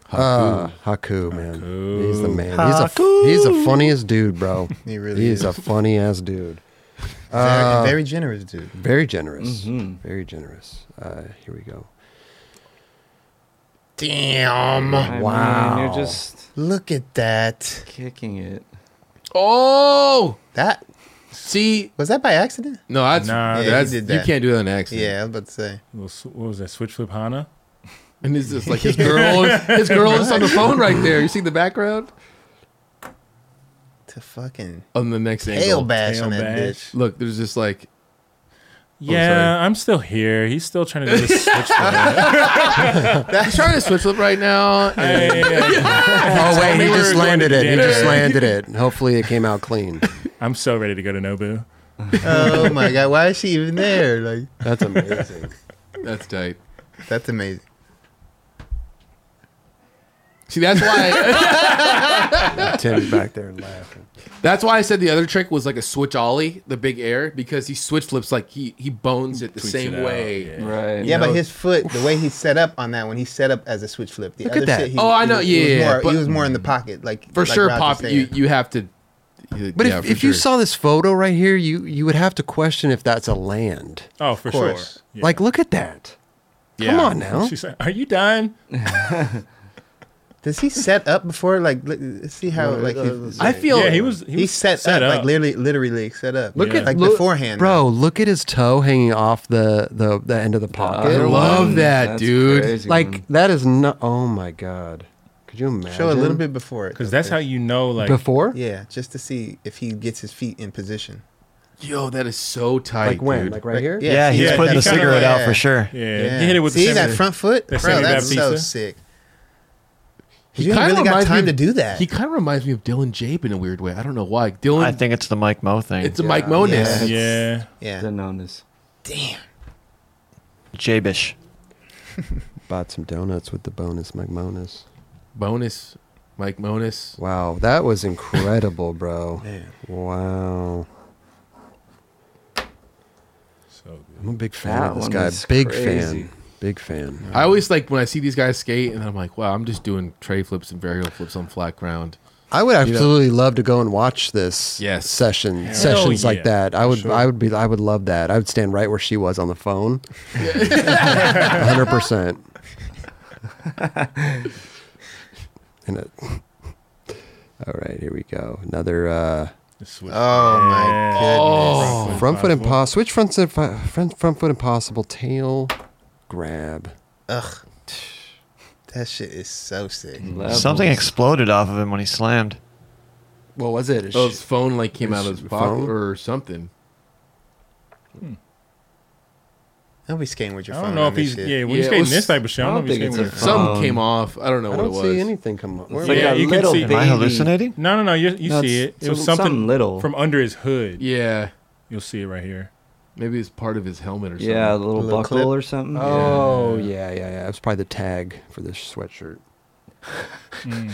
A: Haku. Haku, man. He's the man. He's a
F: Haku.
A: he's the funniest dude, bro.
C: He really
A: He's
C: is.
A: a funny ass dude.
C: Very,
A: Uh,
C: very generous dude.
A: Very generous.
B: Mhm.
A: Very generous. Uh, here we go.
C: Damn.
B: wow. you're just
C: Look at that.
B: kicking it.
D: Oh!
C: That
D: See,
C: was that by accident?
D: no, that's,
E: Nah,
D: yeah,
E: he
D: that's-
C: did
D: you
C: that.
D: can't do that on accident.
C: Yeah, I was about to say.
E: Little s- What was that? Switch flip Hana.
D: And it's just like his girl, his girl is on the phone right there. You see the background
C: To fucking
D: on the next
C: tail
D: angle.
C: bash
E: Tail
C: on that
E: bash.
C: bitch.
D: Look, there's just like Oh,
E: Yeah, I'm still here. He's still trying to do this switch flip.
D: he's trying to switch up right now. and-
E: Hey,
A: Oh wait,
E: me
A: he
E: we
A: just
E: were going to
A: landed it. He
E: dinner.
A: just landed it. Hopefully, it came out clean.
E: I'm so ready to go to Nobu.
C: Oh my god, why is she even there? Like
A: That's amazing.
D: That's tight.
C: that's amazing.
D: See, that's why
A: Tim's back there laughing.
D: that's why I said the other trick was like a switch ollie, the big air, because he switch flips like he he bones it the
E: Tweaks
D: same
E: it out,
D: way.
E: yeah.
B: Right.
C: yeah,
D: know-
C: but his foot, the way he's set up on that one, he's set up as a switch flip. The
A: Look at
C: other
A: that.
C: shit, he,
D: Oh, I
C: he
D: know,
C: was- he was
D: yeah, yeah,
C: more-
D: but-
C: he was more in the pocket, like
D: For
C: like
D: sure,
C: Rob was
D: pop.
C: saying.
D: You you have to.
A: But
D: yeah,
A: if,
D: for
A: if you
D: sure.
A: saw this photo right here, you you would have to question if that's a land.
E: Oh, for sure.
C: course.
E: Yeah.
A: Like, look at that.
D: Yeah.
A: Come on now.
E: She's like, "Are you dying?"
C: Does he set up before? Like, li- let's see how like his,
D: I feel
E: Yeah, he was. He,
C: he,
E: was
C: set, up, like literally, literally set up.
A: Look
E: Yeah.
A: at
C: like
A: look-
C: beforehand,
A: bro. Look at his toe hanging off the the, the end of the pocket.
B: I
D: love that, dude.
A: like that is not. Oh my god. Could you imagine?
C: Show a little bit before it,
E: because that's how you know. Like,
A: before.
C: Yeah, just to see if he gets his feet in position.
D: yo, that is so tight.
A: Like when?
D: dude.
A: Like right here.
C: Yeah,
G: Yeah, he's
E: Yeah,
G: putting
E: he
G: the
E: kinda-
G: cigarette out
C: yeah.
G: for sure.
E: yeah, you hit it with
C: see
E: the
C: that
E: semi-
C: front foot,
E: that
C: bro.
E: semi
C: That's so
E: Baptista?
C: sick.
D: He
C: you
D: kinda
C: haven't really got
D: reminds me
C: time
D: of-
C: to do that.
D: He kind of reminds me of Dylan Jape in a weird way. I don't know why. Dylan,
G: I think it's the Mike Mo thing.
D: it's a Mike Monis.
E: Yeah,
B: The
C: yeah,
B: numbness.
C: damn.
G: Jabish.
A: Bought some donuts with the bonus McMonus.
D: Bonus, Mike Monis.
A: Wow, that was incredible, bro.
C: Man.
A: Wow.
E: so good.
A: I'm a big fan
B: That
A: of this
B: one
A: guy.
B: was
A: Big
B: crazy.
A: fan. Big fan.
D: I always like when I see these guys skate, and I'm like, wow, I'm just doing tray flips and varial flips on flat ground.
A: I would absolutely love to go and watch this
D: Yes.
A: session
E: Hell
A: sessions like
E: yeah,
A: that. I
E: for
A: would
E: sure.
A: I would be I would love that. I would stand right where she was on the phone. 100%. and it, All right, here we go. Another uh
E: The switch.
C: Oh my
D: Oh.
E: Front
A: front foot
E: impossible.
A: impossible. Switch front foot front front foot impossible tail grab.
C: Ugh, that shit is so sick.
D: Mm.
B: Levels.
G: Something exploded off of him when he slammed.
A: What was it?
D: Oh, his phone like came out of his
A: His
D: pocket
A: phone?
D: or something.
C: Don't be skating with your
E: I
C: phone.
E: don't know
C: on
E: if
C: this
E: he's
C: shit.
E: yeah. When
D: Yeah,
E: he's
D: it
E: skating
D: was-
E: this type of shit, I
B: I
E: don't, know if
B: don't
E: he's
B: think
E: skating.
B: it's a
E: with-
D: Something
B: Um,
D: came off. I don't know
A: I
D: what it
A: don't
D: was.
A: see anything come up. Where
B: It's
A: am
B: like
A: I?
E: Yeah,
B: a
E: you can
B: little
E: see-
B: baby.
G: Am I hallucinating?
E: No, no, no. You, you
B: No,
E: see it.
B: it's-
E: It was
B: it's
E: something,
B: something little.
E: from under his hood.
D: Yeah,
E: You'll see it right here.
D: maybe it's part of his helmet or something.
B: Yeah, a little,
C: little
B: buckle
C: clip.
B: or something.
A: Oh yeah, yeah, yeah. That's probably the tag for this sweatshirt. Hmm.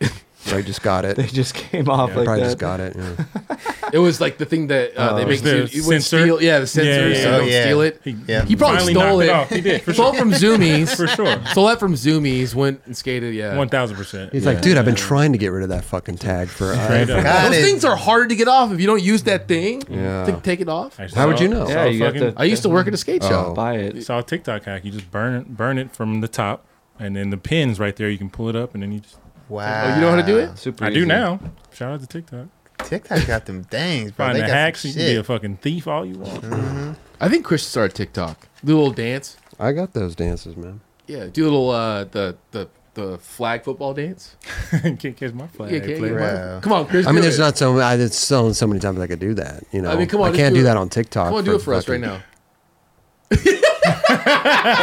A: so I just got it.
B: They just came off
E: Yeah,
B: like
A: probably
B: that.
A: just got it. yeah.
D: it was like the thing that uh, they
B: Oh.
D: make
E: The
D: you, you wouldn't
E: sensor?
D: steal. Yeah, the sensor.
E: Yeah,
D: so
E: yeah, yeah.
D: you
C: Oh,
D: don't
C: yeah.
D: steal it.
E: He,
C: Yeah.
D: He probably
E: Finally
D: stole
E: knocked
D: it.
E: it off. He did, for
D: stole from Zoomies.
E: for sure.
D: Stole that from Zoomies. Went and skated. Yeah.
E: One thousand percent.
A: He's like, dude, I've been trying to get rid of that fucking tag for.
E: Straight
A: I,
E: up.
C: God,
D: Those
C: it-
D: things are hard to get off if you don't use that thing.
A: Yeah.
D: To take it off.
E: I
A: How would you know?
E: saw
B: Yeah,
E: a
B: you have
E: fucking-
B: to-
D: I used to work at a skate shop.
B: Buy it.
E: saw a TikTok hack. You just burn it, burn it from the top, and then the pins right there. You can pull it up, and then you just.
C: Wow.
D: Oh, you know how to do it?
B: Super
E: I
B: easy.
E: do now. Shout out to TikTok.
C: TikTok got them dangs, bro.
E: Find
C: they
E: the
C: got
E: hacks.
C: some
E: You can be a
C: shit.
E: fucking thief all you want.
D: I think Chris started TikTok. The little dance.
A: I got those dances, man.
D: Yeah, do a little uh, the the the flag football dance.
E: Can't catch my flag.
D: yeah, can't
E: player.
D: you-
C: Wow.
D: Come on, Chris.
A: I mean,
D: do
A: there's
D: it.
A: not so I, it's so so many times I could do that. You know,
D: mean, come on,
A: I
D: just
A: can't
D: do
A: do
D: it.
A: that on TikTok.
D: Come on, do it for us right
A: fucking-
D: now.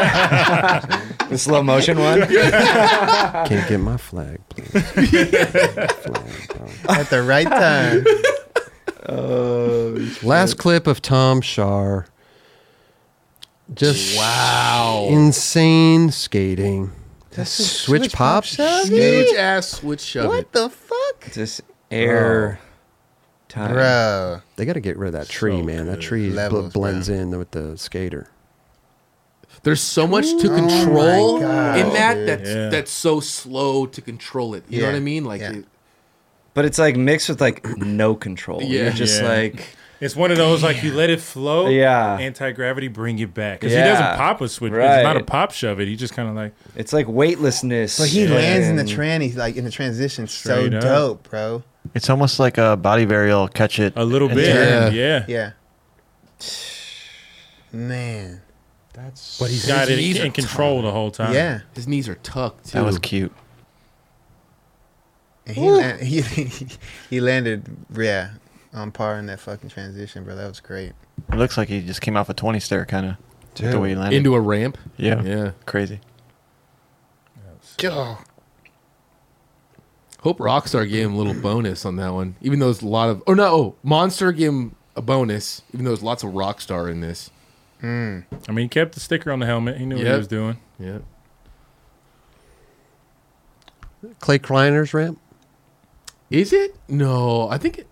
B: The slow motion one.
A: Can't get my flag, please.
C: At the right time.
A: Last clip of Tom Shar. Just wow, insane skating. switch, pop,
D: Huge ass switch shove it.
C: what the fuck?
B: This air time.
C: Bro.
A: They got to get rid of that tree,
E: So
A: man. That
E: good.
A: tree bl-
C: Levels,
A: blends in with the skater.
D: There's so much to control
C: my God,
D: in that
C: dude.
D: that's
E: Yeah.
D: that's so slow to control it. You know
C: Yeah.
D: what I mean? Like
C: Yeah.
D: it-
B: But it's like mixed with like no control.
D: Yeah.
B: You're just
E: Yeah.
B: like
E: It's one of those like you let it flow.
B: Yeah.
E: Anti gravity, bring it back. Because
B: Yeah.
E: he doesn't pop a switch. It's not a
B: Right.
E: pop shove it. He just kind of like
B: it's like weightlessness.
C: But he
B: and-
C: lands in the tranny, like in the transition.
E: Straight
C: so
E: up.
C: dope, bro.
G: It's almost like a body varial catch it.
E: a little
G: and
E: bit. Yeah.
G: turn.
C: Yeah. Man.
E: But he's got it
D: knees
E: in
D: are
E: control the whole time.
C: Yeah.
D: his knees are tucked. Too.
G: That was cute.
C: And he, land, he he landed, yeah, on par in that fucking transition, bro. That was great.
G: It looks like he just came off a 20 stair kind of. The way he landed.
D: into a ramp.
G: yeah.
D: Yeah.
G: Crazy.
D: Hope Rockstar gave him a little bonus on that one. Even though there's a lot of oh no, oh, Monster gave him a bonus. Even though there's lots of Rockstar in this.
E: I mean, he kept the sticker on the helmet. He knew what he
D: Yep.
E: was doing.
D: Yeah.
A: Clay Kleiner's ramp.
D: Is it? No, I think. It,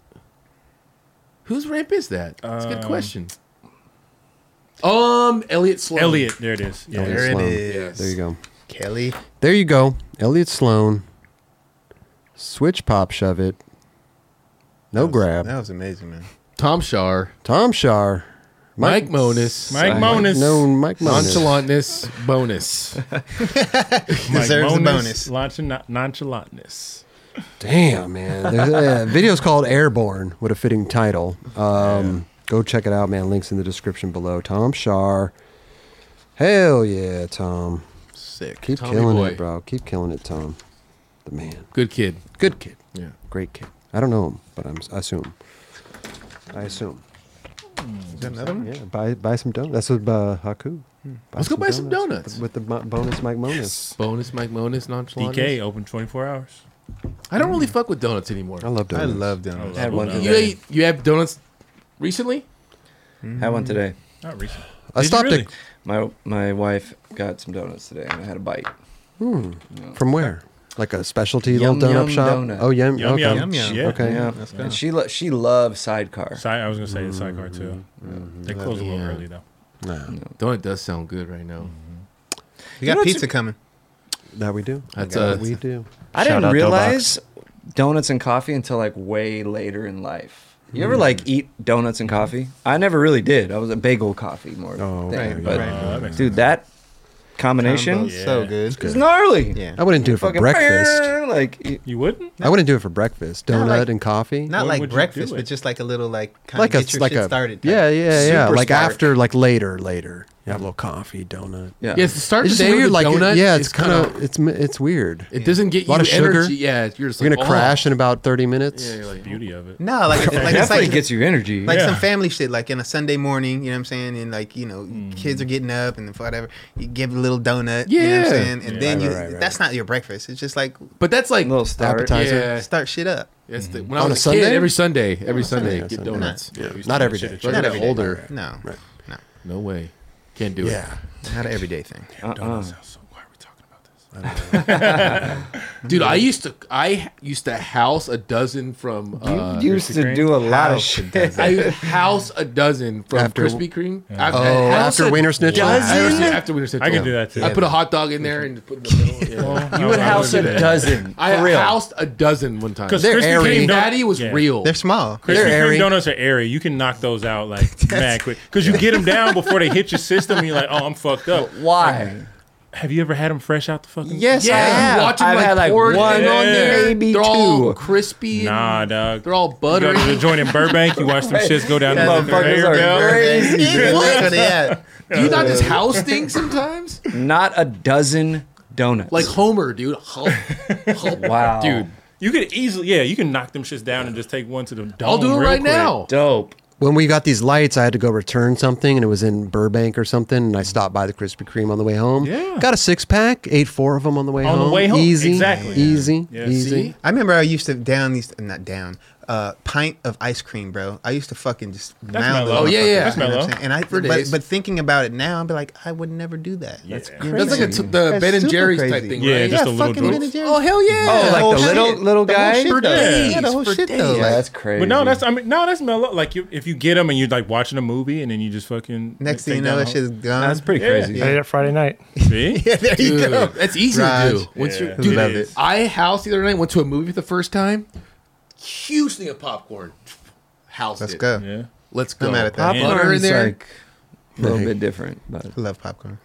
D: whose ramp is that? That's a good
E: Um,
D: question. Um, Elliot Sloan.
E: Elliot, there it is. Yeah.
A: Elliot
C: There it
A: Sloan.
C: is.
A: There you go.
C: Kelly.
A: There you go. Elliot Sloan. Switch pop shove it. No
C: That was-
A: grab.
C: That was amazing, man.
D: Tom Shar,
A: Tom Shar.
D: Mike, Monis,
E: Mike Monas.
A: No, Mike Monas.
D: nonchalantness bonus.
E: Mike
C: Deserves a
E: Monas,
C: bonus.
E: Launching nonchalantness.
A: Damn, man. There's a- a video's called Airborne with a fitting title. Um, Go check it out, man. Links in the description below. Tom Shar. Hell yeah, Tom.
D: Sick.
A: Keep
D: Tommy
A: killing
D: boy.
A: it, bro. Keep killing it, Tom. The man.
D: Good kid.
A: Good kid.
D: Yeah.
A: Great kid. I don't know him, but I'm, I assume. I assume.
C: Is that another one?
A: Yeah, buy buy some donuts. That's what uh, Haku.
D: Let's go buy some donuts.
A: with the mo- bonus Mike Monas.
D: Bonus Mike Monis nonchalant.
E: DK open 24 hours.
D: I don't really fuck with donuts anymore.
A: Mm. I love
C: I
A: donuts.
C: love donuts.
E: I love
B: one
E: donuts.
D: You ate, you have donuts recently?
B: Had one today.
E: Not recent.
A: I
E: Did you
A: stopped
E: really?
A: at
B: My my wife got some donuts today and I had a bite.
A: from where? Like a specialty
B: Yum
A: little donut
B: Yum
A: shop.
B: Donut.
A: Oh yum.
E: Yum
A: okay.
E: yum.
C: Yum, yum.
E: Yeah.
A: Okay.
B: Yeah.
C: Let's go.
B: And she lo- she loves sidecar.
E: Side, I was gonna say it's sidecar too. They close a little early though.
A: Nah,
D: Donut does sound good right now.
C: We got
B: know what's
C: pizza coming.
A: that we do.
D: That's
A: that
D: a-
A: we do.
B: I
G: Shout
B: didn't
G: out
B: realize donuts and coffee until like way later in life. You ever like eat donuts and coffee? I never really did. I was a bagel coffee more
A: Oh,
B: thing.
A: right,
B: but
E: Uh, that makes
B: dude, that combination
C: Combo's
E: Yeah.
C: So good.
B: is gnarly.
C: Yeah.
A: I wouldn't do it for
B: Fucking
A: breakfast.
B: brrrr, like y-
E: You wouldn't?
A: I wouldn't do it for breakfast.
C: No,
A: Donut
C: like-
A: and coffee.
C: Not
E: When
C: like
E: would you do
C: breakfast,
E: it?
C: but just like a little like kind
A: like
C: of
A: a
C: get your
A: like
C: shit
A: a
C: started. type.
A: yeah yeah yeah
B: Super
A: like
B: spark.
A: after like later later you have a little coffee donut
B: yeah.
D: Yes, the start
A: it's just
D: of the day
A: weird
D: with a
A: like it-
D: donut
A: yeah
D: is
A: it's kind of it's m- it's weird
D: It doesn't get
A: A lot
D: you
A: of sugar.
D: energy. Yeah, you're just
A: you're
D: like,
A: gonna
D: oh.
A: crash in about 30 minutes
D: Yeah, you're like,
E: Beauty of it.
C: No, like, it's, like it's
B: definitely
C: like,
B: gets you energy.
C: like
E: Yeah.
C: some family shit, like in a Sunday morning, you know what I'm saying? And like, you know, kids are getting up and whatever. You give a little donut, you know what
D: Yeah.
C: I'm saying? And
E: Yeah.
C: then
A: Right,
C: you,
A: right, right, right.
C: that's not your breakfast. It's just like,
D: but that's like
B: little start.
A: appetizer.
D: Yeah,
C: start shit up.
D: that's the, when I
A: On
D: was
A: a
D: a,
A: Sunday?
D: kid, every Sunday, every Sunday,
A: Sunday,
D: get
A: Sunday.
D: donuts.
A: not every day
D: But I
C: Not
D: got
C: every day.
D: older.
C: No,
D: No way, can't do
A: yeah
C: not an everyday thing.
B: Uh-uh.
E: So why are we talking about this?
D: it, dude. I used to, I used to house a dozen from. Uh,
B: you used to do a lot of shit.
D: I would house a dozen from
A: After-
D: Krispy Kreme. After,
A: Oh, after Wiener Schnitzel?
D: Dozen? After Wiener Schnitzel.
E: I can do that too.
D: I put a hot dog in there and put it in the middle. Yeah.
E: you would
B: house a dozen.
D: I
B: For real.
D: housed a dozen one time.
E: 'Cause They're Krispy airy. Kreme don't-
D: Daddy was
E: Yeah.
D: real.
C: They're small.
E: Krispy
A: They're airy.
E: Kreme donuts are airy. You can knock those out like mad quick because you get them down before they hit your system. and You're like, oh, I'm fucked up.
B: Why?
E: Have you ever had them fresh out the fucking?
D: Yes,
B: Yeah.
D: I've been watching
B: I've
D: like,
B: had, like,
D: pork
B: one,
D: on there.
B: maybe
D: They're all
B: two.
D: crispy. and
E: Nah, dog.
D: They're all
E: You go
D: buttery.
E: to the joint in Burbank, you watch them shits go down
B: Yeah,
E: the
B: motherfuckers
E: conveyor
B: are
E: belt.
B: very- Crazy.
C: That's where they at.
D: Do you not just house things sometimes?
B: Not a dozen donuts.
D: Like Homer, dude. Hulk, Hulk.
B: wow,
D: Dude,
E: You could easily, yeah, you can knock them shits down and just take one to the dome.
D: I'll do it
E: real
D: right
E: quick.
D: now.
B: dope.
A: when we got these lights, I had to go return something, and it was in Burbank or something. And I stopped by the Krispy Kreme on the way home.
E: Yeah.
A: got a six pack, ate four of them on the way
E: On
A: home.
E: the way home,
A: easy,
E: exactly.
A: easy,
E: Yeah,
A: easy.
D: see?
C: I remember I used to down these not down uh pint of ice cream, bro. I used to fucking just
E: That's
C: mound
E: mellow.
C: those
D: Oh, yeah,
C: motherfuckers,
D: yeah.
E: That's
C: you know what
E: mellow.
C: I'm saying? And I
D: For
C: but,
D: days.
C: but thinking about it now, I'd be like, I would never do that. That's
E: Yeah.
C: crazy.
D: That's like a t- the Ben and
C: super
D: Jerry's type
C: crazy.
D: thing,
E: Yeah,
D: right?
E: just a
C: yeah,
E: little
C: fucking
E: drink.
C: Ben and Jerry's.
D: Oh hell yeah!
B: Oh, like
C: whole
B: the little-
C: shit.
B: little
C: The whole
B: guy?
C: shit,
E: For
C: though.
E: days,
C: Yeah, the whole
D: for
C: shit
D: days.
C: though.
B: Yeah,
C: like-
B: that's crazy.
E: But no, that's I mean, no, that's mellow. Like you, if you get them and you're like watching a movie and then you just fucking
C: Next
E: take
C: thing you know,
E: down
C: that
E: the
C: shit's gone.
B: that's pretty
E: Yeah.
B: crazy.
F: I ate it Friday night.
E: whole- See?
C: yeah, there you
D: Dude,
C: go.
D: That's easy
C: Raj.
D: to do. Once
E: Yeah.
D: you're, dude,
C: Love it.
D: I house the other night went to a movie the first time. Huge thing of popcorn. House.
C: Let's
D: it.
C: go.
E: Yeah.
D: Let's go.
C: I'm mad at that.
E: Popcorn
D: Butter in
B: Popcorn's
D: there.
B: like a little bit different, but
C: I love popcorn.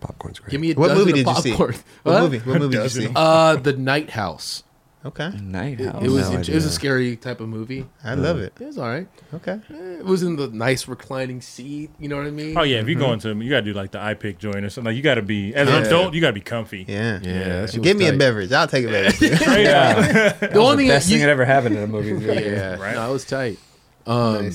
A: Popcorn's great.
D: Give me a
C: What
D: dozen
C: movie
D: of
C: did you see?
D: popcorn.
C: What
D: Huh?
C: movie? What movie did you see?
D: Uh, The Night House.
C: Okay,
B: night
D: It,
B: house.
D: it was
A: no
D: it, was
A: idea.
D: a scary type of movie.
E: Uh,
C: I love it.
D: It was all right.
C: Okay,
D: Eh, It was in the nice reclining seat. You know what I mean?
E: Oh yeah, if you're going to, 'em, you gotta do like the eye pick joint or something. Like you gotta be as an
D: Yeah.
E: adult, you gotta be comfy.
C: yeah,
D: Yeah. that shit
C: Give
D: was
C: me a
D: tight.
C: beverage. I'll take a beverage.
E: Straight up.
D: The only
B: Best
D: thing
B: thing
D: that
B: that
D: you,
B: ever happened in a movie theater.
D: yeah,
E: Right.
D: no, it was tight. Um,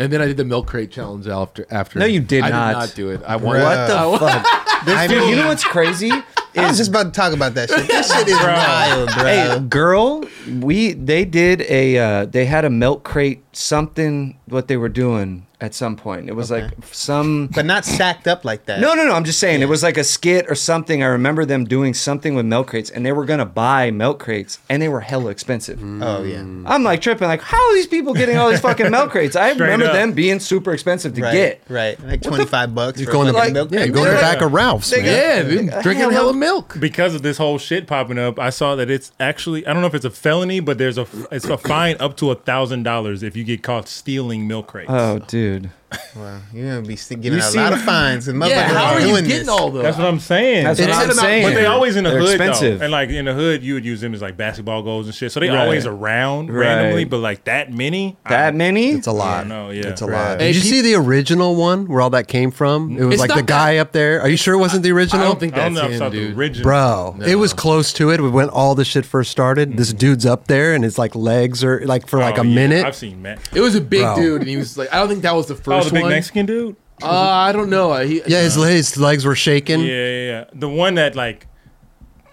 D: And then I did the milk crate challenge after. After
B: No, you did
D: I
B: not.
D: did not do it. I
B: What
D: wanted. I
B: the
D: wa-
B: fuck?
C: I,
B: Dude,
C: mean,
B: you know what's crazy?
C: I was just about to talk about that shit. This shit is wild, bro.
B: Hey, girl, we they did a uh, they had a milk crate something what they were doing at some point. It was like some
C: but not stacked up like that.
B: No, no, no. I'm just saying it was like a skit or something. I remember them doing something with milk crates, and they were gonna buy milk crates, and they were hella expensive.
E: Mm.
C: Oh yeah.
B: I'm like tripping, like how are these people getting all these fucking milk crates? I remember
E: up.
B: them being super expensive to
C: Right.
B: get.
C: Right. Like twenty five bucks.
A: You're
C: for
A: going
C: a
A: to-
C: fucking
A: yeah,
C: crate.
A: you're going to the
B: Yeah.
A: back of Ralph's.
B: They
A: man.
D: yeah, dude, drinking
B: hell
D: hella milk.
E: because of this whole shit popping up, I saw that it's actually I don't know if it's a felony, but there's a it's a fine up to a thousand dollars if you get caught stealing milk crates.
B: Oh, dude,
C: Wow. You're gonna be st- getting out a
B: see-
C: lot of fines and motherfuckers
D: Yeah, how
C: are
D: are you
C: doing
D: getting
C: this.
D: all those?
E: That's what I'm saying.
B: that's what
E: It's-
B: I'm
D: about-
B: saying.
E: But they always in the
B: They're
E: hood
B: expensive.
E: though, and like in the hood, you would use them as like basketball goals and shit. So they
B: Right.
E: always around
B: Right.
E: randomly, but like that many,
B: that many?
A: It's a lot.
E: no, yeah.
A: It's a
C: Right.
A: lot.
D: Hey,
A: Did you
D: pe-
A: see the original one where all that came from? It was
D: It's
A: like the
D: not
A: guy up there. Are you sure it wasn't the
D: I
A: original?
D: don't think
E: I don't
D: that's
E: know if it's
D: him,
E: not the
D: dude.
E: original.
A: Bro, it was close to it when all the shit first started. This dude's up there and it's like legs are like for
E: Oh,
A: like a
E: yeah,
A: minute.
E: I've seen Matt.
D: It was a big
A: Bro.
D: dude, and he was like, I don't think that was the
E: Oh,
D: first
E: the big
D: one.
E: Mexican dude.
D: Uh, I don't know. I- He,
A: yeah, his, le- his legs were shaking.
E: Yeah, yeah, yeah. The one that like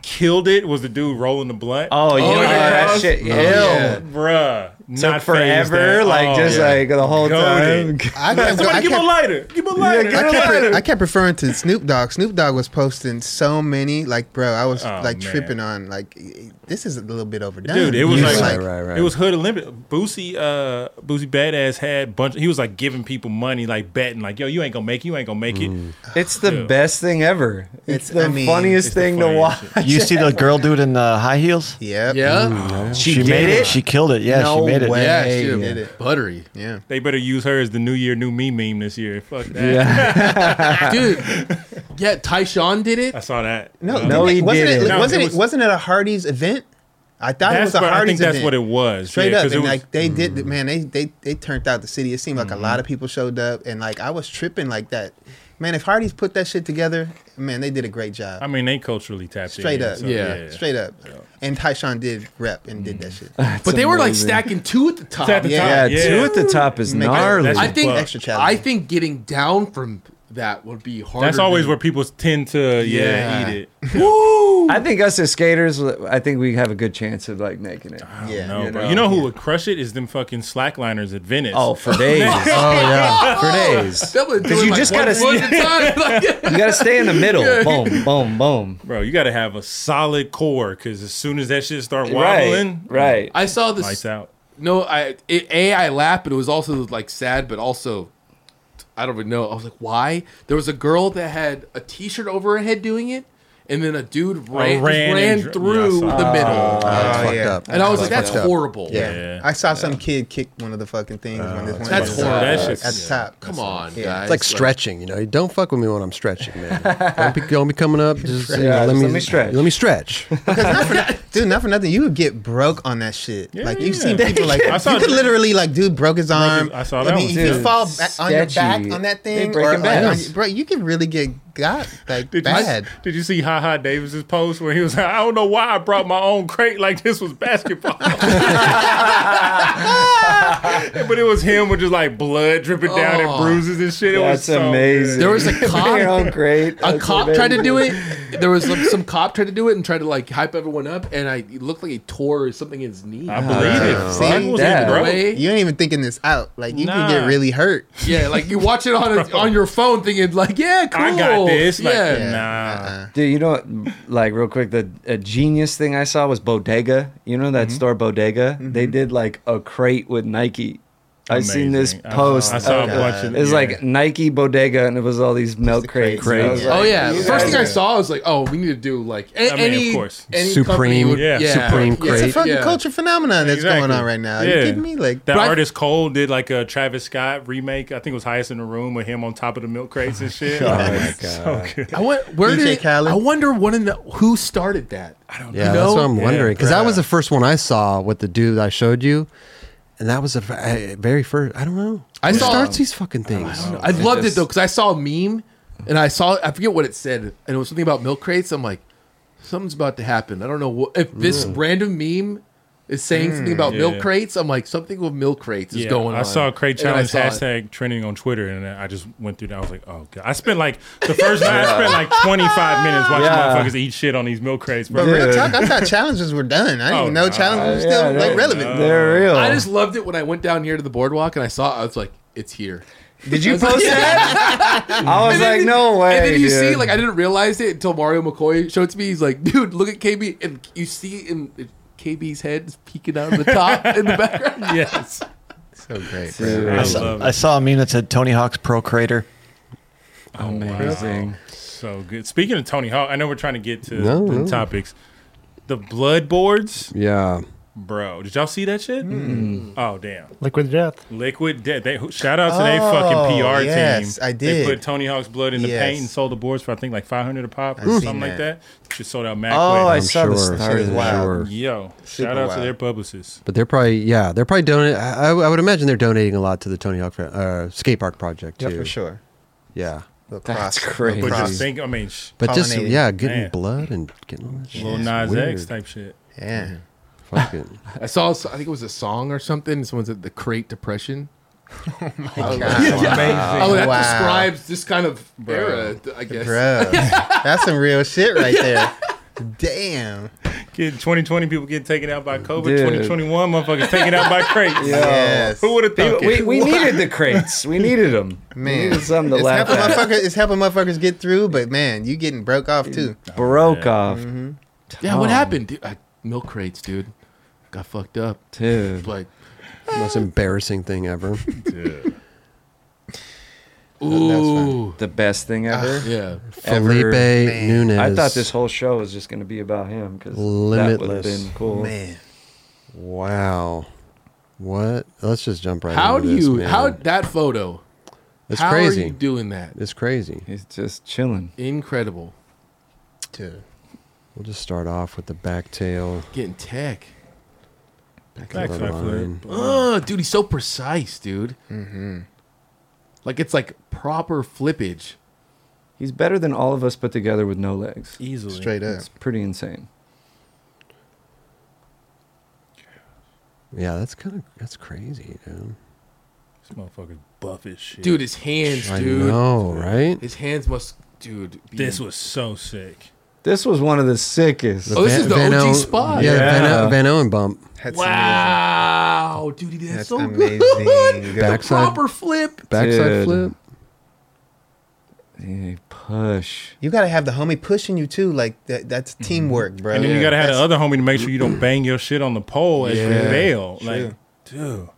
E: killed it was the dude rolling the blunt.
B: Oh, you
D: Oh,
B: know
D: yeah.
B: that shit.
D: Oh,
B: Ew.
D: yeah.
E: bruh,
B: Took
E: not phased
B: forever,
E: at
B: like
E: all.
B: just
E: Oh, Yeah.
B: like the whole
E: Goated.
B: time.
C: I kept,
E: Somebody
C: I
E: give him
C: kept-
E: a lighter. Give him a lighter.
C: I kept, re- I kept referring to Snoop Dogg. Snoop Dogg was posting so many, like, bro, I was
E: Oh,
C: like
E: man.
C: tripping on, like, this is a little bit overdone.
E: Dude, it was
A: Yeah.
E: like,
A: Right, right, right.
E: it was hood Olympic. Boosie, uh, Boosie badass had bunch. He was like giving people money, like betting, like yo, you ain't gonna make, it, you ain't gonna make it.
B: Mm. It's the
E: Yeah.
B: best thing ever. It's,
C: It's-
B: the
C: I mean,
B: funniest
E: It's the
B: thing to
E: funniest
B: watch.
E: shit.
G: You see the girl dude in the high heels?
C: yeah,
D: Yeah.
B: She,
G: made it. She killed it. Yeah,
B: No
G: she made it.
B: way.
D: Yeah,
B: Hey.
D: shit,
C: Did it.
D: Buttery.
C: yeah.
E: They better use her as the new year, new me meme this year. Fuck that.
B: Yeah. Ah.
D: Dude. Yeah, Tyshawn did it.
E: I saw that.
C: No,
E: Uh,
B: No,
C: didn't
B: he
C: it- wasn't
B: didn't.
C: It,
E: No,
C: wasn't
E: it
C: it,
E: was-
C: was, not it a Hardy's event? I thought
E: that's
C: it was a
E: what,
C: Hardy's
E: I think that's
C: event.
E: what it was.
C: Straight
E: yeah,
C: up,
E: 'cause it
C: and
E: was, Mm. Mm-hmm.
C: like they did, man, they they they turned out the city. It seemed like a lot of people showed up, and like I was tripping like that. Man, if Hardy's put that shit together, man, they did a great job.
E: I mean, they culturally tapped
C: straight
E: in,
C: up,
E: so,
D: Yeah.
C: straight up. And Tyshawn did rep and did that
E: Mm.
C: shit.
D: but they were like
B: amazing.
D: stacking two at the top.
E: It's at the
C: Yeah,
B: Yeah,
E: top. Yeah,
B: two at the top is
C: Make it-
B: gnarly.
E: That's
D: I think
E: Fuck.
C: Extra
D: I
C: challenge.
D: think getting down from that would be harder.
E: That's always
D: than-
E: where people tend to yeah,
D: Yeah.
E: eat it.
B: I think us as skaters, I think we have a good chance of like making it.
C: yeah,
E: No,
B: You
E: bro.
B: know?
E: You know who would crush it is them fucking slackliners at Venice.
B: Oh, for days.
A: Oh yeah.
B: for days.
D: That would do
B: 'Cause
D: it,
B: you
D: like,
B: just
D: one
B: gotta
D: foot at a time. Like,
B: You gotta stay in the middle. Boom, boom, boom.
E: bro, you got to have a solid core because as soon as that shit start
B: Right,
E: wobbling,
B: right.
D: I saw this.
E: lights out.
D: No, I it, a I laughed, but it was also like sad, but also I don't even know. I was like, why? There was a girl that had a T-shirt over her head doing it, and then a dude ran,
E: ran
D: ran,
E: and dr-
D: through
E: yeah, I saw
D: the
E: that.
D: middle.
A: that's fucked
C: Oh, yeah.
A: up.
D: and I was like,
A: Ah. That's
D: that's
A: fucked up.
D: horrible.
C: Yeah.
E: Yeah. Uh,
C: I saw some kid kick one of the fucking things when this one
D: That's
C: at the
D: horrible.
E: That
C: top.
E: shit's-
C: at the top.
D: Come on,
C: Yeah.
D: guys.
A: It's like stretching, you know. You Don't fuck with me when I'm stretching, man. don't, be, don't be coming up. Just, you know,
B: Yeah,
A: let,
B: just
A: me,
B: let me stretch.
A: Let me stretch.
C: Dude, not for nothing. You would get broke on that shit.
E: Yeah,
C: like you've
E: yeah.
C: seen people like
E: I saw
C: you could
E: it.
C: literally like dude broke his arm.
E: I saw that
C: I mean,
E: one,
C: if you
B: too.
C: fall back on your
B: Sketchy.
C: back on that
B: They
C: thing,
B: break
C: or,
B: them
C: like,
B: back.
C: on your- bro, you could really get got like
E: Did you,
C: bad.
E: did you see Ha Ha Davis's post where he was like, I don't know why I brought my own crate like this was basketball. but it was him with just like blood dripping down and
D: Oh,
E: bruises and shit. It
B: That's
E: was so
B: amazing.
D: There was a cop.
B: great.
D: a cop tried to do it. There was some, some cop tried to do it and tried to like hype everyone up, and I it looked like he tore something in his knee.
E: I believe it.
C: Wow.
E: Fuck,
C: See,
E: was
B: that-
E: it broke?
D: Way-
C: You ain't even thinking this out. Like you could get
E: Nah.
C: really hurt.
D: Yeah, like you watch it on a, on your phone, thinking like, "Yeah, cool,
E: I got this. Like,
D: yeah,
E: Nah.
B: Dude, you know, what, like real quick, the a genius thing I saw was Bodega. You know
E: Mm-hmm.
B: that store Bodega? They did like a crate with Nike. I seen this
E: Amazing. I saw-
B: post.
E: I saw a
B: of-
E: bunch of-
B: It was
E: yeah.
B: like Nike Bodega, and it was all these milk crates.
C: crates,
B: And I was
C: yeah.
B: like,
D: Oh yeah.
B: you
D: First
B: guys
D: thing I
B: are-
D: saw was like, "Oh, we need to do like a-
E: I mean,
D: any,
E: of course.
D: any
A: Supreme,
D: company would-
E: yeah.
A: Supreme
C: It's a
A: Great.
C: fucking
D: yeah.
C: culture phenomenon that's
E: Exactly.
C: going on right now. Are
E: Yeah.
C: you kidding me? Like
E: That
D: But I-
E: artist Cole did like a Travis Scott remake. I think it was Highest in the Room with him on top of the milk crates and shit.
A: Oh my
E: Like,
A: God.
E: So good.
D: I went, where
C: DJ
D: did it,
C: Khaled.
D: I wonder when in the, who started that? I don't
A: Yeah, that's what I'm
E: Yeah,
A: wondering. Because that was
C: bruh.
A: the first one I saw with the dude I showed you, and that was the fir- I- very first. I don't know.
D: I
A: Who
D: saw-
A: starts these fucking things.
D: I loved
B: just-
D: it though because I saw a meme and I saw I forget what it said and it was something about milk crates. I'm like, something's about to happen. I don't know what, if this random meme is saying something about milk
E: Mm, yeah.
D: crates. I'm like, something with milk crates is
E: Yeah,
D: going on.
E: I saw a crate
D: And I
E: challenge
D: saw it.
E: hashtag trending on Twitter, and I just went through that. I was like, oh god, I spent like the first night. I spent like 25 minutes watching
B: Yeah.
E: motherfuckers eat shit on these milk crates, bro.
C: but real talk, I thought challenges were done. I didn't
E: Oh,
C: even know
E: nah.
C: challenges were
B: Yeah,
C: still
B: they're-
C: like relevant.
E: Oh.
B: They're real.
D: I just loved it when I went down here to the boardwalk and I saw. it. I was like, it's here.
B: did you post that? I was
D: And then-
B: like, no way.
D: And then you
B: dude.
D: see, like, I didn't realize it until Mario McCoy showed it to me. He's like, dude, look at KB, and you see in KB's head is peeking out of the top in the background.
E: Yes,
C: So great. bro.
B: Dude,
E: I
B: it's
E: love
G: I
E: it.
G: saw a meme that said Tony Hawk's Pro Crater.
B: amazing.
E: So good. Speaking of Tony Hawk, I know we're trying to get to
A: No,
E: the
A: no.
E: topics. The blood boards,
A: Yeah,
E: bro. Did y'all see that shit? Oh damn.
F: Liquid death.
E: Liquid Death. They shout out to their fucking
C: Oh,
E: PR
C: yes,
E: team.
C: I
E: They
C: did.
E: put Tony Hawk's blood in the
C: Yes.
E: paint and sold the boards for I think like five hundred a pop or
C: seen
E: something like
C: that.
E: that. Just sold out mad
B: Oh, I
E: quick.
B: saw the
A: sure.
B: start of the
C: Wow.
B: sure.
E: Yo,
C: Super
E: shout out to
C: wild.
E: their publicists.
A: but they're probably yeah they're probably donating. I, I would imagine they're donating a lot to the Tony Hawk uh, skate park project too.
C: Yeah, for sure.
A: Yeah,
C: Little
B: That's
C: cross-
B: crazy.
E: But
C: little
E: just
C: cross.
E: think, I mean, sh-
A: but just
C: Pollinating.
A: yeah, getting
E: Man.
A: blood and getting all that shit.
E: little
A: It's
E: Nas
A: weird.
E: X type shit.
C: Yeah.
A: Fuck it.
D: I saw, I think it was a song or something. Someone said the crate depression.
C: God.
D: Oh, that
C: Wow.
D: describes this kind of era, I guess.
C: Bro, that's some real shit right there. Damn.
E: Kid, 2020 people getting taken out by COVID.
B: Dude.
E: 2021 motherfuckers taken out by crates.
C: Yes.
E: Oh, Who would have thought?
B: We, we needed the crates. We needed them.
C: Man.
B: we needed something to
C: It's
B: laugh
C: helping,
B: at.
C: motherfuckers, it's helping motherfuckers get through, but man, you getting broke off too.
B: Broke off,
D: Yeah, what
B: Tom.
D: happened? Dude, I, milk crates, dude. Got fucked up.
B: dude.
D: Like,
A: Most embarrassing thing ever.
D: ooh.
B: The best thing ever.
D: Yeah.
B: Ever.
A: Ah, Felipe Nunes.
B: I thought this whole show was just going to be about him because that would have
A: Limitless.
B: been cool.
C: Man.
A: Wow. What? Let's just jump right.
D: How
A: into
D: do
A: this,
D: you,
A: man.
D: how, that photo,
A: It's
D: how are
A: crazy.
D: you doing that?
A: it's crazy.
B: He's just chilling.
D: Incredible.
C: Dude.
A: We'll just start off with the back tail.
D: Getting tech.
E: Back
A: of
E: flip.
A: the line.
D: Oh, dude, he's so precise, dude. Mm-hmm. Like it's like proper flippage.
B: He's better than all of us put together with no legs.
E: Easily.
C: Straight up.
B: It's pretty insane.
A: Yeah, that's kind of that's crazy, dude.
E: This motherfucker's buff as shit.
D: Dude, his hands,
A: I
D: dude.
A: know, right?
D: His hands must, dude. Be,
E: this was so sick.
B: This was one of the sickest.
D: Oh, this is the OG
A: Owen-
D: spot.
A: Yeah,
B: Yeah.
A: Van, o- Van Owen bump.
C: That's
D: wow, dude, he did that
C: That's
D: so
C: amazing.
D: good. the
A: Backside-
D: proper flip.
A: Backside
B: Dude.
A: flip.
B: Yeah, push.
C: You gotta have the homie pushing you too. Like that, that's teamwork, bro.
E: And then you gotta have the
C: That's-
E: other homie to make sure you don't bang your shit on the pole as you
D: Yeah.
E: bail.
C: True.
E: Like, dude.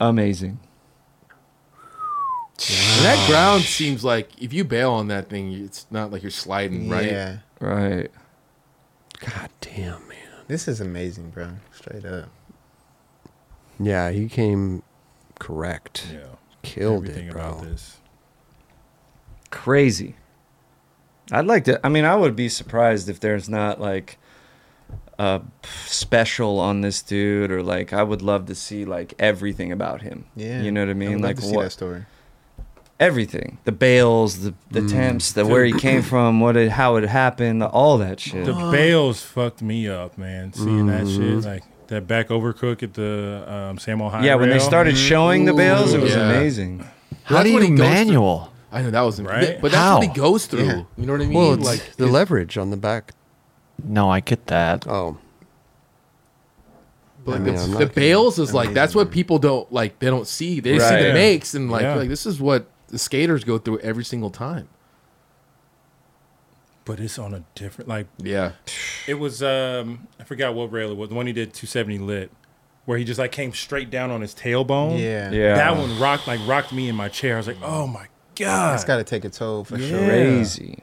B: Amazing.
D: And that ground seems like if you bail on that thing, it's not like you're sliding, right?
C: Yeah.
B: Right.
A: God damn, man.
C: This is amazing, bro. Straight up.
A: Yeah, he came correct.
E: Yeah.
A: Killed
E: Everything
A: it,
E: about
A: bro.
E: this.
B: Crazy. I'd like to. I mean, I would be surprised if there's not like a special on this dude, or like I would love to see like everything about him.
C: Yeah.
B: You know what I
C: I
B: mean?
C: would love
B: like
C: to see that
B: what
C: story.
B: everything, the bales, the the
A: Mm.
B: temps, the where he came from, what it, how it happened, all that shit.
E: The bales fucked me up, man. Seeing that shit, like that back overcook at the um, Samuel High.
B: yeah, when they
E: Rail. Mm-hmm.
B: started showing the bales, it was
D: Yeah.
B: amazing.
G: How
D: That's
G: do
D: what
G: you
D: he goes through.
G: manual?
D: I know that was right,
E: Right?
D: but that's what he
G: How?
D: goes through.
C: Yeah.
D: You know what I mean?
A: Well, it's
D: like
A: the leverage on the back.
G: No, I get that.
A: Oh,
D: But like
A: I mean,
D: the,
A: I'm not
D: the
A: gonna-
D: bales is like that's what people don't like. They don't see. They see
B: Right.
D: the
E: Yeah.
D: makes and like
E: Yeah.
D: like this is what the skaters go through every single time.
E: but it's on a different like
D: Yeah,
E: It was um I forgot what rail it was. The one he did 270 lit, where he just like came straight down on his tailbone.
C: Yeah.
B: Yeah.
E: that one rocked like rocked me in my chair. I was like, oh my god,
C: It's got to take a toll for sure.
B: Crazy.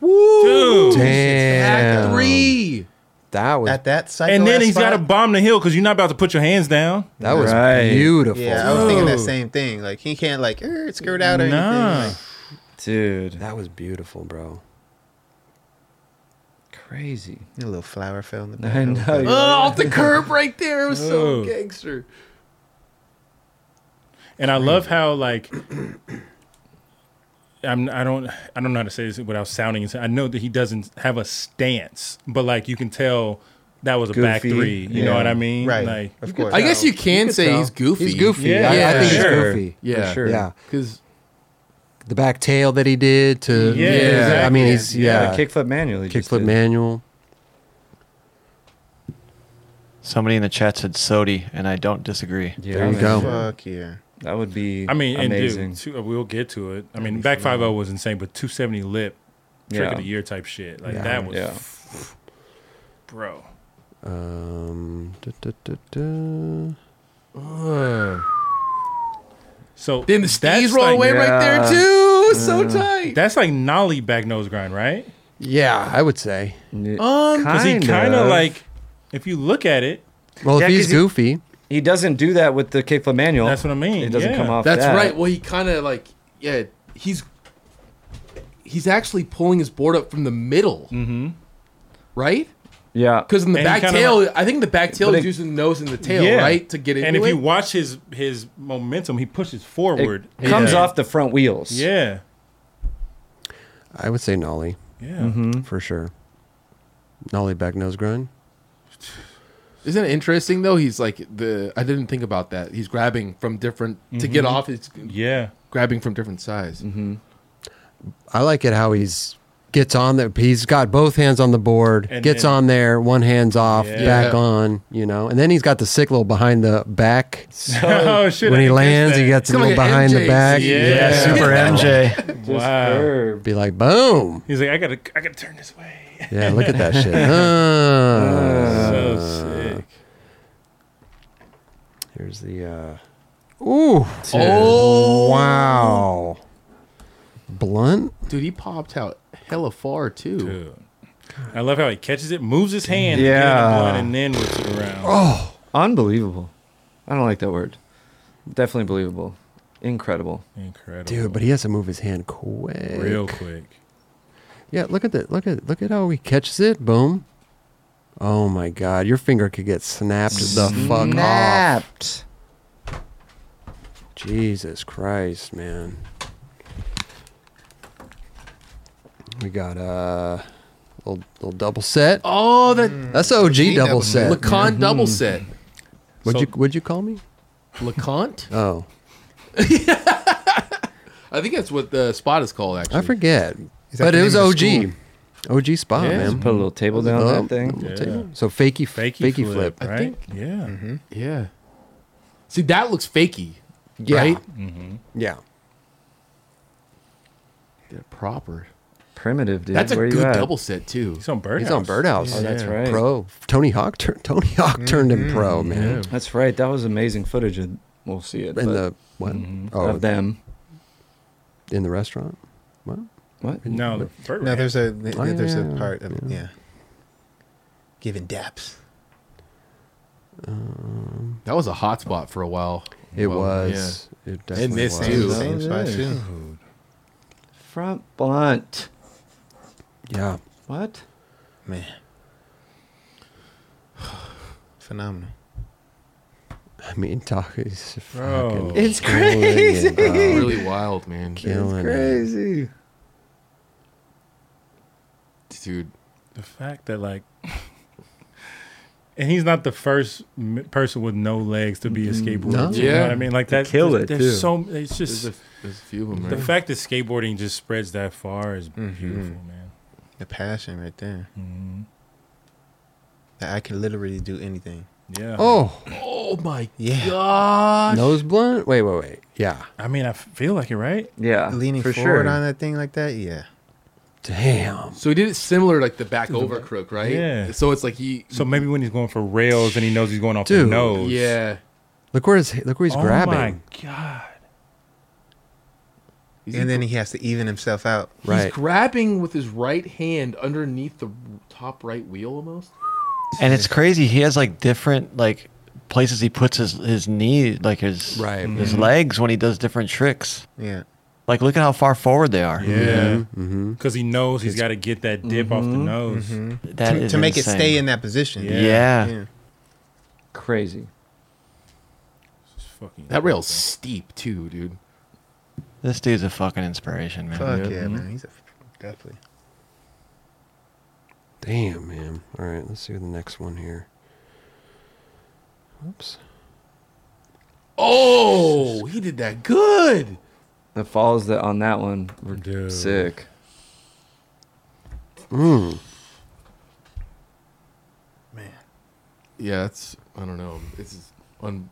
E: dude.
A: damn.
D: three.
A: That was
C: At that cycle.
E: And then
C: he's
E: he's got to bomb the hill because you're not about to put your hands down.
A: that was
B: Right.
A: beautiful.
C: Yeah, I was thinking that
E: Dude.
C: same thing. Like he can't like er, skirt out or
E: Nah.
C: anything.
B: Dude,
A: That was beautiful, bro.
B: crazy.
C: Like, a little flower fell in the back.
B: I know. you're
D: Oh, off the curb right there. It was so
E: Dude.
D: gangster.
E: And I love how like I'm I don't I don't know how to say this without sounding. ins- I know that he doesn't have a stance, but like you can tell that was a back
B: Goofy.
E: three. You know
B: Yeah.
E: what I mean?
C: Right.
E: Like,
C: of course.
D: I guess you can
A: could
D: say
A: tell.
D: he's goofy.
A: He's goofy.
E: Yeah.
A: I, I
E: Yeah.
A: think he's
B: Sure.
A: goofy.
D: Yeah,
B: Sure.
A: Yeah.
D: Because
A: The back tail that he did to.
E: Yeah,
A: I
E: exactly.
A: mean, he's, yeah.
B: Yeah, kickflip manually. just
A: kickflip
B: did.
A: manual.
G: Somebody in the chat said Sodi, and I don't disagree.
B: Yeah,
A: There you
B: man.
A: go.
C: Fuck yeah.
B: That would be.
E: I mean,
B: amazing.
E: and dude, two, uh, we'll get to it. I mean, back five zero was insane, but two seventy lip trick
B: Yeah.
E: of the year type shit. Like
A: Yeah.
E: that was,
B: Yeah.
E: bro.
A: Um, da, da, da, da.
E: So
D: then the stees
E: that's
D: roll
E: like-
D: away right there
B: Yeah.
D: too. So tight.
E: That's like nollie back nose grind, right?
A: Yeah, I would say.
B: um,
E: Because he kind of like, if you look at it,
A: Well,
B: Yeah,
A: if
B: 'cause
A: he's
B: he-
A: goofy,
B: He doesn't do that with the kickflip manual.
E: that's what I mean.
B: It doesn't
E: Yeah.
B: come off.
D: That's
B: that.
D: right. Well, he kind of like yeah. He's he's actually pulling his board up from the middle. Mm-hmm. Right.
B: Yeah.
D: Because in the
E: And
D: back
E: he kinda
D: tail, I think the back tail
B: But
D: is
B: it-
D: using the nose and the tail,
B: Yeah.
D: right, to get into
E: And if
D: it.
E: you watch his his momentum, he pushes
B: It
E: forward.
B: comes
E: Yeah.
B: off the front wheels.
E: Yeah.
A: I would say Nolly
E: Yeah.
A: for sure. Nolly back nose grind.
D: Isn't it interesting though? He's like the I didn't think about that. He's grabbing from different to get off. He's
E: Yeah.
D: grabbing from different sides.
A: I like it how he's gets on the he's got both hands on the board,
E: And
A: gets
E: then-
A: on there, one hand's off,
E: Yeah.
A: back on, you know. And then he's got the sickle behind the back.
E: oh shit!
A: when
E: I
A: he
E: missed
A: lands,
E: that.
A: he gets a
D: Kinda
A: little
D: like
A: behind the
D: MJ's.
A: back.
E: Yeah.
G: Super MJ.
B: Just
E: Wow.
B: curved.
A: Be like, boom.
E: He's like, I gotta, I gotta turn this way.
A: Yeah, look at that shit. Uh,
E: so sick.
A: here's the uh Ooh.
D: Oh
A: Wow. Blunt?
D: dude, he popped out hella far too.
E: Dude. I love how he catches it, moves his hand,
B: Yeah.
E: yeah, and then whips it around.
A: Oh,
B: Unbelievable. I don't like that word. Definitely believable. Incredible.
E: Incredible,
A: Dude, but he has to move his hand quick.
E: real quick.
A: Yeah, look at that. Look at look at how he catches it. Boom. Oh my god, your finger could get snapped the fuck off.
B: Snapped.
A: Jesus Christ, man. We got a little, little double set.
D: Oh, that
A: That's OG, double,
C: double
A: set.
D: Lacan double set.
A: Would
E: So-
A: you would you call me?
D: Lacant?
A: Oh,
D: I think that's what the spot is called. Actually,
A: I forget.
C: Is that
A: But
C: the
A: it
C: name
A: was
C: of the
A: OG.
C: school?
A: OG spot,
D: Yeah.
A: man.
B: Just put a little table down
A: Oh,
B: on that thing.
A: little
E: Yeah.
A: table. So fakey, fakey, flip.
E: Fakey,
A: Mm-hmm.
E: flip,
D: I
E: right?
D: think-
E: yeah.
D: Yeah. See, that looks fakey.
A: Yeah.
D: Right?
A: Yeah.
D: They're proper.
B: Primitive, dude.
D: That's a
B: Where you
D: good
B: at?
D: double set too.
E: He's on birdhouse.
A: He's on Birdhouse.
B: Oh, that's
D: Yeah.
B: right.
A: Pro. Tony Hawk turned Tony Hawk turned him pro, man.
B: That's right. That was amazing footage. Of, we'll see it.
A: In
B: but-
A: the What?
B: Mhm.
A: Oh,
B: Of them.
A: in the restaurant? What?
B: What?
E: No, the Burt
C: No,
E: Rat.
C: there's a
A: Oh, yeah,
C: there's
A: yeah,
C: a part of
A: yeah.
C: yeah. Giving daps.
A: Um,
D: That was a hot spot for a while.
A: it
D: Well,
A: was. It definitely
D: And this
A: was.
D: too.
C: Same spot too.
B: Front blunt.
A: Yeah.
B: What?
C: Man. Phenomenal.
A: I mean, Taco's
E: Bro.
A: fucking.
B: It's
A: killing
B: crazy.
A: it, bro.
D: Yeah. Really wild, man.
A: Killing it.
B: Crazy.
D: Dude,
E: the fact that like and he's not the first m- person with no legs to be a skateboarder
A: No.
E: you know
D: Yeah.
E: what i mean like that
B: kill
E: there's,
B: it,
E: there's
B: too.
E: so it's
D: there's
E: just
D: a, there's a few of them,
E: the
D: right?
E: fact that skateboarding just spreads that far is
C: Mhm.
E: beautiful man
C: The passion right there.
E: Mhm.
C: That I can literally do anything.
E: yeah
A: Oh,
D: oh my
C: Yeah.
D: gosh.
A: nose blunt? Wait, wait, wait. Yeah.
E: i mean i feel like it right
B: Yeah.
C: Leaning
B: for
C: forward
B: sure.
C: on that thing like that, yeah.
A: Damn.
D: So he did it similar, like the back over crook, right?
E: Yeah.
D: So it's like he.
E: so maybe when he's going for rails and he knows he's going off
A: Dude.
E: the nose
D: yeah.
A: Look where his, look where he's
E: oh
A: grabbing.
E: my god
D: He's,
C: and then he has to even himself out.
D: he's
A: Right.
D: grabbing with his right hand underneath the top right wheel almost.
G: And it's crazy. He has like different like places he puts his his knee, like his
A: Right.
G: his legs when he does different tricks.
C: Yeah.
G: Like look at how far forward they are.
E: yeah
A: Mm-hmm.
E: because he knows he's got to get that dip off the nose
C: Mm-hmm.
G: That
C: To,
G: is
C: to make
G: insane.
C: it stay in that position.
E: Yeah.
G: Yeah.
B: Crazy.
E: It's fucking
D: That rail's steep too, dude.
G: This dude's a fucking inspiration, man.
C: Fuck yeah,
D: Yeah.
C: man. He's a, definitely.
A: Damn, man. All right, let's see the next one here. Oops.
D: Oh, he did that good.
B: The falls that on that one were
E: Dude.
B: sick.
A: Mm.
D: Yeah, it's I don't know. It's un,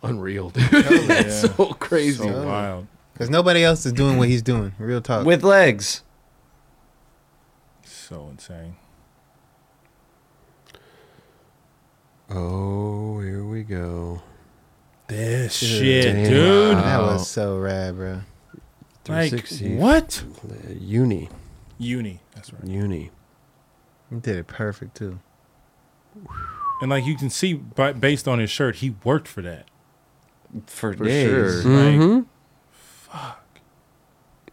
D: unreal, dude. it's
E: yeah.
D: so crazy.
E: so wild
C: Because nobody else is doing what he's doing. Real talk.
B: With legs.
E: so insane
A: Oh, here we go.
E: this
C: Dude.
E: shit
A: Damn.
E: dude
C: that
D: Wow.
B: Oh.
C: was so rad, bro.
E: like
A: 360.
E: what
A: Uh, Uni.
E: uni that's right
A: Uni.
C: He did it perfect too.
E: And like you can see, by, based on his shirt, he worked for that.
B: For,
D: For
B: days.
D: sure.
A: Mm-hmm.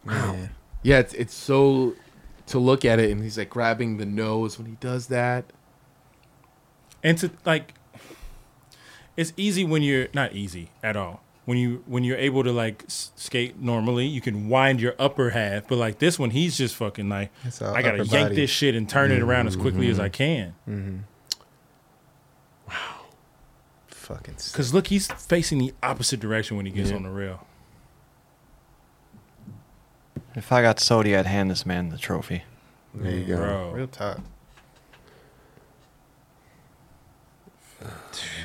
C: Wow.
D: Yeah, it's it's so to look at it, and he's like grabbing the nose when he does that.
E: And to like, it's easy when you're not easy at all. When you when you're able to like s- skate normally, you can wind your upper half. But like this one, he's just fucking like,
C: It's all
E: I gotta
C: upper
E: yank
C: body.
E: this shit and turn it around
D: Mm-hmm.
E: as quickly as I can.
C: Fucking sick.
E: Cause look, he's facing the opposite direction when he gets on the rail.
G: If I got Sodi, I'd hand this man the trophy.
A: There you
C: Man,
A: go.
E: Bro.
C: Real talk.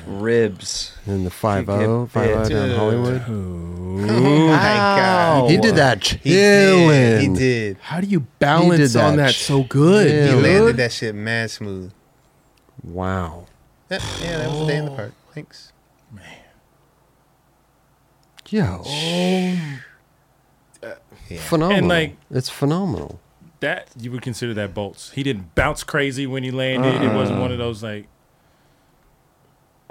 B: Ribs.
A: And then the 5 0
B: Kick it,
A: 5 down
C: dude.
A: Hollywood.
C: Oh my god.
A: He did that
C: He did. He
A: chilling.
C: did.
D: How do you balance
A: that
D: on that
A: sh-
D: so good?
A: Yeah.
C: He
A: Dude.
C: landed that shit mad smooth.
A: Wow.
C: That, yeah, that was a day in the park. Thanks.
A: Yo.
C: Yeah.
A: Phenomenal.
E: like-
A: it's phenomenal.
E: That you would consider that bolts. He didn't bounce crazy when he landed. It wasn't
A: Uh-uh.
E: one of those like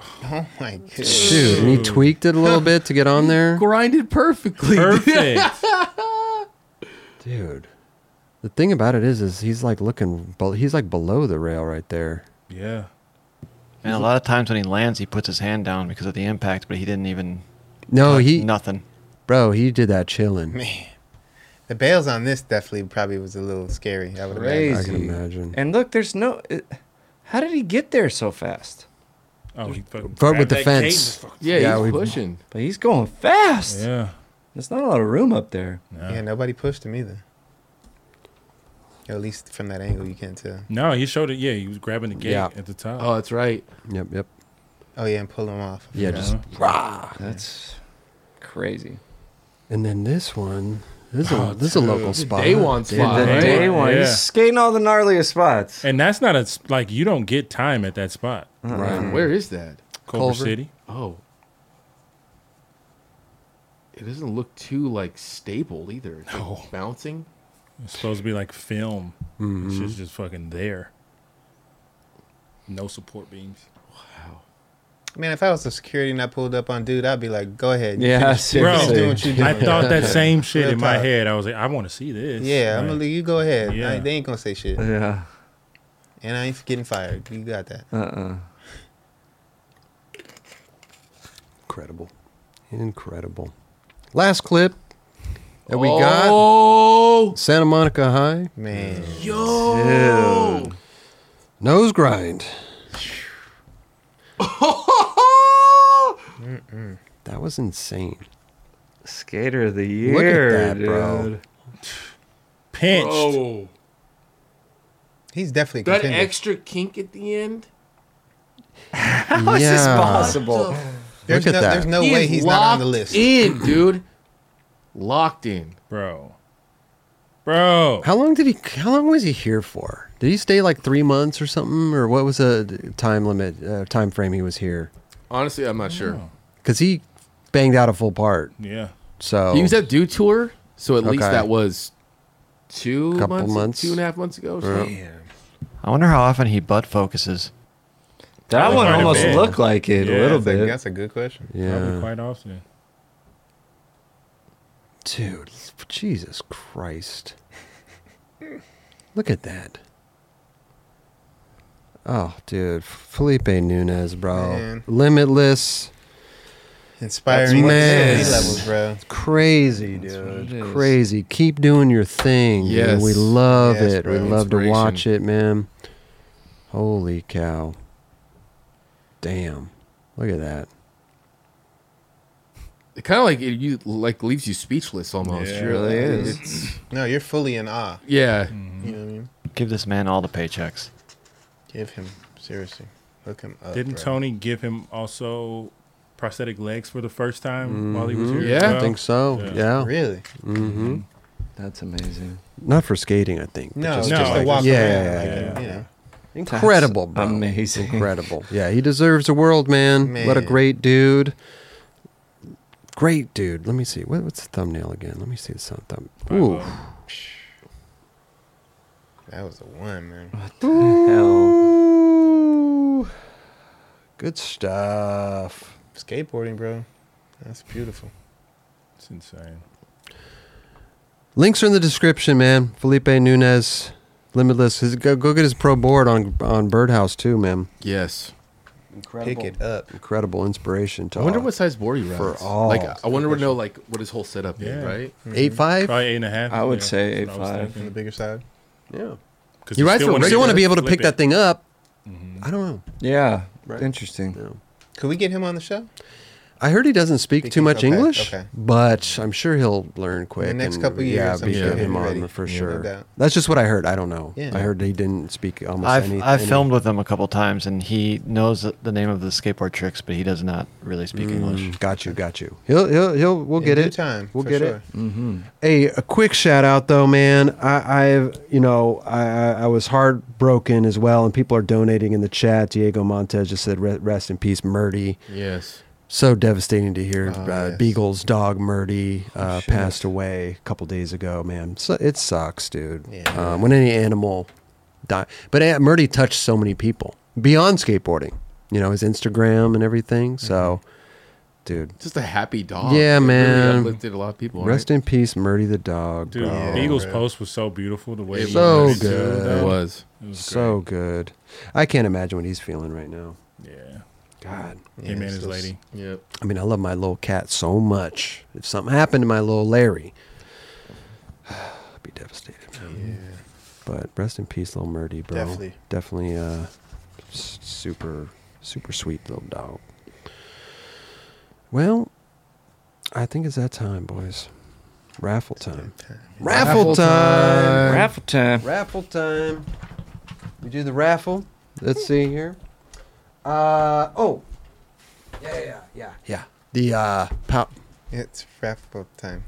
C: Oh my god.
A: Dude, and he tweaked it a little bit to get on there.
D: Grinded perfectly.
E: perfect.
A: Dude. The thing about it is, is he's like looking, bel- he's like below the rail right there.
E: yeah.
G: And a lot of times when he lands, he puts his hand down because of the impact, but he didn't even.
A: No, he,
G: nothing.
A: bro, he did that chilling.
C: Man. The bails on this definitely probably was a little scary. I would imagine.
A: I can
B: Crazy.
A: imagine.
B: And look, there's no. It, how did he get there so fast?
E: Oh, he fucking
A: Fart with
E: grabbed
A: the
E: that
A: fence.
E: cage and fucking-
D: Yeah,
A: Yeah,
D: he's
A: we-
D: pushing.
B: But he's going fast.
E: Yeah.
B: There's not a lot of room up there.
C: Yeah, nobody pushed him either. Or at least from that angle, you can't tell.
E: No, he showed it. Yeah, he was grabbing the gate
A: Yeah.
E: at the top.
D: Oh, that's right.
A: Yep, yep.
C: Oh yeah, and pull him off.
A: Yeah, just
E: Yeah.
A: rah.
B: That's crazy.
A: And then this one, this is a,
E: Oh,
A: this is a local
D: It's a
A: spot.
D: day one
A: Day
D: spot,
B: the
E: right?
B: day one,
E: Yeah.
B: he's skating all the gnarliest spots.
E: and that's not a s- like you don't get time at that spot,
D: Mm-hmm.
A: Right.
D: Where is that?
E: Culver
A: Culver.
E: City.
D: Oh, It doesn't look too like stable either. It's like, bouncing.
E: It's supposed to be like film.
A: Mm-hmm.
E: It's just just fucking there. No support beams.
D: Wow.
C: Man, if I was a security and I pulled up on dude, I'd be like, "Go ahead, you
B: Yeah,
C: finish- finish
B: seriously.
C: doing what you doing."
E: I thought that same shit
C: Real
E: in my
C: talk.
E: head. I was like, I want to see this.
C: Yeah, I'm
E: Like,
C: gonna leave you. Go ahead.
E: Yeah.
C: I- they ain't gonna say shit,
B: Yeah.
C: and I ain't getting fired. You got that?
B: Uh-uh.
A: Incredible. Incredible. Last clip that we got
D: Oh,
A: Santa Monica High
C: Man,
D: yo.
A: Nose Grind. That was insane.
B: Skater of the year,
A: Look at that, bro.
B: dude.
E: pinched.
D: Oh,
C: he's definitely
D: that
C: contending.
D: extra kink at the end.
A: How is this possible?
C: there's
A: Look
C: no,
A: at that.
C: There's no
D: He
C: way
D: is
C: he's not on the
D: locked
C: list.
D: In, dude. Locked in.
E: Bro. Bro.
A: How long did he? How long was he here for? Did he stay like three months or something, or what was the time limit, uh, time frame he was here?
D: Honestly, I'm not sure.
A: Because he banged out a full part,
E: Yeah.
A: so
D: He was at Do Tour, so at least
A: Okay.
D: that was two
A: Couple
D: months,
A: months.
D: two and a half months ago. or something.
G: I wonder how often he butt focuses.
B: That
E: Probably
B: one
E: quite a
B: almost
E: bit.
B: looked like it
E: Yeah,
B: a little
C: That's a,
B: bit.
C: that's a good question.
E: Probably
A: yeah,
E: quite often.
A: dude, Jesus Christ! Look at that. Oh, dude, Felipe Nunez, bro,
C: Man.
A: limitless,
C: Inspiring
A: That's
C: That's
A: mad.
C: levels, bro.
A: crazy,
B: what it
A: dude,
B: is.
A: crazy. Keep doing your thing. dude.
D: Yes.
A: we love
C: Yes,
A: it.
C: bro.
A: We love to
D: Inspiration.
A: watch it, man. Holy cow! Damn, look at that.
D: It kind of like it, you like leaves you speechless almost.
E: Yeah.
D: You're like,
B: Really is.
D: It's,
C: No, you're fully in awe.
D: yeah.
C: You know what I mean?
G: Give this man all the paychecks.
C: Give him seriously. Hook him up.
E: Didn't
C: bro.
E: Tony give him also prosthetic legs for the first time while he was here?
D: Yeah.
E: as well?
A: I think so.
E: Yeah.
A: Yeah.
C: Really?
A: Mm-hmm.
B: That's amazing.
A: Not for skating, I think. but
C: No,
A: just,
C: no.
A: just
E: to
A: like,
C: walk
A: yeah,
C: around,
A: yeah,
C: like,
A: yeah.
E: yeah.
C: You know,
A: incredible,
B: That's
A: bro.
B: Amazing.
A: incredible. Yeah, he deserves the world, man. What a
C: Man.
A: great dude. Great dude. Let me see. What, what's the thumbnail again? Let me see the sound thumb.
D: oh.
A: Ooh,
C: that was the one, man.
B: Hell.
A: good stuff.
C: Skateboarding, bro. That's beautiful.
E: It's insane.
A: Links are in the description, man. Felipe Nunez, Limitless. His, go, go get his pro board on on Birdhouse too, man.
D: Yes.
B: Incredible.
C: Pick it up.
A: Incredible inspiration. To
D: I wonder
A: all.
D: what size board he rides.
A: For all.
D: Like, I wonder to know like what his whole setup
E: Yeah.
D: is, right?
A: eight five.
E: Probably eight and a half.
B: I would say
E: that's what I was
B: 8.5.
C: On the
E: thinking.
C: bigger side.
A: Yeah.
E: 'Cause
D: He
E: you
D: rides
E: still
D: for
E: wanna
A: But
D: Right.
A: you want to be able to
E: flip
A: pick that
E: it.
A: thing up.
D: Mm-hmm.
A: I don't know.
B: Yeah.
A: Right.
B: Interesting.
C: Could we get him on the show?
A: I heard he doesn't speak
C: Think
A: too
C: he's
A: much
C: okay,
A: English,
C: okay.
A: but I'm sure he'll learn quick.
C: next
A: and,
C: couple
A: yeah,
C: years, I'm
A: be
D: sure
A: get
D: he'll
A: him
C: be
A: on
C: ready.
A: for
C: Yeah, no
A: sure.
C: doubt.
A: That's just what I heard. I don't know.
C: Yeah.
A: I heard he didn't speak almost
G: I've
A: any.
G: I've
A: any-
G: filmed with him a couple times, and he knows the- the name of the skateboard tricks, but he does not really speak English.
A: Mm, got you, got you. He'll he'll he'll we'll
C: In
A: get
C: due
A: it.
C: time,
A: We'll
C: for
A: get
C: sure.
A: it. Mm. Hey, a quick shout out though, man. I, I've you know I, I I was heartbroken as well, and people are donating in the chat. Diego Montez just said, "Re- "Rest in peace, Murdy."
D: Yes.
A: so devastating to hear
C: Oh,
A: uh,
C: yes. Oh,
A: Beagle's dog Murdy uh,
C: shit.
A: passed away a couple days ago. Man, so it sucks, dude.
C: Yeah.
A: Um, when any animal die, but uh, Murdy touched so many people beyond skateboarding. You know his Instagram and everything.
C: Mm-hmm.
A: So, dude,
D: Just a happy dog.
A: Yeah,
D: It
A: man.
D: Really uplifted a lot of people.
A: rest
D: right?
A: in peace, Murdy the dog.
E: Dude,
A: bro.
C: Yeah.
E: Eagles
C: bro.
E: post was so beautiful the way
D: It
E: he
A: Oh, So
E: did it, too,
A: good.
E: though.
D: It was.
E: It was
A: so good. I can't imagine what he's feeling right now.
E: great. Yeah.
A: God,
C: Yeah,
E: Him and
C: it's
E: his
C: just-
E: lady.
D: Yep.
A: I mean, I love my little cat so much. If something happened to my little Larry, I'd be devastated.
C: Yeah.
A: But rest in peace, little Murdy, bro.
C: Definitely.
A: Definitely, uh, s- super, super sweet little dog. Well, I think it's that time, boys. Raffle time. Raffle,
D: Raffle
A: time.
B: Raffle time.
A: Raffle time. We do the raffle. Let's see here. Uh oh. Yeah, yeah, yeah. Yeah. The uh pop.
C: It's raffle time.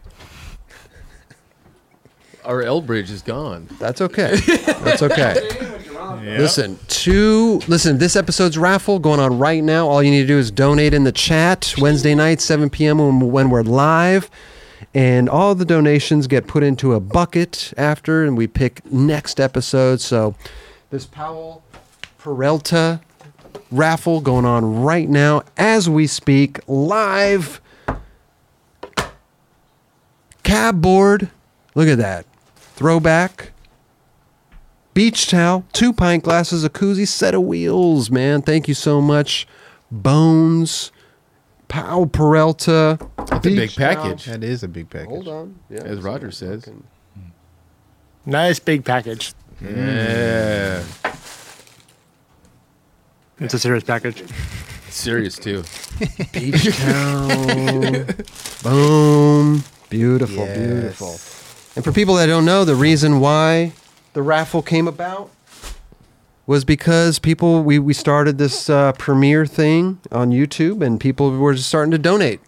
D: Our L bridge is gone.
A: That's okay. That's okay.
E: Yep.
A: Listen, two. Listen, this episode's raffle going on right now. All you need to do is donate in the chat Wednesday night, 7 p.m. when, when we're live, and all the donations get put into a bucket after, and we pick next episode. So, this Powell Peralta raffle going on right now as we speak live. Cab board. Look at that. Throwback beach towel, two pint glasses, a koozie, set of wheels, man. Thank you so much. Bones, Pau Peralta.
D: That's a big
A: beach towel.
D: package,
C: That is a big package.
A: Hold on. Yeah,
D: as Roger says.
I: Nice big package.
D: Yeah,
I: It's a serious package.
D: serious too.
A: Beach towel. Boom. Beautiful,
C: Yes.
A: beautiful. And for people that don't know, the reason why the raffle came about was because people, we, we started this uh, premiere thing on YouTube and people were just starting to donate.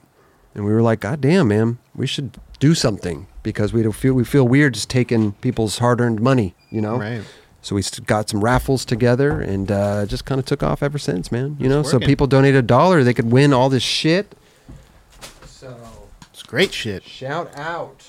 A: And we were like, God damn, man, we should do something because we don't feel, we feel weird just taking people's hard earned money, you know?
C: Right.
A: So we st- got some raffles together and uh, just kind of took off ever since, man. You know, so
C: working.
A: people donate a dollar, they could win all this shit. So
C: It's great shit.
A: shout out,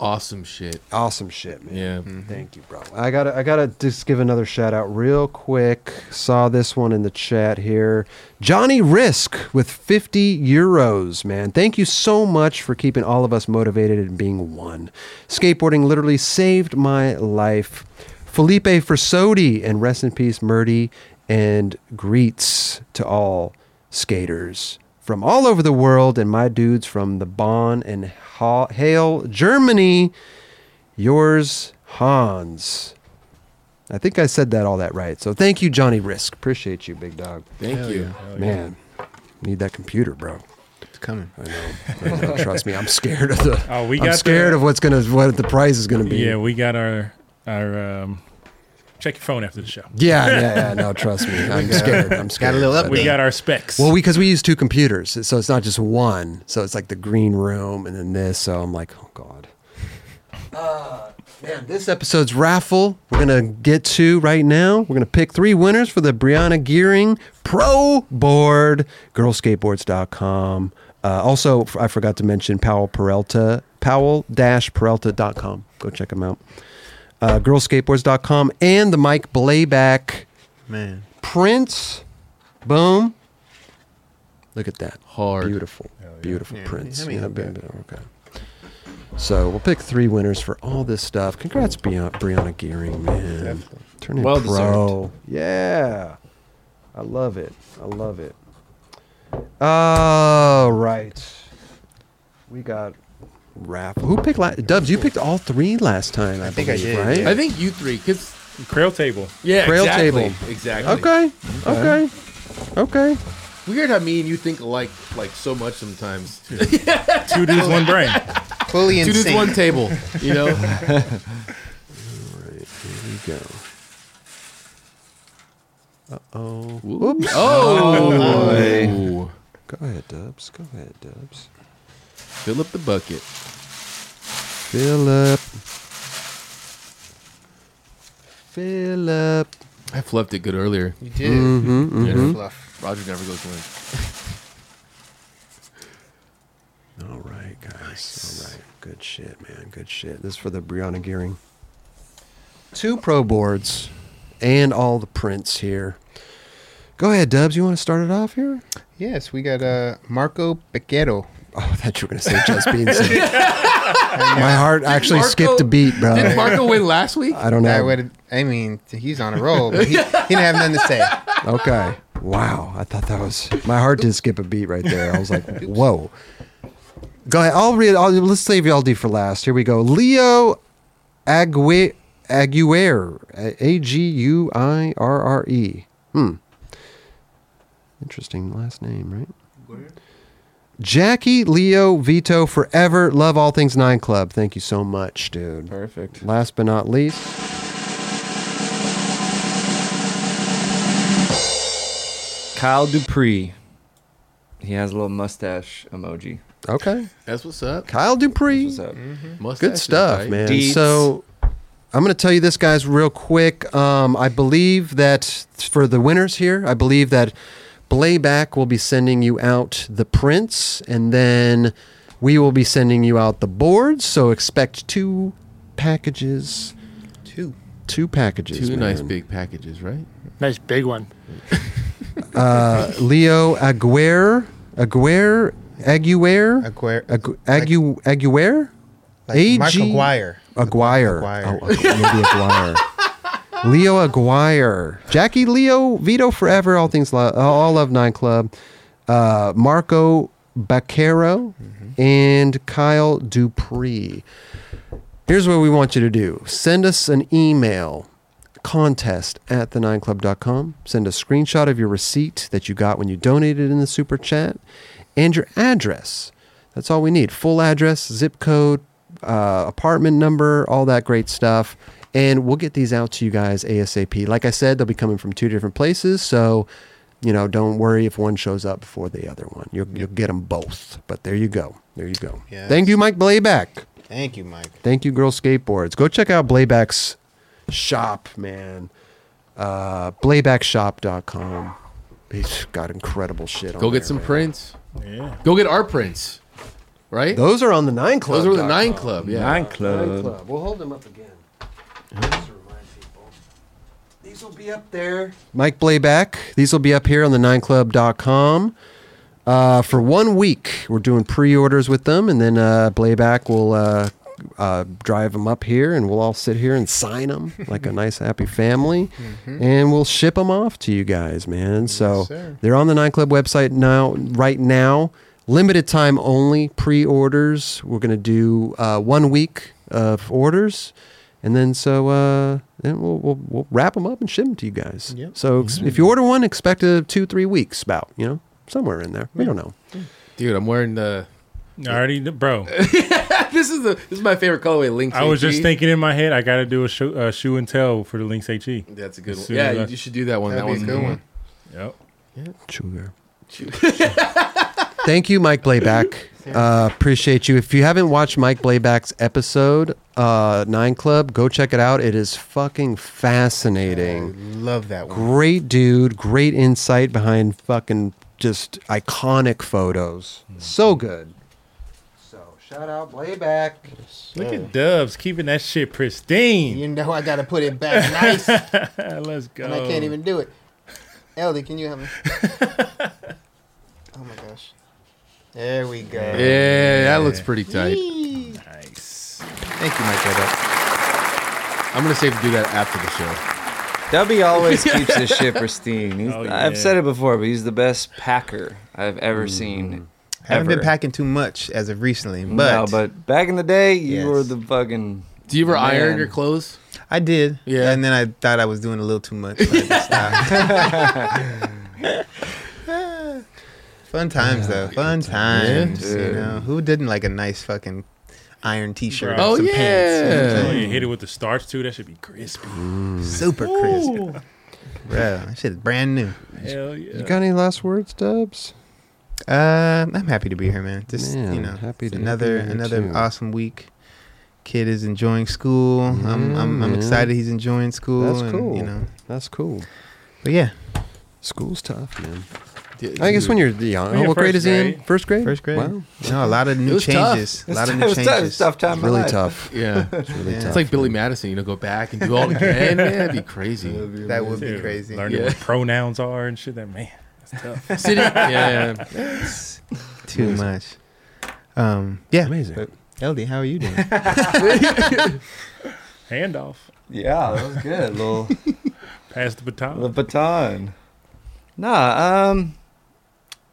D: Awesome shit.
A: awesome shit, man.
D: Yeah.
A: Thank you, bro. I gotta, I gotta just give another shout out real quick. Saw this one in the chat here. Johnny Risk with 50 euros, man. Thank you so much for keeping all of us motivated and being one. Skateboarding literally saved my life. Felipe Fersodi and rest in peace, Murdy, and greets to all skaters from all over the world and my dudes from the Bonn and Ha- Hale, Germany. Yours, Hans. I think I said that all that right. So thank you, Johnny Risk. Appreciate you, big dog.
D: Thank you.
A: Man, need that computer, bro.
C: It's coming.
A: I know, Trust me, I'm scared of the.
E: Oh, we
A: I'm
E: got
A: scared
E: the-
A: of what's gonna what the price is gonna be.
E: Yeah, we got our our um, check your phone after the show.
A: yeah, yeah. yeah, No, trust me, I'm scared. I'm scared.
C: little
A: but,
E: We
A: uh,
E: got our specs.
A: Well, because we use two computers, so it's not just one. So it's like the green room and then this. So I'm like, oh god. Uh, man, this episode's raffle we're gonna get to right now. We're gonna pick three winners for the Brianna Gearing Pro Board, girlskateboards.com. Uh, also, f- I forgot to mention Powell Peralta, powell-peralta.com. Go check him out. Uh, girlskateboards.com and the Mike Blayback
C: Man.
A: Prince. Boom. Look at that.
D: Hard.
A: Beautiful. Beautiful
C: Yeah,
A: prints.
C: let me
A: Yeah,
C: have
A: bam, bam, okay. So we'll pick three winners for all this stuff. Congrats, Beyond, Brianna Gearing, man. Turn it
D: Well
A: pro. Yeah. I love it. I love it. All right. We got raffle. Who picked last? Dubs, you picked all three last time, I,
C: think I
A: believe,
C: did,
A: right?
C: yeah.
D: I think you three, cause
E: Crail table.
D: yeah,
A: Trail
D: exactly.
A: table.
D: exactly.
A: Okay. Okay. Okay.
D: Weird how me and you think alike, like so much sometimes. Two
E: Two dudes, one brain.
C: Fully insane.
D: dudes, one table. You know,
A: We go.
D: oh,
A: Go ahead, Dubs. Go ahead, Dubs.
D: fill up the bucket.
A: Philip. Philip.
D: I fluffed it good earlier.
C: you did.
A: Mm-hmm.
D: Yeah.
C: Fluff.
D: Roger never goes win.
A: All right, guys. All right. Good shit, man. Good shit. This is for the Brianna Gearing. Two pro boards and all the prints here. Go ahead, Dubs. You want to start it off here?
C: Yes, we got uh, Marco Pequero.
A: Oh, I thought you were going to say Just Beanson. My heart actually
D: Marco-
A: skipped a beat, bro.
D: Did Marco win last week?
A: I don't
C: I,
A: know.
C: would, I mean, he's on a roll, but he, he didn't have nothing to say.
A: Okay. Wow. I thought that was my heart did skip a beat right there. I was like, whoa. Go ahead. I'll read. I'll, let's save y'all D for last. Here we go. Leo Ague Aguirre. A G U I R R E. Hmm. Interesting last name, right? Jackie Leo Vito forever. Love all things Nine Club. Thank you so much, dude.
B: Perfect.
A: Last but not least.
B: Kyle Dupree. He has a little mustache emoji.
A: Okay.
D: That's what's up.
A: Kyle Dupree.
B: What's up?
D: Mustache
A: Good
D: is
A: stuff,
D: tight.
A: man.
B: Deets.
A: So I'm going to tell you this, guys, real quick. Um, I believe that for the winners here, I believe that Blayback will be sending you out the prints, and then we will be sending you out the boards. So expect two packages.
C: Two.
A: Two packages.
D: Two nice
A: man.
D: big packages, right?
I: Nice big one.
A: Uh, Leo Aguirre, Aguirre, Aguirre,
C: Aguirre.
A: Agu- Agu- Aguirre,
C: like Mark
A: AG
C: Aguirre.
A: Aguirre.
C: Aguirre.
A: Oh, Agu- maybe Aguirre. Leo Aguirre. Jackie Leo, Vito Forever, All Things Love, All Love Nine Club, uh, Marco Baccaro, and Kyle Dupree. Here's what we want you to do send us an email contest at the nineclub.com. Send a screenshot of your receipt that you got when you donated in the super chat and your address. That's all we need full address, zip code, uh, apartment number, all that great stuff. And we'll get these out to you guys ASAP. Like I said, they'll be coming from two different places. So, you know, don't worry if one shows up before the other one. You'll, you'll get them both. But there you go. There you go.
C: Yes.
A: Thank you, Mike Blayback.
C: Thank you, Mike.
A: Thank you, Girl Skateboards. Go check out Blayback's shop, man. Uh, BlaybackShop.com. He's got incredible
C: Oh,
A: shit on
D: Go
A: there,
D: get some
A: man.
D: prints.
E: Yeah.
D: Go get our prints. Right?
A: Those are on the Nine Club.
D: Those are the
A: dot
D: nine
A: com.
D: club. Yeah.
B: Nine Club.
A: We'll hold them up again. Just to remind people. These will be up there. Mike Blayback. These will be up here on the nineclub.com. Uh, for one week, we're doing pre orders with them, and then uh, Blayback will uh, uh, drive them up here, and we'll all sit here and sign them like a nice, happy family. And we'll ship them off to you guys, man. So
C: sir.
A: they're on the Nine Club website now, right now. Limited time only pre orders. We're going to do uh, one week of orders. And then so uh, then we'll, we'll we'll wrap them up and ship them to you guys.
C: Yep.
A: So ex- if you order one, expect a two three weeks about you know somewhere in there. We don't know.
D: Dude, I'm wearing the
E: I already, bro.
D: This is the this is my favorite colorway Lynx.
E: I was just
D: AG.
E: thinking in my head, I got to do a shoe, uh, shoe and tell for the Lynx E. HE.
D: that's a good
E: As
D: one.
E: soon
D: Yeah,
E: as
D: you,
E: I-
D: you should do that one. mm-hmm.
C: That'd
D: that
C: be a
D: one's
C: good one.
E: Yep.
A: Sugar. Thank you, Mike Blayback. Uh, appreciate you. If you haven't watched Mike Blayback's episode uh, Nine Club, go check it out. It is fucking
C: I
A: fascinating.
C: love that one.
A: Great dude. Great insight behind fucking just iconic photos.
C: Mm.
A: So good. So shout out Blayback.
E: Look
C: Mm.
E: at Dubs keeping that shit pristine.
C: You know I gotta put it back nice, and
E: Let's go.
C: I
D: Oh.
C: can't even do it. Elder, can you help me? oh my gosh. There we go.
D: Yeah, that looks pretty tight.
E: Nice.
C: Thank you, Mike. Blayback.
D: I'm gonna save to do that after the show.
B: Dubby always keeps his shit pristine. He's,
E: Oh,
B: I've
E: yeah.
B: said it before, but he's the best packer I've
D: Mm.
B: ever seen.
C: Haven't been
B: Ever.
C: packing too much as of recently, but,
B: no, but back in the day, you
C: Yes.
B: were the fucking.
D: Do you ever iron
B: Man.
D: your clothes?
C: I did.
D: Yeah.
C: And then I thought I was doing a little too much. so I just stopped. Fun times though. Fun times. You know, who didn't like a nice fucking iron t-shirt? and
E: Oh,
C: some Pants, you know what I'm
D: yeah.
E: Oh,
C: saying?
E: you hit it with the starch too. That should be crispy.
A: Mm.
C: Super crisp. Bro, that shit's brand new.
E: Hell yeah.
A: You got any last words, Dubs?
C: Uh, I'm happy to be here, man. Just
A: Man,
C: you know,
A: happy to
C: another
A: be here,
C: another
A: too.
C: awesome week. Kid is enjoying school. I'm I'm, I'm
A: man.
C: excited he's enjoying school.
A: Mm, That's
C: and,
A: cool.
C: You know,
A: That's cool.
C: but yeah,
A: School's tough, man. I guess when you're young,
E: When you're
A: what grade is
E: first
A: he in?
E: grade.
A: First grade.
C: first grade.
A: Wow,
C: No, a lot of
D: It
C: new
D: was tough.
C: changes. A
B: It's
C: lot of
B: tough-
C: new
B: it's tough-
C: changes.
B: it's tough time. in my
A: really
B: life.
A: tough.
D: Yeah,
A: Really
C: Yeah.
A: tough.
D: it's like Billy Madison. You know, go back and do all again. Yeah, it'd be crazy.
C: That would be
E: Dude,
C: crazy.
E: Learning
D: Yeah.
E: what pronouns are and shit. That man.
D: City. Yeah.
C: Too much. Um, yeah.
A: amazing.
C: LD, how are you doing?
E: Handoff.
B: Yeah, that was good. Little
E: Pass the baton.
B: the baton. Nah, um,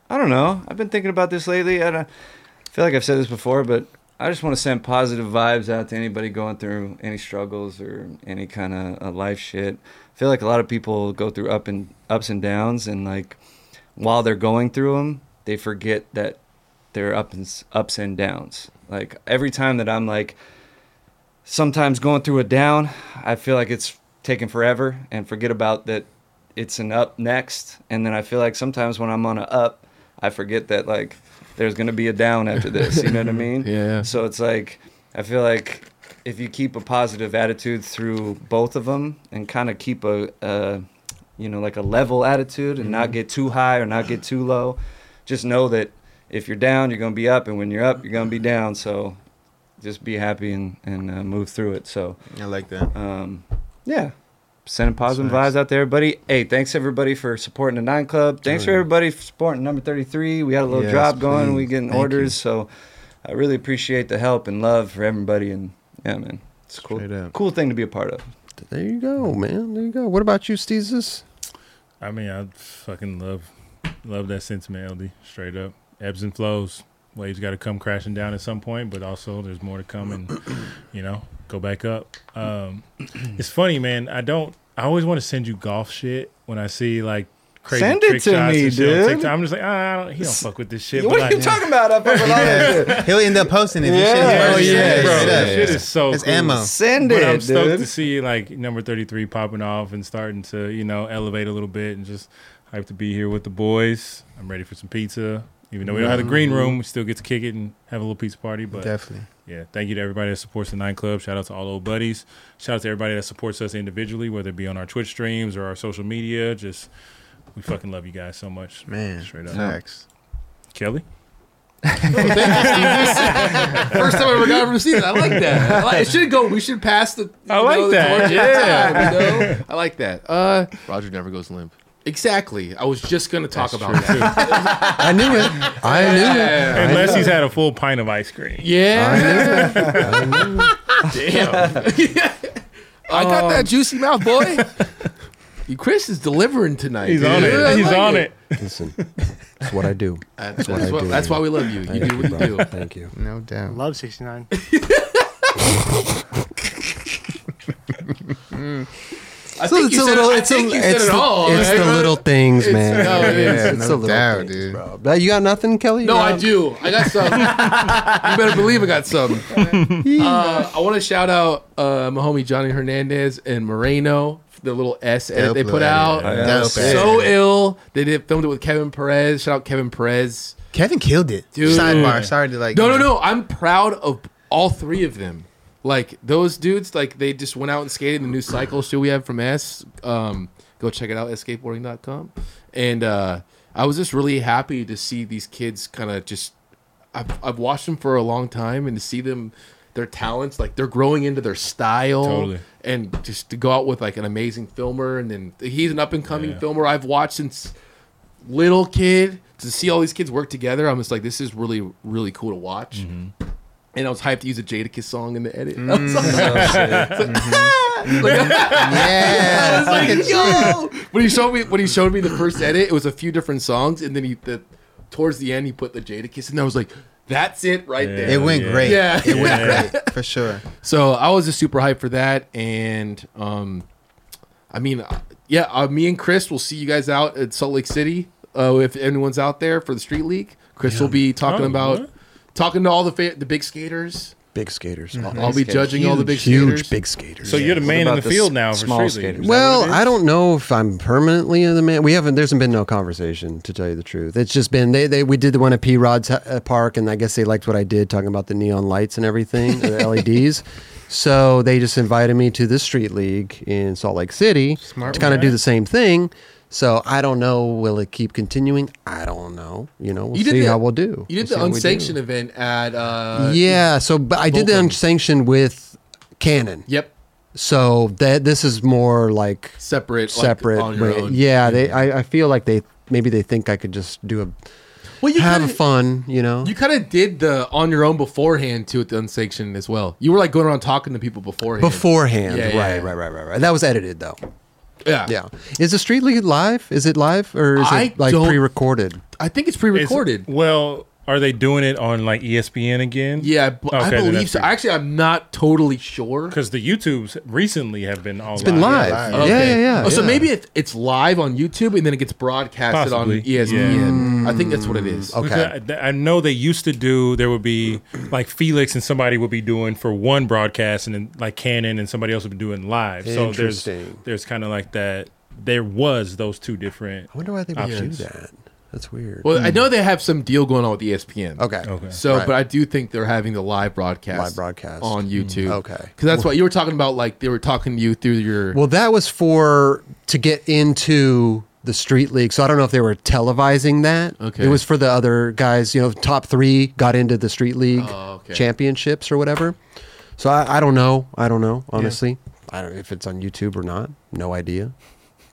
B: I don't know. I've been thinking about this lately. I don't, I feel like I've said this before, but I just want to send positive vibes out to anybody going through any struggles or any kind of uh, life shit. I feel like a lot of people go through up and ups and downs, and like while they're going through them, they forget that they're up and s- ups and downs. Like every time that I'm like sometimes going through a down, I feel like it's taking forever and forget about that it's an up next. And then I feel like sometimes when I'm on a up, I forget that like there's gonna be a down after this. You know what I mean?
D: Yeah.
B: So it's like I feel like if you keep a positive attitude through both of them and kind of keep a, a you know like a level attitude and not get too high or not get too low just know that if you're down you're going to be up and when you're up you're going to be down so just be happy and, and uh, move through it so
C: I like that.
B: um, yeah. Sending positive
C: nice.
B: vibes out there, everybody. Hey, thanks everybody for supporting the Nine Club. Thanks for everybody for supporting number 33. We had a little
C: Yes,
B: drop going.
C: please.
B: We getting
C: Thank you.
B: orders. So I really appreciate the help and love for everybody. And yeah, man, it's a
C: Straight
B: cool.
C: up.
B: Cool thing to be a part of.
A: There you go, man. There you go. What about you, Steezus?
E: I mean, I fucking love love that sentimentality straight up. Ebbs and flows. Waves got to come crashing down at some point, but also there's more to come and, you know, go back up. Um, it's funny, man. I don't, I always want to send you golf shit when I see like crazy
B: Send it
E: trick
B: to
E: shots
B: me,
E: and shit on
B: dude.
E: TikTok. I'm just like, ah, I don't, he don't fuck with this shit.
B: what
E: but
B: are you
E: like-
B: talking about? I fucking love it.
C: He'll end up posting it. This
B: Yeah.
C: shit is
E: Oh,
C: worth it.
E: yeah, bro.
C: Straight
E: That
C: up.
E: shit is so
C: It's
E: cool.
C: ammo.
B: Send
E: But I'm
B: it,
E: stoked to
B: dude.
E: see like number 33 popping off and starting to, you know, elevate a little bit and just hyped to be here with the boys. I'm ready for some pizza. Even though we don't have the green room, we still get to kick it and have a little pizza party. But
C: Definitely.
E: yeah, thank you to everybody that supports the Nine Club. Shout out to all old buddies. Shout out to everybody that supports us individually, whether it be on our Twitch streams or our social media. Just we fucking love you guys so much.
C: Man.
E: Straight up.
C: Facts.
E: Kelly?
D: First time I ever got from season. I like that. I like, it should go. We should pass the.
E: I like
D: the
E: that,
D: torch of
E: yeah.
D: time, you know? I like that. Uh, Roger never goes limp. Exactly. I was just gonna talk about that.
A: I knew it. I knew it.
D: Yeah.
E: Unless he's had a full pint of ice cream.
D: Yeah. Damn. I got that juicy mouth, boy. Chris is delivering tonight.
E: He's
D: dude.
E: on
D: I
E: it. He's
D: like
E: on it.
A: Listen, that's what I do.
D: That's,
A: what I
D: why-
A: do.
D: that's why we love you. You
A: Thank
D: do what you
A: bro.
D: do.
A: Thank you.
C: No doubt.
I: Love 69.
D: I think you said it- I think you said
A: it's
D: it
A: the-
D: all.
A: it's the
D: right?
A: little things, man.
D: no, it is.
A: It's
C: no
A: the little
C: doubt,
A: things,
C: dude.
A: bro. But You got nothing, Kelly?
D: No, I
A: Um,
D: do. I got some. you better believe I got some. Uh, I want to shout out uh, my homie Johnny Hernandez and Moreno, the little S edit
C: Dope
D: they put
C: little
D: out.
C: edit. Dope
D: so
C: edit.
D: ill. They did filmed it with Kevin Perez. Shout out Kevin Perez.
C: Kevin killed it.
D: Dude.
C: Sidebar. Sorry to like.
D: No, no, no. I'm proud of all three of them. Like those dudes, like they just went out and skated the new cycle shoe we have from S. Um, go check it out at skateboarding.com. And uh, I was just really happy to see these kids kind of just. I've, I've watched them for a long time, and to see them, their talents, like they're growing into their style,
E: Totally.
D: and just to go out with like an amazing filmer, and then he's an up and coming
E: Yeah.
D: filmer I've watched since little kid to see all these kids work together. I'm just like, this is really, really cool to watch.
E: Mm-hmm.
D: And I was hyped to use a Jadakiss song in the edit.
C: Mm,
D: I was like,
C: oh,
D: I was like,
E: Mm-hmm.
D: "Ah!"
C: Mm-hmm.
D: Like, I
C: Yeah.
D: was like, yo! When he showed me, when he showed me the first edit, it was a few different songs, and then he, the, towards the end, he put the Jadakiss, and I was like, that's it right
E: Yeah.
D: there.
C: It went
E: Yeah.
C: great.
D: Yeah.
C: It went
E: Yeah.
C: great for sure.
D: So I was just super hyped for that, and um, I mean, uh, yeah, uh, me and Chris will see you guys out at Salt Lake City. Uh, if anyone's out there for the Street League, Chris will be talking
E: Oh,
D: about
E: what?
D: talking to all the fa- the big skaters.
A: Big skaters.
D: I'll be
B: skaters.
D: judging Mm-hmm. all the big
A: huge
D: skaters.
A: big skaters.
E: So you're the man in
B: about
E: the
B: the
E: field
B: s-
E: now for
B: small
E: Street League.
B: skaters?
E: Is that what
A: Well,
E: it
A: I
E: is?
A: don't know if I'm permanently the man. We haven't. There's been no conversation to tell you the truth. It's just been they. they we did the one at P Rod's uh, Park, and I guess they liked what I did talking about the neon lights and everything, the LEDs. So they just invited me to this street league in Salt Lake City
C: Smart
A: to kind of
E: move.
A: do the same thing. So I don't know. Will it keep continuing? I don't know. You know, we'll
D: You did
A: see
D: the-
A: how we'll do.
D: You did
A: We'll see
D: the
A: how we do.
D: unsanctioned event at uh,
A: yeah. So, but I did the
D: Volcom.
A: unsanctioned with Canon.
D: Yep,
A: So that this is more like
D: separate, like,
A: separate.
D: on your
A: way-
D: own.
A: Yeah, they. I, I feel like they maybe they think I could just do a
D: Well, you
A: have
D: kinda-
A: fun. You know.
D: You kind of did the on your own beforehand too at the unsanctioned as well. You were like going around talking to people beforehand.
A: Beforehand,
D: Yeah, yeah,
A: right,
D: yeah.
A: right, right, right, right. That was edited though.
D: yeah,
A: Yeah, is the street league live? Is it live or is
D: I
A: it like
D: don't-
A: pre-recorded?
D: I think it's
E: It's-
D: pre-recorded.
E: well, are they doing it on like E ESPN again?
D: Yeah, b- I
E: Okay, then
D: believe
E: that's
D: so.
E: good.
D: Actually, I'm not totally sure.
E: Because the YouTubes recently have been all
A: It's been live.
C: live.
A: Yeah,
D: Okay.
A: yeah, yeah,
D: Oh, So
A: yeah.
D: maybe it, it's live on YouTube and then it gets broadcasted
E: Possibly.
D: on E ESPN. I think that's what it is.
A: Mm. Okay.
E: Because I- th- I know they used to do. There would be like Felix and somebody would be doing for one broadcast, and then like Cannon and somebody else would be doing live. So there's
A: Interesting.
E: there's kind of like that. There was those two different.
A: I wonder why they would do
E: Options.
A: that. That's weird.
D: Well, I know they have some deal going on with E ESPN.
A: Okay.
E: Okay.
D: So,
A: Right.
D: but I do think they're having the live broadcast,
A: Live broadcast. Mm.
D: on YouTube.
A: Okay.
D: because that's what you were talking about. Like they were talking to you through your.
A: Well, that was for to get into the street league. So I don't know if they were televising that.
D: Okay.
A: It was for the other guys. You know, top three got into the street league
D: Oh, okay.
A: championships or whatever. So I, I don't know. I don't know. Honestly, I don't if it's on YouTube or not. No idea.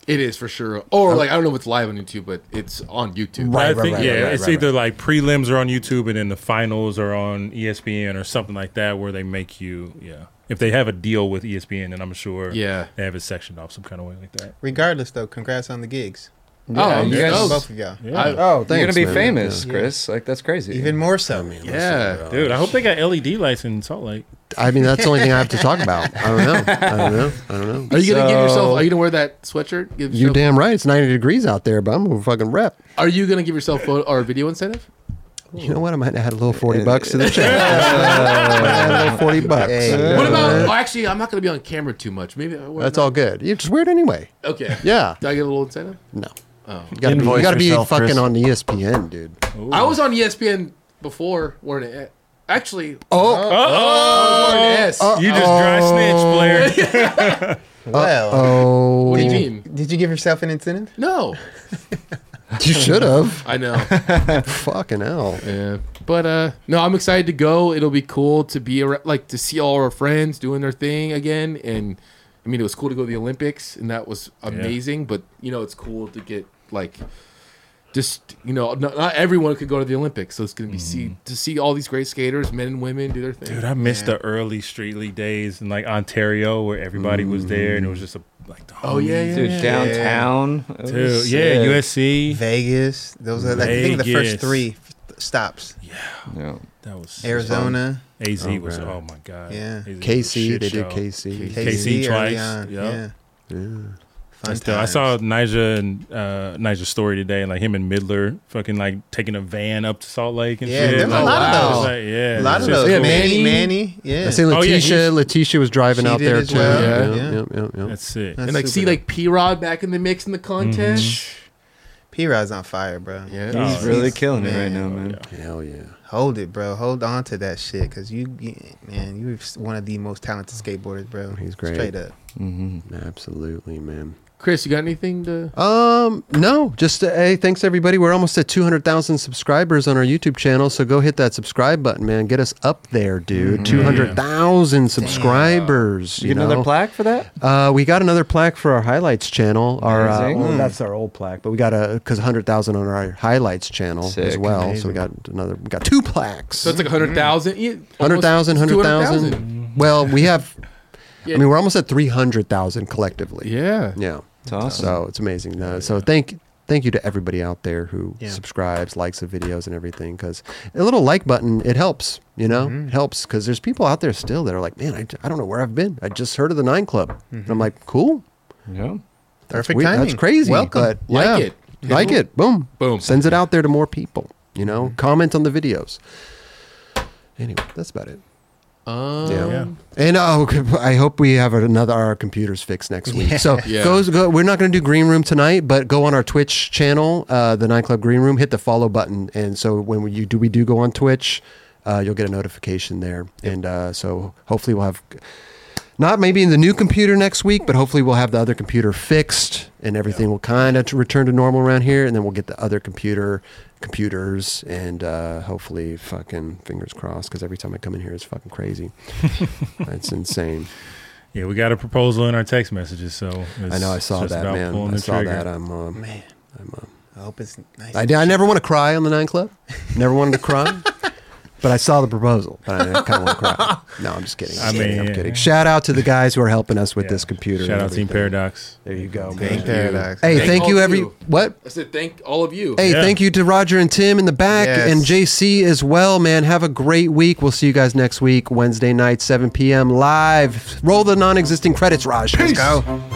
D: it is for sure. Or like I don't know if it's live on YouTube, but it's on YouTube.
A: Right,
E: I
A: right,
E: think
A: right,
E: yeah,
A: right, right,
E: it's
A: right,
E: either like prelims are on YouTube and then the finals are on E ESPN or something like that, where they make you yeah. If they have a deal with E ESPN, then I'm sure
D: Yeah.
E: they have it sectioned off some kind of way like that.
C: Regardless, though, congrats on the gigs.
D: Oh, you
C: Congrats to
D: guys-
C: both of y'all.
E: Yeah.
A: Oh,
B: You're gonna be
A: man.
B: famous, Chris. Like that's crazy.
C: Even more so.
D: yeah.
E: Dude, I hope they got LED lights in Salt Lake.
A: I mean, that's the only thing I have to talk about. I don't know. I don't know. I don't know.
D: Are you gonna give
B: So-
D: yourself? Are you gonna wear that sweatshirt? Give
A: You're
D: yourself,
A: damn right. It's 90 degrees out there, but I'm gonna fucking rep.
D: Are you gonna give yourself photo or video incentive?
A: You know what? I might add a little 40 bucks to the check. Might add a little 40 bucks.
C: Hey.
D: What about? Oh, actually, I'm not gonna be on camera too much. Maybe I wear
A: That's
D: my-
A: all good. You just wear it anyway.
D: Okay.
A: Yeah.
D: Do I get a little incentive?
A: No.
D: Oh.
A: You gotta be, you
G: Invoice
A: gotta be
G: yourself,
A: fucking
G: Chris.
A: on E ESPN, dude.
D: I was on E ESPN before wearing it. Actually,
A: Oh, uh,
D: I was wearing an S.
E: You just dry snitch, Blair.
C: Well,
A: oh.
D: what do you mean?
C: did you give yourself an incentive?
D: No,
A: You should have.
D: I know.
A: fucking hell.
D: Yeah, but uh, no, I'm excited to go. It'll be cool to be around, like to see all our friends doing their thing again. And I mean, it was cool to go to the Olympics, and that was amazing. But you know, it's cool to get like just you know, not, not everyone could go to the Olympics, so it's gonna be see to see all these great skaters, men and women, do their thing.
E: Dude, I miss the early Street League days in like Ontario where everybody was there and it was just a like the
D: oh yeah, yeah,
B: Dude,
D: yeah.
B: downtown. Oh, It
E: Dude,
B: was
E: yeah,
B: sick.
E: USC.
C: Vegas. Those are, like, I think, the first
E: Vegas.
C: three f- stops.
B: Yeah.
E: That was
C: Arizona,
E: AZ
A: Oh,
E: was
A: God.
E: oh my god.
C: Yeah.
E: AZ was a
A: KC,
E: shit
A: they did
E: show.
A: KC.
E: KC
C: early
E: twice.
C: on.
E: Yep.
C: Yeah. Fun
E: That's dope. I
C: times.
E: saw Nigel and uh, Nigel's story today, and like him and Midler fucking like taking a van up to Salt Lake and
C: Yeah,
E: shit.
C: there's a
E: like,
C: lot
E: it's
C: of
E: just
C: those.
E: like, yeah,
C: A lot
E: it's
C: of
E: just
C: those.
D: Yeah, Manny.
C: Manny, Manny. Yeah.
A: I see
E: Oh, yeah,
A: Letitia.
E: he's-
A: Letitia was driving
C: She
A: out
C: did
A: there
C: as
A: too.
C: well.
A: Yeah,
C: Yeah.
A: yeah, yeah, yeah.
E: That's it.
C: That's
D: And like see
C: super
D: like P Rod back in the mix in the contest.
C: P Rod's on fire, bro.
D: Yeah.
E: Oh,
B: He's really
C: he's-
B: killing it right
C: man.
B: now, man.
A: Hell yeah.
C: Hold it, bro. Hold on to that shit, cause you, you- man, you're one of the most talented skateboarders, bro.
A: He's great.
C: Straight up.
B: hmm
A: Absolutely, man.
D: Chris, you got anything to?
A: Um, no, just uh, hey, thanks everybody. We're almost at 200,000 subscribers on our YouTube channel, so go hit that subscribe button, man. Get us up there, dude. 200,000 subscribers.
B: You
A: you
B: get another
A: know?
B: plaque for that?
A: Uh, we got another plaque for our highlights channel. Our uh,
B: Amazing. Hmm.
A: well, that's our old plaque, but we got a because hundred thousand on our highlights channel as
B: Sick.
A: well. So we got another, we got two plaques.
D: So it's like a hundred thousand. Yeah,
A: Hundred
D: almost-
A: thousand,
D: it's
A: hundred
D: 200,000.
A: thousand. Well, we have.
D: Yeah.
A: I mean, we're almost at three hundred thousand collectively.
D: Yeah.
A: Yeah.
B: It's awesome.
A: So it's amazing. Uh, so thank thank you to everybody out there who
C: Yeah.
A: subscribes, likes the videos, and everything. Because a little like button, it helps. You know,
B: Mm-hmm.
A: It helps because there's people out there still that are like, man, I, I don't know where I've been. I just heard of the Nine Club, and
B: Mm-hmm.
A: I'm like, cool.
B: yeah.
A: That's
C: Perfect
A: weird.
C: timing.
A: That's crazy.
C: Welcome.
A: But
D: Like
A: yeah.
D: it.
A: Like it. Boom.
D: Boom. Mm-hmm.
A: Sends it out there to more people. You know, comment on the videos. Anyway, that's about it.
D: Um,
A: Yeah.
E: Yeah.
A: And oh, okay, I hope we have another our computers fixed next week. So
D: Yeah.
A: go, go. We're not going to do green room tonight, but go on our Twitch channel, uh, the nightclub green room. Hit the follow button, and so when we, you do, we do go on Twitch, uh, you'll get a notification there. And uh, so hopefully we'll have not maybe in the new computer next week, but hopefully we'll have the other computer fixed and everything will kind of return to normal around here. And then we'll get the other computer, computers, and uh, hopefully fucking fingers crossed because every time I come in here, it's fucking crazy. it's insane.
E: Yeah, we got a proposal in our text messages, so it's
A: I know I saw
E: just
A: that,
E: about
A: man.
E: pulling
A: I
E: the
A: saw
E: trigger.
A: that. I'm, um,
C: Man,
A: I'm, um,
C: I hope it's nice.
A: I, I never want to cry on the Nine Club. Never wanted to cry. But I saw the proposal, but I kind of want to cry. No, I'm just kidding. I'm
E: I
A: kidding.
E: mean,
A: I'm
E: yeah.
A: kidding. Shout out to the guys who are helping us with
E: Yeah.
A: this computer.
E: Shout
A: and
E: out Team
A: everything.
E: Paradox.
A: There you go,
C: Thank
A: man.
C: Paradox.
A: Hey,
D: Thank
A: thank
D: all
A: you
D: of
A: every
D: you.
A: what?
D: I said thank all of you.
A: Hey,
E: Yeah.
A: thank you to Roger and Tim in the back
C: Yes.
A: and JC as well, man. Have a great week. We'll see you guys next week, Wednesday night, 7 p.m. live. Roll the non existing credits, Raj. Let's go.